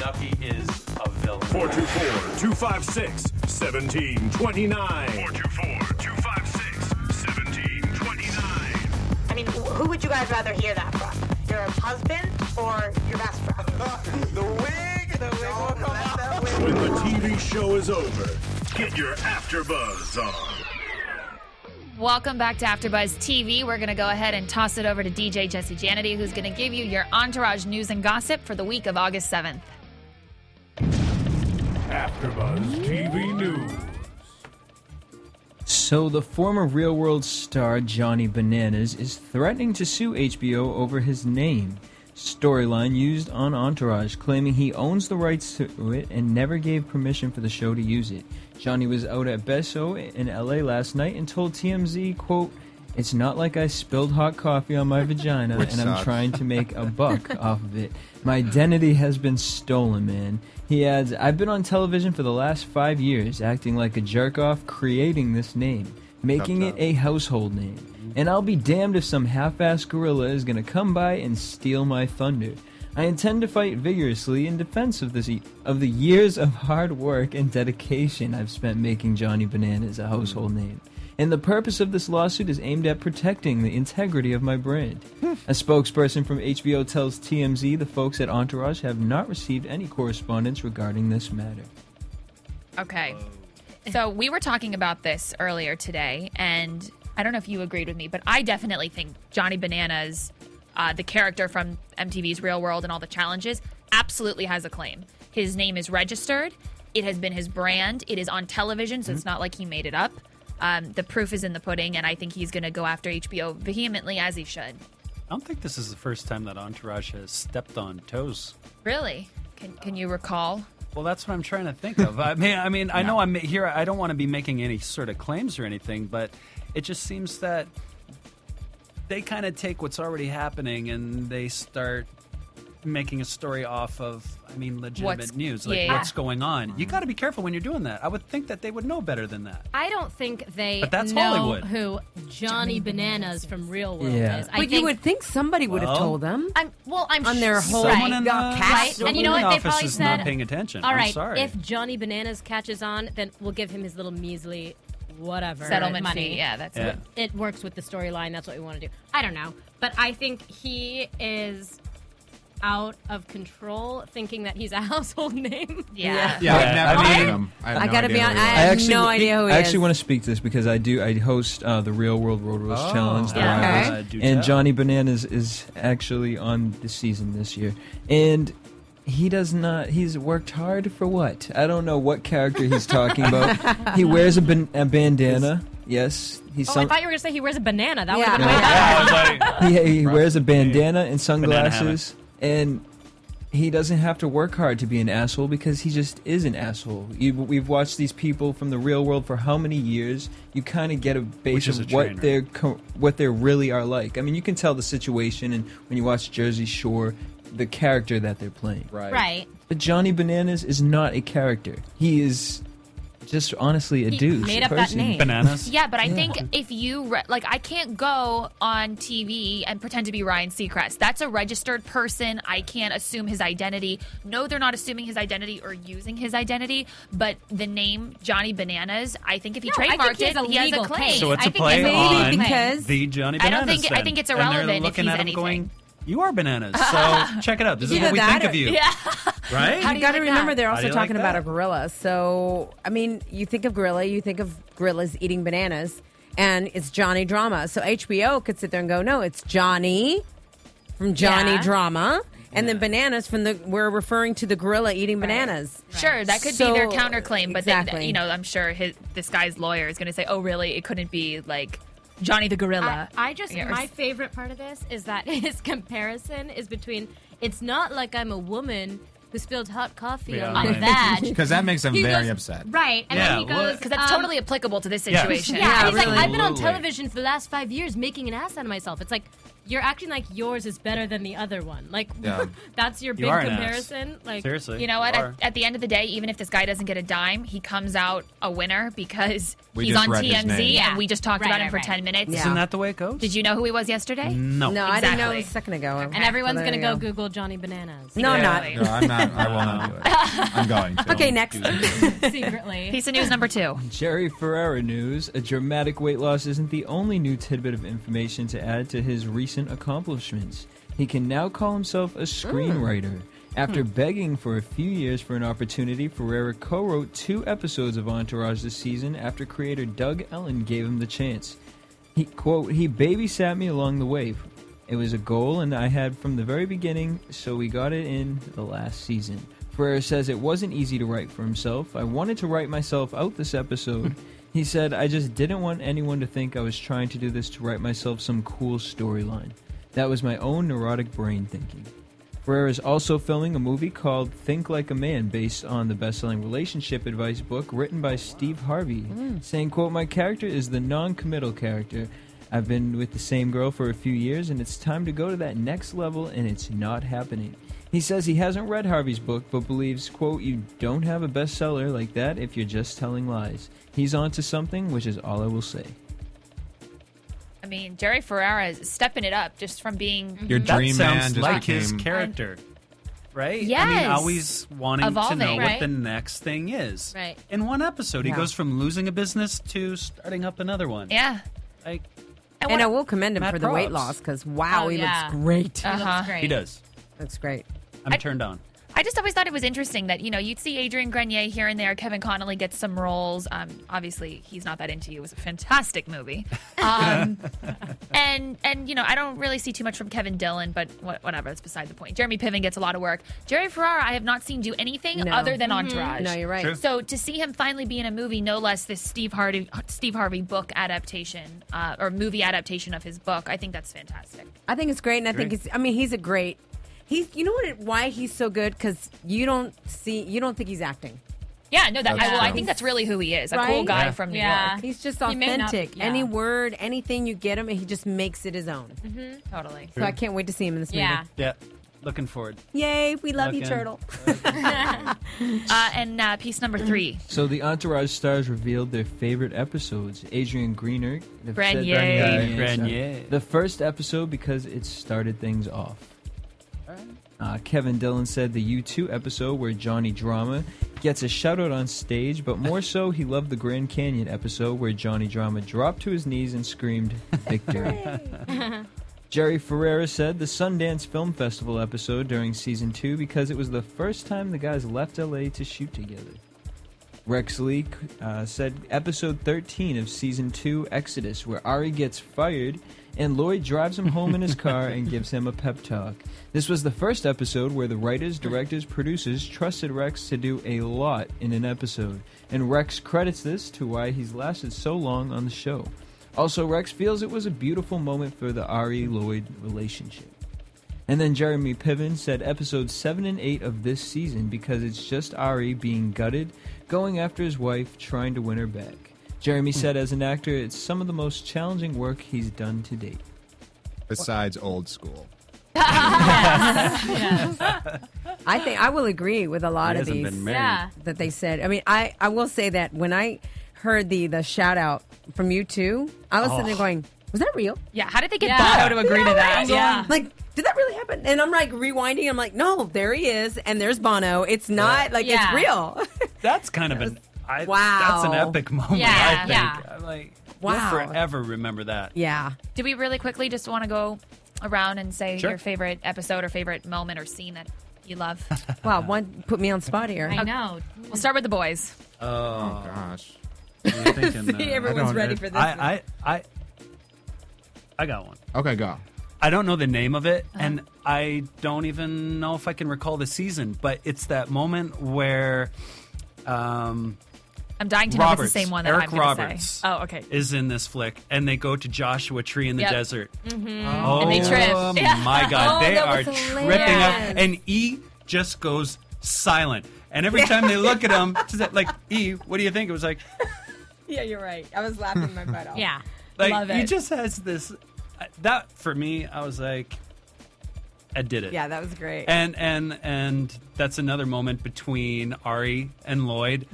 [SPEAKER 10] Nucky is a villain.
[SPEAKER 9] 424-256-1729. 424-256-1729.
[SPEAKER 11] I mean, wh- who would you guys rather hear that from? Your husband or your best friend?
[SPEAKER 10] the wig! The wig will come out.
[SPEAKER 9] When the TV show is over, get your AfterBuzz on.
[SPEAKER 2] Welcome back to AfterBuzz TV. We're going to go ahead and toss it over to DJ Jesse Janity, who's going to give you your entourage news and gossip for the week of August seventh.
[SPEAKER 9] AfterBuzz TV News.
[SPEAKER 7] So the former Real World star Johnny Bananas is threatening to sue HBO over his name. Storyline used on Entourage, claiming he owns the rights to it and never gave permission for the show to use it. Johnny was out at Besso in LA last night and told TMZ, quote, It's not like I spilled hot coffee on my vagina
[SPEAKER 3] Which
[SPEAKER 7] and I'm
[SPEAKER 3] sucks.
[SPEAKER 7] trying trying to make a buck off of it. My identity has been stolen, man. He adds, I've been on television for the last five years, acting like a jerk off, creating this name, making it a household name. And I'll be damned if some half assed gorilla is gonna come by and steal my thunder. I intend to fight vigorously in defense of this e- of the years of hard work and dedication I've spent making Johnny Bananas a household name. And the purpose of this lawsuit is aimed at protecting the integrity of my brand. a spokesperson from HBO tells TMZ the folks at Entourage have not received any correspondence regarding this matter.
[SPEAKER 2] Okay. So we were talking about this earlier today, and I don't know if you agreed with me, but I definitely think Johnny Bananas, uh, the character from MTV's Real World and all the challenges, absolutely has a claim. His name is registered, it has been his brand, it is on television, so
[SPEAKER 5] Mm-hmm.
[SPEAKER 2] it's not like he made it up. Um, the proof is in the pudding, and I think he's going to go after HBO vehemently as he should.
[SPEAKER 5] I don't think this is the first time that Entourage has stepped on toes.
[SPEAKER 2] Really? Can, can you recall?
[SPEAKER 5] Well, that's what I'm trying to think of. I mean, I mean, I know I'm here. I don't want to be making any sort of claims or anything, but it just seems that they kind of take what's already happening and they start making a story off of. I mean, legitimate
[SPEAKER 2] What's-
[SPEAKER 5] news, like
[SPEAKER 2] yeah.
[SPEAKER 5] what's going on. You got to be careful when you're doing that. I would think that they would know better than that.
[SPEAKER 6] I don't think they
[SPEAKER 5] But that's
[SPEAKER 6] know
[SPEAKER 5] Hollywood.
[SPEAKER 6] who Johnny Bananas from Real World
[SPEAKER 7] Yeah.
[SPEAKER 6] is. I
[SPEAKER 4] But
[SPEAKER 6] think,
[SPEAKER 4] you would think somebody would have
[SPEAKER 5] Well-
[SPEAKER 4] told them.
[SPEAKER 6] I'm well. I'm
[SPEAKER 4] On their
[SPEAKER 6] sh-
[SPEAKER 4] whole-
[SPEAKER 6] right.
[SPEAKER 5] Someone in the
[SPEAKER 4] Got
[SPEAKER 6] Right,
[SPEAKER 4] cast.
[SPEAKER 6] and you know what? They
[SPEAKER 5] Uh, office
[SPEAKER 6] probably
[SPEAKER 5] is
[SPEAKER 6] said,
[SPEAKER 5] not paying attention.
[SPEAKER 6] All
[SPEAKER 5] I'm
[SPEAKER 6] right,
[SPEAKER 5] sorry.
[SPEAKER 6] if Johnny Bananas catches on, then we'll give him his little measly whatever
[SPEAKER 2] Settlement
[SPEAKER 6] money.
[SPEAKER 2] fee. Yeah, that's
[SPEAKER 5] Yeah.
[SPEAKER 2] it.
[SPEAKER 6] It works with the storyline. That's what we want to do. I don't know, but I think he is out of control, thinking that he's a household name.
[SPEAKER 2] Yeah.
[SPEAKER 3] Yeah,
[SPEAKER 5] Yeah,
[SPEAKER 3] I've never
[SPEAKER 5] I
[SPEAKER 3] seen
[SPEAKER 5] mean-
[SPEAKER 3] him. I, have
[SPEAKER 4] I
[SPEAKER 3] no
[SPEAKER 4] gotta
[SPEAKER 3] idea
[SPEAKER 4] be
[SPEAKER 3] who
[SPEAKER 4] hon-
[SPEAKER 3] he
[SPEAKER 4] I
[SPEAKER 3] is.
[SPEAKER 4] have
[SPEAKER 7] actually,
[SPEAKER 4] no idea who he
[SPEAKER 7] I actually
[SPEAKER 4] is.
[SPEAKER 7] want to speak to this because I do. I host uh, the Real World Road Rules
[SPEAKER 3] Oh.
[SPEAKER 7] Challenge, the
[SPEAKER 2] Yeah.
[SPEAKER 7] live
[SPEAKER 4] Okay.
[SPEAKER 7] roast,
[SPEAKER 5] Uh, do tell.
[SPEAKER 7] and Johnny Bananas is actually on the season this year, and he does not. He's worked hard for what? I don't know what character he's talking about. He wears a, ban- a bandana. Yes, he's
[SPEAKER 6] Oh, I
[SPEAKER 7] some-
[SPEAKER 6] thought you were going to say he wears a banana. That
[SPEAKER 4] Yeah.
[SPEAKER 6] would have been
[SPEAKER 4] Yeah.
[SPEAKER 6] way better.
[SPEAKER 7] he, he wears a bandana
[SPEAKER 5] Banana
[SPEAKER 7] and sunglasses and he doesn't have to work hard to be an asshole because he just is an asshole. You, we've watched these people from the real world for how many years? You kind of get a base
[SPEAKER 5] Which is
[SPEAKER 7] of
[SPEAKER 5] a
[SPEAKER 7] what
[SPEAKER 5] train
[SPEAKER 7] they're co- what they really are like. I mean, you can tell the situation and when you watch Jersey Shore, the character that they're playing.
[SPEAKER 3] Right.
[SPEAKER 6] Right.
[SPEAKER 7] But Johnny Bananas is not a character. He is just honestly a
[SPEAKER 6] He
[SPEAKER 7] douche.
[SPEAKER 6] made
[SPEAKER 7] a
[SPEAKER 6] up that
[SPEAKER 7] person.
[SPEAKER 6] name.
[SPEAKER 5] Bananas.
[SPEAKER 2] Yeah, but I think if you re- like, I can't go on TV and pretend to be Ryan Seacrest. That's a registered person. I can't assume his identity. No, they're not assuming his identity or using his identity. But the name Johnny Bananas, I think if he
[SPEAKER 6] No, I think
[SPEAKER 2] trademarked
[SPEAKER 6] he has
[SPEAKER 2] it,
[SPEAKER 6] a
[SPEAKER 2] he has a
[SPEAKER 6] legal
[SPEAKER 2] claim.
[SPEAKER 6] case.
[SPEAKER 5] So it's
[SPEAKER 6] I
[SPEAKER 5] a
[SPEAKER 6] think
[SPEAKER 5] play
[SPEAKER 6] maybe
[SPEAKER 5] on
[SPEAKER 4] because-
[SPEAKER 5] the Johnny
[SPEAKER 2] I
[SPEAKER 5] Bananas.
[SPEAKER 2] don't think- I
[SPEAKER 5] then.
[SPEAKER 2] think it's
[SPEAKER 5] And they're
[SPEAKER 2] irrelevant if
[SPEAKER 5] looking
[SPEAKER 2] he's
[SPEAKER 5] at him
[SPEAKER 2] anything.
[SPEAKER 5] Going, you are bananas. So check it out. This is
[SPEAKER 4] Either
[SPEAKER 5] what we
[SPEAKER 4] that
[SPEAKER 5] think
[SPEAKER 4] or-
[SPEAKER 5] of you.
[SPEAKER 2] Yeah.
[SPEAKER 5] Right?
[SPEAKER 2] How do
[SPEAKER 4] You
[SPEAKER 2] you
[SPEAKER 4] got to
[SPEAKER 2] like
[SPEAKER 4] remember
[SPEAKER 2] that?
[SPEAKER 4] they're
[SPEAKER 5] How do
[SPEAKER 4] also
[SPEAKER 5] you like
[SPEAKER 4] talking about
[SPEAKER 5] that?
[SPEAKER 4] a gorilla. So I mean, you think of gorilla, you think of gorillas eating bananas, and it's Johnny Drama. So HBO could sit there and go, no, it's Johnny from Johnny
[SPEAKER 2] Yeah.
[SPEAKER 4] Drama. And then bananas from the we're referring to the gorilla eating bananas.
[SPEAKER 2] Sure, that could be their
[SPEAKER 4] So-
[SPEAKER 2] counterclaim, but
[SPEAKER 4] exactly.
[SPEAKER 2] then, you know, I'm sure his, this guy's lawyer is going to say, "Oh, really? It couldn't be like Johnny the Gorilla."
[SPEAKER 6] I, I just
[SPEAKER 2] Yeah, or
[SPEAKER 6] my
[SPEAKER 2] s-
[SPEAKER 6] favorite part of this is that his comparison is between it's not like I'm a woman who spilled hot coffee on my badge.
[SPEAKER 3] Because that makes them
[SPEAKER 6] He
[SPEAKER 3] very
[SPEAKER 6] goes-
[SPEAKER 3] upset.
[SPEAKER 6] Right, and then he goes
[SPEAKER 2] because that's
[SPEAKER 6] um,
[SPEAKER 2] totally applicable to this
[SPEAKER 3] Yeah.
[SPEAKER 2] situation.
[SPEAKER 6] Yeah, and he's like, I've been on television for the last five years making an ass out of myself. It's like you're acting like yours is better than the other one. Like
[SPEAKER 3] Yeah.
[SPEAKER 6] that's your
[SPEAKER 3] You
[SPEAKER 6] big
[SPEAKER 3] are an ass.
[SPEAKER 6] comparison. Like
[SPEAKER 3] Seriously.
[SPEAKER 2] You know what?
[SPEAKER 3] You
[SPEAKER 2] At,
[SPEAKER 3] are.
[SPEAKER 2] at the end of the day, even if this guy doesn't get a dime, he comes out a winner because
[SPEAKER 5] We
[SPEAKER 2] he's
[SPEAKER 5] just
[SPEAKER 2] on
[SPEAKER 5] read his
[SPEAKER 2] TMZ and
[SPEAKER 5] name.
[SPEAKER 2] we just talked
[SPEAKER 6] Right,
[SPEAKER 2] about him
[SPEAKER 6] right,
[SPEAKER 2] for
[SPEAKER 6] right.
[SPEAKER 2] 10 minutes.
[SPEAKER 5] Isn't that the way it goes?
[SPEAKER 2] Did you know who he was yesterday?
[SPEAKER 5] No.
[SPEAKER 4] No, I didn't know
[SPEAKER 2] Exactly.
[SPEAKER 4] it was a second ago.
[SPEAKER 2] And everyone's
[SPEAKER 4] So there
[SPEAKER 2] gonna
[SPEAKER 4] you
[SPEAKER 2] go
[SPEAKER 6] Google Johnny Bananas.
[SPEAKER 4] No, I'm not.
[SPEAKER 3] No, I'm not. I will not do it. I'm going to.
[SPEAKER 4] Okay, next.
[SPEAKER 6] Secretly.
[SPEAKER 2] Piece of news number two.
[SPEAKER 7] Jerry Ferrara news. A dramatic weight loss isn't the only new tidbit of information to add to his recent accomplishments. He can now call himself a
[SPEAKER 4] Hmm.
[SPEAKER 7] screenwriter. After begging for a few years for an opportunity, Ferrara co wrote two episodes of Entourage this season after creator Doug Ellen gave him the chance. He, quote, he babysat me along the way. It was a goal and I had from the very beginning, so we got it in the last season. Ferrer says it wasn't easy to write for himself. I wanted to write myself out this episode. he said, I just didn't want anyone to think I was trying to do this to write myself some cool storyline. That was my own neurotic brain thinking. Ferrer is also filming a movie called Think Like a Man based on the best-selling relationship advice book written by Steve Harvey, saying, quote, "My character is the non-committal character. I've been with the same girl for a few years and it's time to go to that next level and it's not happening." He says he hasn't read Harvey's book but believes, quote, "You don't have a bestseller like that if you're just telling lies." He's on to something, which is all I will say.
[SPEAKER 2] I mean, Jerry Ferrara is stepping it up just from being
[SPEAKER 3] Your
[SPEAKER 5] That
[SPEAKER 3] dream
[SPEAKER 5] sounds
[SPEAKER 3] man just
[SPEAKER 5] like his
[SPEAKER 3] became-
[SPEAKER 5] character, right? I
[SPEAKER 2] Yes.
[SPEAKER 5] mean, always wanting
[SPEAKER 2] Evolving,
[SPEAKER 5] to know
[SPEAKER 2] right?
[SPEAKER 5] what the next thing is.
[SPEAKER 2] Right.
[SPEAKER 5] In one episode,
[SPEAKER 2] Yeah.
[SPEAKER 5] he goes from losing a business to starting up another one.
[SPEAKER 2] Yeah.
[SPEAKER 5] Like,
[SPEAKER 4] And, I will commend him
[SPEAKER 5] Mad
[SPEAKER 4] for the weight
[SPEAKER 5] props.
[SPEAKER 4] loss because wow,
[SPEAKER 2] Oh,
[SPEAKER 4] he
[SPEAKER 2] yeah.
[SPEAKER 4] looks great.
[SPEAKER 2] He looks Uh-huh. great.
[SPEAKER 5] He does.
[SPEAKER 4] That's great.
[SPEAKER 5] I'm turned on.
[SPEAKER 2] I just always thought it was interesting that you know you'd see Adrian Grenier here and there. Kevin Connolly gets some roles. Um, obviously, he's not that into you. It was a fantastic movie, um, and and you know I don't really see too much from Kevin Dillon, but wha- whatever. That's beside the point. Jeremy Piven gets a lot of work. Jerry Ferrara, I have not seen do anything
[SPEAKER 4] No.
[SPEAKER 2] other than
[SPEAKER 4] Mhm.
[SPEAKER 2] Entourage.
[SPEAKER 4] No, you're right. True.
[SPEAKER 2] So to see him finally be in a movie, no less this Steve Harvey Steve Harvey book adaptation uh, or movie adaptation of his book, I think that's fantastic.
[SPEAKER 4] I think it's great, and I think
[SPEAKER 2] Agree.
[SPEAKER 4] it's. I mean, he's a great. He's. You know what? it- Why he's so good? Because you don't see. You don't think he's acting.
[SPEAKER 2] Yeah, no, that
[SPEAKER 4] That's
[SPEAKER 2] I, well, I
[SPEAKER 4] true.
[SPEAKER 2] think that's really who he is—a cool
[SPEAKER 4] Right?
[SPEAKER 2] guy from New York.
[SPEAKER 4] He's just
[SPEAKER 2] He may not-
[SPEAKER 4] authentic.
[SPEAKER 2] yeah.
[SPEAKER 4] Any word, anything you get him, and he just makes it his own.
[SPEAKER 2] Mm-hmm. Totally.
[SPEAKER 4] So I can't wait to see him in this
[SPEAKER 2] Yeah.
[SPEAKER 5] Yeah. Looking forward.
[SPEAKER 4] movie. Yay! We love you,
[SPEAKER 7] Looking.
[SPEAKER 4] Turtle.
[SPEAKER 2] uh, and uh, piece number three.
[SPEAKER 7] So the Entourage stars revealed their favorite episodes. Adrian Greener, the-
[SPEAKER 2] Grenier.
[SPEAKER 7] Grenier,
[SPEAKER 5] Grenier.
[SPEAKER 7] sorry.
[SPEAKER 5] Grenier.
[SPEAKER 7] the first episode because it started things off. Uh, Kevin Dillon said the U2 episode where Johnny Drama gets a shout out on stage, but more so, he loved the Grand Canyon episode where Johnny Drama dropped to his knees and screamed victory. Jerry Ferrera said the Sundance Film Festival episode during season two because it was the first time the guys left LA to shoot together. Rex Leak uh, said episode 13 of season 2 Exodus, where Ari gets fired and Lloyd drives him home in his car and gives him a pep talk. This was the first episode where the writers, directors, producers trusted Rex to do a lot in an episode, and Rex credits this to why he's lasted so long on the show. Also, Rex feels it was a beautiful moment for the Ari Lloyd relationship. And then Jeremy Piven said episodes 7 and 8 of this season because it's just Ari being gutted, going after his wife, trying to win her back. Jeremy said as an actor, it's some of the most challenging work he's done to date.
[SPEAKER 3] Besides old school.
[SPEAKER 4] I think I will agree with a lot
[SPEAKER 3] He
[SPEAKER 4] of
[SPEAKER 3] hasn't
[SPEAKER 4] these
[SPEAKER 3] been married. Yeah.
[SPEAKER 4] that they said. I mean, I, I will say that when I heard the the shout out from you two, I was sitting there
[SPEAKER 2] Oh.
[SPEAKER 4] going, "Was that real?"
[SPEAKER 2] Yeah, how did they get
[SPEAKER 4] Yeah.
[SPEAKER 2] Bono to agree to
[SPEAKER 4] No
[SPEAKER 2] that?
[SPEAKER 4] way. like did that really happen? And I'm like rewinding. I'm like, "No, there he is, and there's Bono. It's not like
[SPEAKER 2] Yeah.
[SPEAKER 4] it's real."
[SPEAKER 5] That's kind of an I,
[SPEAKER 4] Wow.
[SPEAKER 5] That's an epic moment. I
[SPEAKER 2] Yeah.
[SPEAKER 5] think.
[SPEAKER 2] Yeah.
[SPEAKER 5] I'm like,
[SPEAKER 2] Wow.
[SPEAKER 5] We'll forever remember that.
[SPEAKER 4] Yeah.
[SPEAKER 2] Do we really quickly just want to go around and say
[SPEAKER 5] Sure.
[SPEAKER 2] your favorite episode or favorite moment or scene that you love?
[SPEAKER 4] Wow, one put me on spot here.
[SPEAKER 2] know. We'll start with the boys.
[SPEAKER 3] Oh, gosh.
[SPEAKER 5] You're thinking,
[SPEAKER 4] See,
[SPEAKER 5] uh,
[SPEAKER 4] everyone's
[SPEAKER 5] I don't-
[SPEAKER 4] ready for this
[SPEAKER 5] I, I, I, I got one.
[SPEAKER 3] Okay, go.
[SPEAKER 5] I don't know the name of it,
[SPEAKER 2] Uh-huh.
[SPEAKER 5] and I don't even know if I can recall the season. But it's that moment where, um,
[SPEAKER 2] I'm dying to know if
[SPEAKER 5] Roberts,
[SPEAKER 2] it's the same one that
[SPEAKER 5] Eric
[SPEAKER 2] I'm going to
[SPEAKER 5] Roberts,
[SPEAKER 2] say. Oh, okay.
[SPEAKER 5] is in this flick, and they go to Joshua Tree in the
[SPEAKER 2] Yep.
[SPEAKER 5] desert.
[SPEAKER 2] Mhm.
[SPEAKER 5] Oh,
[SPEAKER 2] and they trip. Yeah.
[SPEAKER 5] my
[SPEAKER 2] Oh,
[SPEAKER 5] God, they
[SPEAKER 2] that
[SPEAKER 5] are
[SPEAKER 2] was
[SPEAKER 5] tripping
[SPEAKER 2] hilarious.
[SPEAKER 5] out, and E just goes silent. And every time they look at him, it's like E, what do you think? It was like.
[SPEAKER 4] Yeah, you're right. I was laughing my butt off.
[SPEAKER 6] Yeah.
[SPEAKER 5] Like he just has this. uh, That for me, I was like, I did it.
[SPEAKER 4] Yeah, that was great.
[SPEAKER 5] And and and that's another moment between Ari and Lloyd.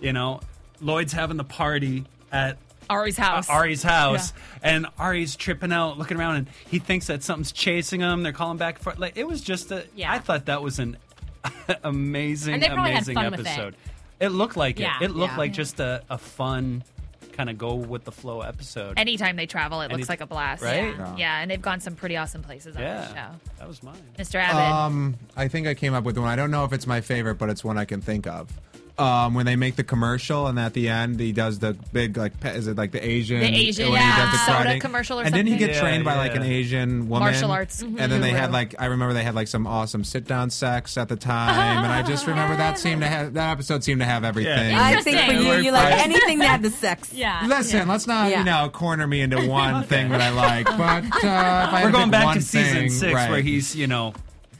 [SPEAKER 5] You know, Lloyd's having the party at uh,
[SPEAKER 2] Ari's house.
[SPEAKER 5] Ari's house, and Ari's tripping out, looking around, and he thinks that something's chasing him. They're calling back for like it was just a.
[SPEAKER 6] Yeah.
[SPEAKER 5] I thought that was an amazing,
[SPEAKER 6] And they probably had
[SPEAKER 5] amazing
[SPEAKER 6] fun with it.
[SPEAKER 5] episode. It looked like
[SPEAKER 2] Yeah,
[SPEAKER 5] it. It looked
[SPEAKER 2] yeah.
[SPEAKER 5] like just a, a fun kind of go with the flow episode.
[SPEAKER 2] Anytime they travel, it
[SPEAKER 5] Any-
[SPEAKER 2] looks like a blast.
[SPEAKER 5] right?
[SPEAKER 2] Yeah.
[SPEAKER 5] Yeah.
[SPEAKER 2] Yeah, and they've gone some pretty awesome places on this
[SPEAKER 5] Yeah.
[SPEAKER 2] show.
[SPEAKER 5] That was mine.
[SPEAKER 2] Mr. Abbott.
[SPEAKER 3] Um, I think I came up with one. I don't know if it's my favorite, but it's one I can think of. Um, when they make the commercial and at the end he does the big like pe- is it like the Asian
[SPEAKER 2] The Asian,
[SPEAKER 3] when he does
[SPEAKER 2] yeah.
[SPEAKER 3] the
[SPEAKER 2] Soda
[SPEAKER 3] karate?
[SPEAKER 2] commercial or
[SPEAKER 3] and didn't he
[SPEAKER 2] something?
[SPEAKER 3] get
[SPEAKER 2] Yeah,
[SPEAKER 3] trained by like
[SPEAKER 2] yeah.
[SPEAKER 3] an Asian woman
[SPEAKER 2] Martial arts.
[SPEAKER 3] and then they had
[SPEAKER 2] Mhm.
[SPEAKER 3] like I remember they had like some awesome sit down sex at the time and I just remember that seemed to have that episode seemed to have everything
[SPEAKER 4] I think for you, you like
[SPEAKER 3] Right.
[SPEAKER 4] anything that had the sex.
[SPEAKER 6] Yeah.
[SPEAKER 3] Listen, let's not you know corner me into one thing that I like, but uh, if I had
[SPEAKER 5] We're
[SPEAKER 3] to
[SPEAKER 5] going
[SPEAKER 3] pick
[SPEAKER 5] back
[SPEAKER 3] one
[SPEAKER 5] to season
[SPEAKER 3] thing,
[SPEAKER 5] six
[SPEAKER 3] right.
[SPEAKER 5] where he's, you know,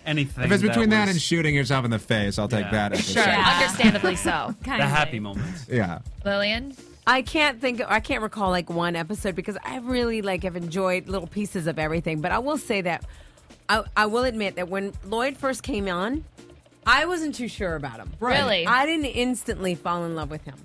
[SPEAKER 5] anything.
[SPEAKER 3] If it's between that,
[SPEAKER 5] was
[SPEAKER 3] and shooting yourself in the face, I'll take that. as a
[SPEAKER 2] Sure,
[SPEAKER 3] second.
[SPEAKER 2] understandably so.
[SPEAKER 5] the happy moments.
[SPEAKER 3] Yeah.
[SPEAKER 2] Lillian?
[SPEAKER 4] I can't think. I can't recall like one episode because I really like have enjoyed little pieces of everything. But I will say that I, I will admit that when Lloyd first came on, I wasn't too sure about him.
[SPEAKER 2] Right. Really?
[SPEAKER 4] I didn't instantly fall in love with him.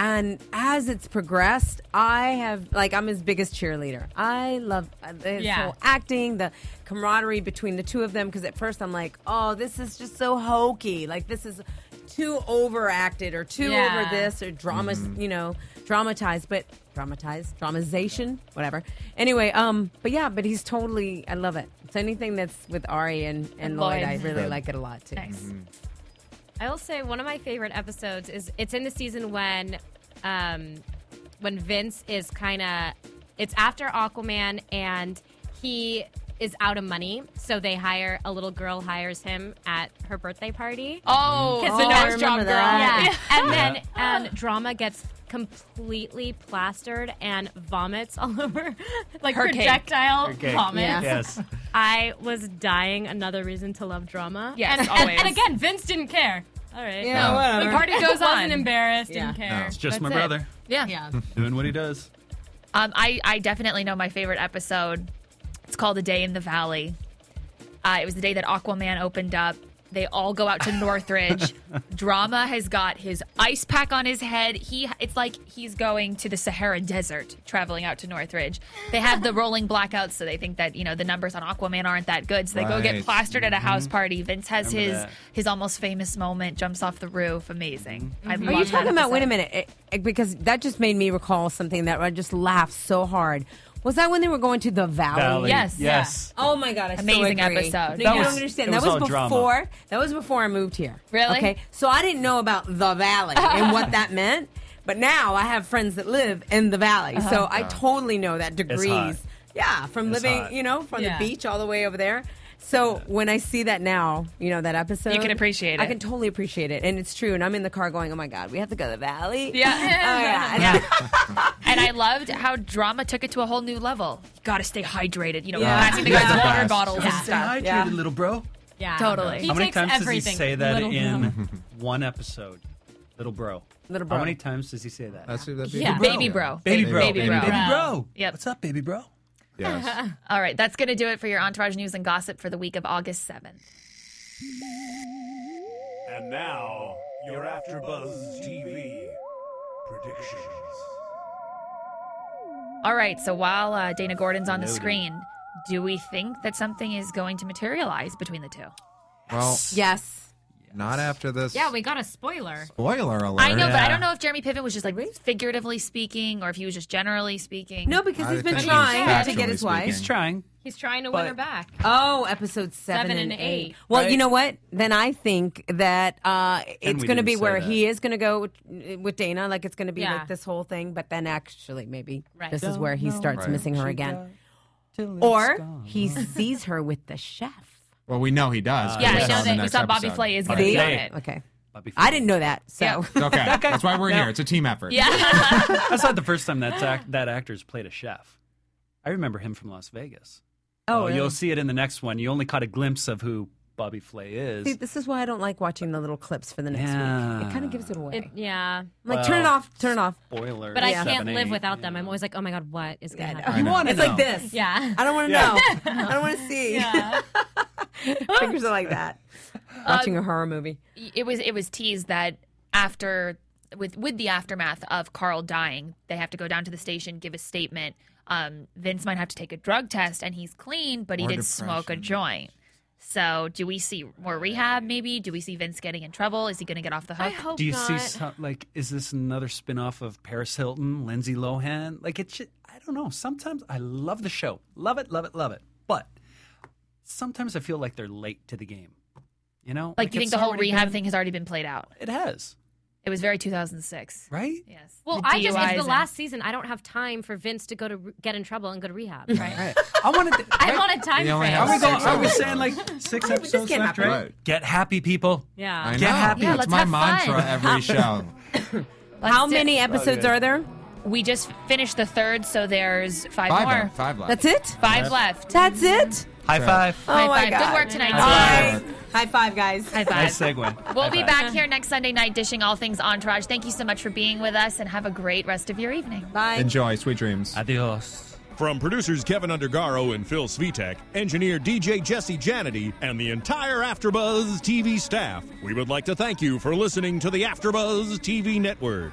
[SPEAKER 4] And as it's progressed, I have like I'm his biggest cheerleader. I love uh, his
[SPEAKER 6] Yeah.
[SPEAKER 4] whole acting, the camaraderie between the two of them. Because at first I'm like, oh, this is just so hokey. Like this is too overacted or too
[SPEAKER 6] Yeah.
[SPEAKER 4] over this or drama,
[SPEAKER 5] Mm-hmm.
[SPEAKER 4] you know, dramatized, but dramatized, dramatization, whatever. Anyway, um, but yeah, but he's totally, I love it. So anything that's with Ari and, and,
[SPEAKER 2] And
[SPEAKER 4] Lloyd,
[SPEAKER 2] Lloyd.
[SPEAKER 4] I really
[SPEAKER 2] Good.
[SPEAKER 4] like it a lot too.
[SPEAKER 5] Mm-hmm.
[SPEAKER 6] I will say one of my favorite episodes is it's in the season when um when Vince is kind of it's after Aquaman and he is out of money, so they hire a little girl hires him at her birthday party.
[SPEAKER 2] Oh,
[SPEAKER 6] Gets
[SPEAKER 2] oh,
[SPEAKER 6] the
[SPEAKER 2] I
[SPEAKER 6] nose
[SPEAKER 2] remember
[SPEAKER 6] job girl.
[SPEAKER 2] that.
[SPEAKER 6] Yeah. and then and drama gets completely plastered and vomits all over like
[SPEAKER 2] Her cake.
[SPEAKER 6] projectile
[SPEAKER 5] Her cake.
[SPEAKER 6] vomits.
[SPEAKER 5] Yes.
[SPEAKER 6] I was dying another reason to love drama.
[SPEAKER 2] Yes,
[SPEAKER 6] and, and-
[SPEAKER 2] always.
[SPEAKER 6] And, again, Vince didn't care. All right.
[SPEAKER 4] Yeah,
[SPEAKER 3] No.
[SPEAKER 4] whatever.
[SPEAKER 6] The party goes on.
[SPEAKER 2] Wasn't
[SPEAKER 6] embarrassed,
[SPEAKER 4] didn't
[SPEAKER 6] care.
[SPEAKER 5] It's just my
[SPEAKER 6] That's it.
[SPEAKER 5] brother
[SPEAKER 2] Yeah.
[SPEAKER 5] doing what he does.
[SPEAKER 2] Um, I, I definitely know my favorite episode. It's called A Day in the Valley. Uh, it was the day that Aquaman opened up. They all go out to Northridge. Drama has got his ice pack on his head. He it's like he's going to the Sahara Desert, traveling out to Northridge. They have the rolling blackouts, so they think that you know the numbers on Aquaman aren't that good. So they go get
[SPEAKER 3] Right.
[SPEAKER 2] plastered at a house party. Vince has
[SPEAKER 5] Mm-hmm. Remember
[SPEAKER 2] his
[SPEAKER 5] that.
[SPEAKER 2] his almost famous moment, jumps off the roof. Amazing. I
[SPEAKER 4] Are
[SPEAKER 5] Mm-hmm.
[SPEAKER 2] love
[SPEAKER 4] you
[SPEAKER 2] that
[SPEAKER 4] talking about? Wait a
[SPEAKER 2] episode.
[SPEAKER 4] minute, it- it- because that just made me recall something that I just laughed so hard. Was that when they were going to the valley?
[SPEAKER 5] Valley.
[SPEAKER 2] Yes.
[SPEAKER 5] Yes.
[SPEAKER 4] Oh my god! I so
[SPEAKER 2] Amazing
[SPEAKER 4] agree.
[SPEAKER 2] episode.
[SPEAKER 4] No,
[SPEAKER 5] That
[SPEAKER 4] you
[SPEAKER 5] was-
[SPEAKER 4] don't understand.
[SPEAKER 5] it
[SPEAKER 4] That
[SPEAKER 5] was
[SPEAKER 4] was
[SPEAKER 5] all drama.
[SPEAKER 4] before. That was before I moved here.
[SPEAKER 2] Really?
[SPEAKER 4] Okay. So I didn't know about the valley and what that meant. But now I have friends that live in the valley,
[SPEAKER 2] Uh-huh.
[SPEAKER 4] so I totally know that
[SPEAKER 5] hot.
[SPEAKER 4] degrees. Yeah, from
[SPEAKER 5] It's
[SPEAKER 4] living,
[SPEAKER 5] hot.
[SPEAKER 4] you know, from
[SPEAKER 6] Yeah.
[SPEAKER 4] the beach all the way over there. So when I see that now, you know that episode,
[SPEAKER 2] You can appreciate
[SPEAKER 4] I
[SPEAKER 2] it.
[SPEAKER 4] can totally appreciate it, and it's true. And I'm in the car going, "Oh my god, we have to go to the valley."
[SPEAKER 2] Yeah.
[SPEAKER 4] Oh, yeah.
[SPEAKER 2] Yeah. and I loved how drama took it to a whole new level. You gotta stay hydrated. You know,
[SPEAKER 4] Yeah.
[SPEAKER 2] passing the
[SPEAKER 3] Yeah.
[SPEAKER 2] guys
[SPEAKER 3] The
[SPEAKER 2] water
[SPEAKER 3] best.
[SPEAKER 2] bottles and
[SPEAKER 6] Yeah.
[SPEAKER 5] Stay
[SPEAKER 2] stuff.
[SPEAKER 5] hydrated,
[SPEAKER 4] Yeah.
[SPEAKER 5] little bro.
[SPEAKER 6] Yeah.
[SPEAKER 2] Totally.
[SPEAKER 6] He
[SPEAKER 5] How many
[SPEAKER 6] takes
[SPEAKER 5] times
[SPEAKER 6] everything.
[SPEAKER 5] does he say that
[SPEAKER 6] Little
[SPEAKER 5] in
[SPEAKER 6] Drama.
[SPEAKER 5] one episode? Little bro.
[SPEAKER 4] Little bro.
[SPEAKER 5] How many times does he say that?
[SPEAKER 3] That's, that'd be
[SPEAKER 6] Yeah.
[SPEAKER 3] a good
[SPEAKER 2] Baby
[SPEAKER 3] one.
[SPEAKER 2] bro.
[SPEAKER 5] baby, bro.
[SPEAKER 2] Baby bro.
[SPEAKER 5] Baby bro.
[SPEAKER 2] Yep.
[SPEAKER 5] What's up, baby bro?
[SPEAKER 3] Yes.
[SPEAKER 2] All right, that's gonna do it for your entourage news and gossip for the week of August 7th.
[SPEAKER 9] And now, your AfterBuzz TV predictions.
[SPEAKER 2] All right, so while uh, Dana Gordon's on the screen, do we think that something is going to materialize between the two?
[SPEAKER 3] Well,
[SPEAKER 4] Yes.
[SPEAKER 3] Not after this.
[SPEAKER 2] Yeah, we got a spoiler.
[SPEAKER 3] Spoiler alert.
[SPEAKER 2] I know, but I don't know if Jeremy Piven was just like figuratively speaking or if he was just generally speaking. Uh,
[SPEAKER 4] No, because he's I been think trying he's to get his factually wife. speaking.
[SPEAKER 5] He's trying.
[SPEAKER 6] He's trying to
[SPEAKER 4] But-
[SPEAKER 6] win her back.
[SPEAKER 4] Oh, episode seven,
[SPEAKER 6] Seven
[SPEAKER 4] and,
[SPEAKER 6] and
[SPEAKER 4] eight.
[SPEAKER 6] eight.
[SPEAKER 4] Well,
[SPEAKER 6] Right.
[SPEAKER 4] you know what? Then I think that uh, it's
[SPEAKER 6] we
[SPEAKER 4] going to
[SPEAKER 6] didn't
[SPEAKER 4] be
[SPEAKER 6] say
[SPEAKER 4] where
[SPEAKER 6] that.
[SPEAKER 4] he is going to go with, with Dana. Like it's going to be
[SPEAKER 6] Yeah.
[SPEAKER 4] like this whole thing, but then actually maybe
[SPEAKER 6] Right.
[SPEAKER 4] this is where he
[SPEAKER 6] Don't
[SPEAKER 4] starts
[SPEAKER 3] know
[SPEAKER 4] missing
[SPEAKER 3] what
[SPEAKER 4] her
[SPEAKER 3] she
[SPEAKER 4] again,
[SPEAKER 5] till it's
[SPEAKER 4] or
[SPEAKER 5] gone.
[SPEAKER 4] he sees her with the chef.
[SPEAKER 3] Well, we know he does.
[SPEAKER 4] Uh,
[SPEAKER 3] because
[SPEAKER 4] yeah, I
[SPEAKER 3] saw
[SPEAKER 4] know
[SPEAKER 3] it
[SPEAKER 4] that-
[SPEAKER 3] in
[SPEAKER 4] we
[SPEAKER 3] the next
[SPEAKER 4] saw Bobby
[SPEAKER 3] episode.
[SPEAKER 4] Flay is gonna See? be on it. Okay. I didn't know that, so
[SPEAKER 3] Okay, that's why we're here. It's a team effort.
[SPEAKER 5] That's not the first time that act, that actor's played a chef. I remember him from Las Vegas.
[SPEAKER 4] Oh, really?
[SPEAKER 5] you'll see it in the next one. You only caught a glimpse of who Bobby Flay is.
[SPEAKER 4] See, this is why I don't like watching the little clips for the next week. It kind
[SPEAKER 5] Yeah.
[SPEAKER 4] of gives it away.
[SPEAKER 6] It, yeah.
[SPEAKER 4] I'm like, turn it
[SPEAKER 5] Well,
[SPEAKER 4] off, turn it off.
[SPEAKER 5] Spoiler.
[SPEAKER 6] But I
[SPEAKER 5] seven,
[SPEAKER 6] can't live
[SPEAKER 5] eight.
[SPEAKER 6] without them. I'm always like, oh my God, what is going to
[SPEAKER 5] You
[SPEAKER 6] happen?
[SPEAKER 5] wanna
[SPEAKER 4] It's
[SPEAKER 5] know.
[SPEAKER 4] like this.
[SPEAKER 6] Yeah.
[SPEAKER 4] I don't want to
[SPEAKER 5] Yeah.
[SPEAKER 4] know. I don't want to see. Fingers are like that. Watching a horror movie.
[SPEAKER 2] it was it was teased that after with with the aftermath of Carl dying, they have to go down to the station, give a statement. Um, Vince might have to take a drug test, and he's clean, but he
[SPEAKER 12] Or
[SPEAKER 2] did smoke a joint. So, do we see more rehab? Maybe do we see Vince getting in trouble? Is he going to get off the hook? I hope
[SPEAKER 5] Do you see some, like is this another spin-off of Paris Hilton, Lindsay Lohan? Like it's ju- I don't know. Sometimes I love the show. Love it, love it, love it. But sometimes I feel like they're late to the game. You know?
[SPEAKER 2] like, do you think
[SPEAKER 5] it's
[SPEAKER 2] the whole
[SPEAKER 5] already
[SPEAKER 2] rehab
[SPEAKER 5] been-
[SPEAKER 2] thing has already been played out?
[SPEAKER 5] It has.
[SPEAKER 2] It was very 2006,
[SPEAKER 5] right?
[SPEAKER 2] Yes.
[SPEAKER 6] Well,
[SPEAKER 2] The
[SPEAKER 6] I just,
[SPEAKER 2] DUIs
[SPEAKER 6] it's the
[SPEAKER 2] and-
[SPEAKER 6] last season. I don't have time for Vince to go to re- get in trouble and go to rehab. Right.
[SPEAKER 5] I wanted to.
[SPEAKER 6] I want a time
[SPEAKER 5] Are
[SPEAKER 6] frame.
[SPEAKER 5] we, going, are we saying like six episodes
[SPEAKER 6] can't
[SPEAKER 5] left,
[SPEAKER 6] happen.
[SPEAKER 5] right? Get happy, people.
[SPEAKER 6] Yeah.
[SPEAKER 3] I know.
[SPEAKER 5] Get happy.
[SPEAKER 3] That's my mantra every show.
[SPEAKER 4] How many episodes
[SPEAKER 2] Okay.
[SPEAKER 4] are there?
[SPEAKER 2] We just finished the third, so there's five,
[SPEAKER 4] Five
[SPEAKER 2] more.
[SPEAKER 4] left, five left. That's it?
[SPEAKER 2] Five
[SPEAKER 4] Yep.
[SPEAKER 2] left.
[SPEAKER 4] That's it? Oh
[SPEAKER 5] High five.
[SPEAKER 2] High
[SPEAKER 4] my
[SPEAKER 2] five. Good
[SPEAKER 4] God.
[SPEAKER 2] work tonight,
[SPEAKER 4] High
[SPEAKER 2] team.
[SPEAKER 4] five. High five, guys.
[SPEAKER 2] High five.
[SPEAKER 5] Nice segue.
[SPEAKER 2] We'll
[SPEAKER 5] High
[SPEAKER 2] be
[SPEAKER 5] five.
[SPEAKER 2] back here next Sunday night dishing all things Entourage. Thank you so much for being with us and have a great rest of your evening. Bye.
[SPEAKER 3] Enjoy. Sweet dreams.
[SPEAKER 5] Adios.
[SPEAKER 9] From producers Kevin Undergaro and Phil Svitek, engineer DJ Jesse Janity, and the entire AfterBuzz TV staff, we would like to thank you for listening to the AfterBuzz TV network.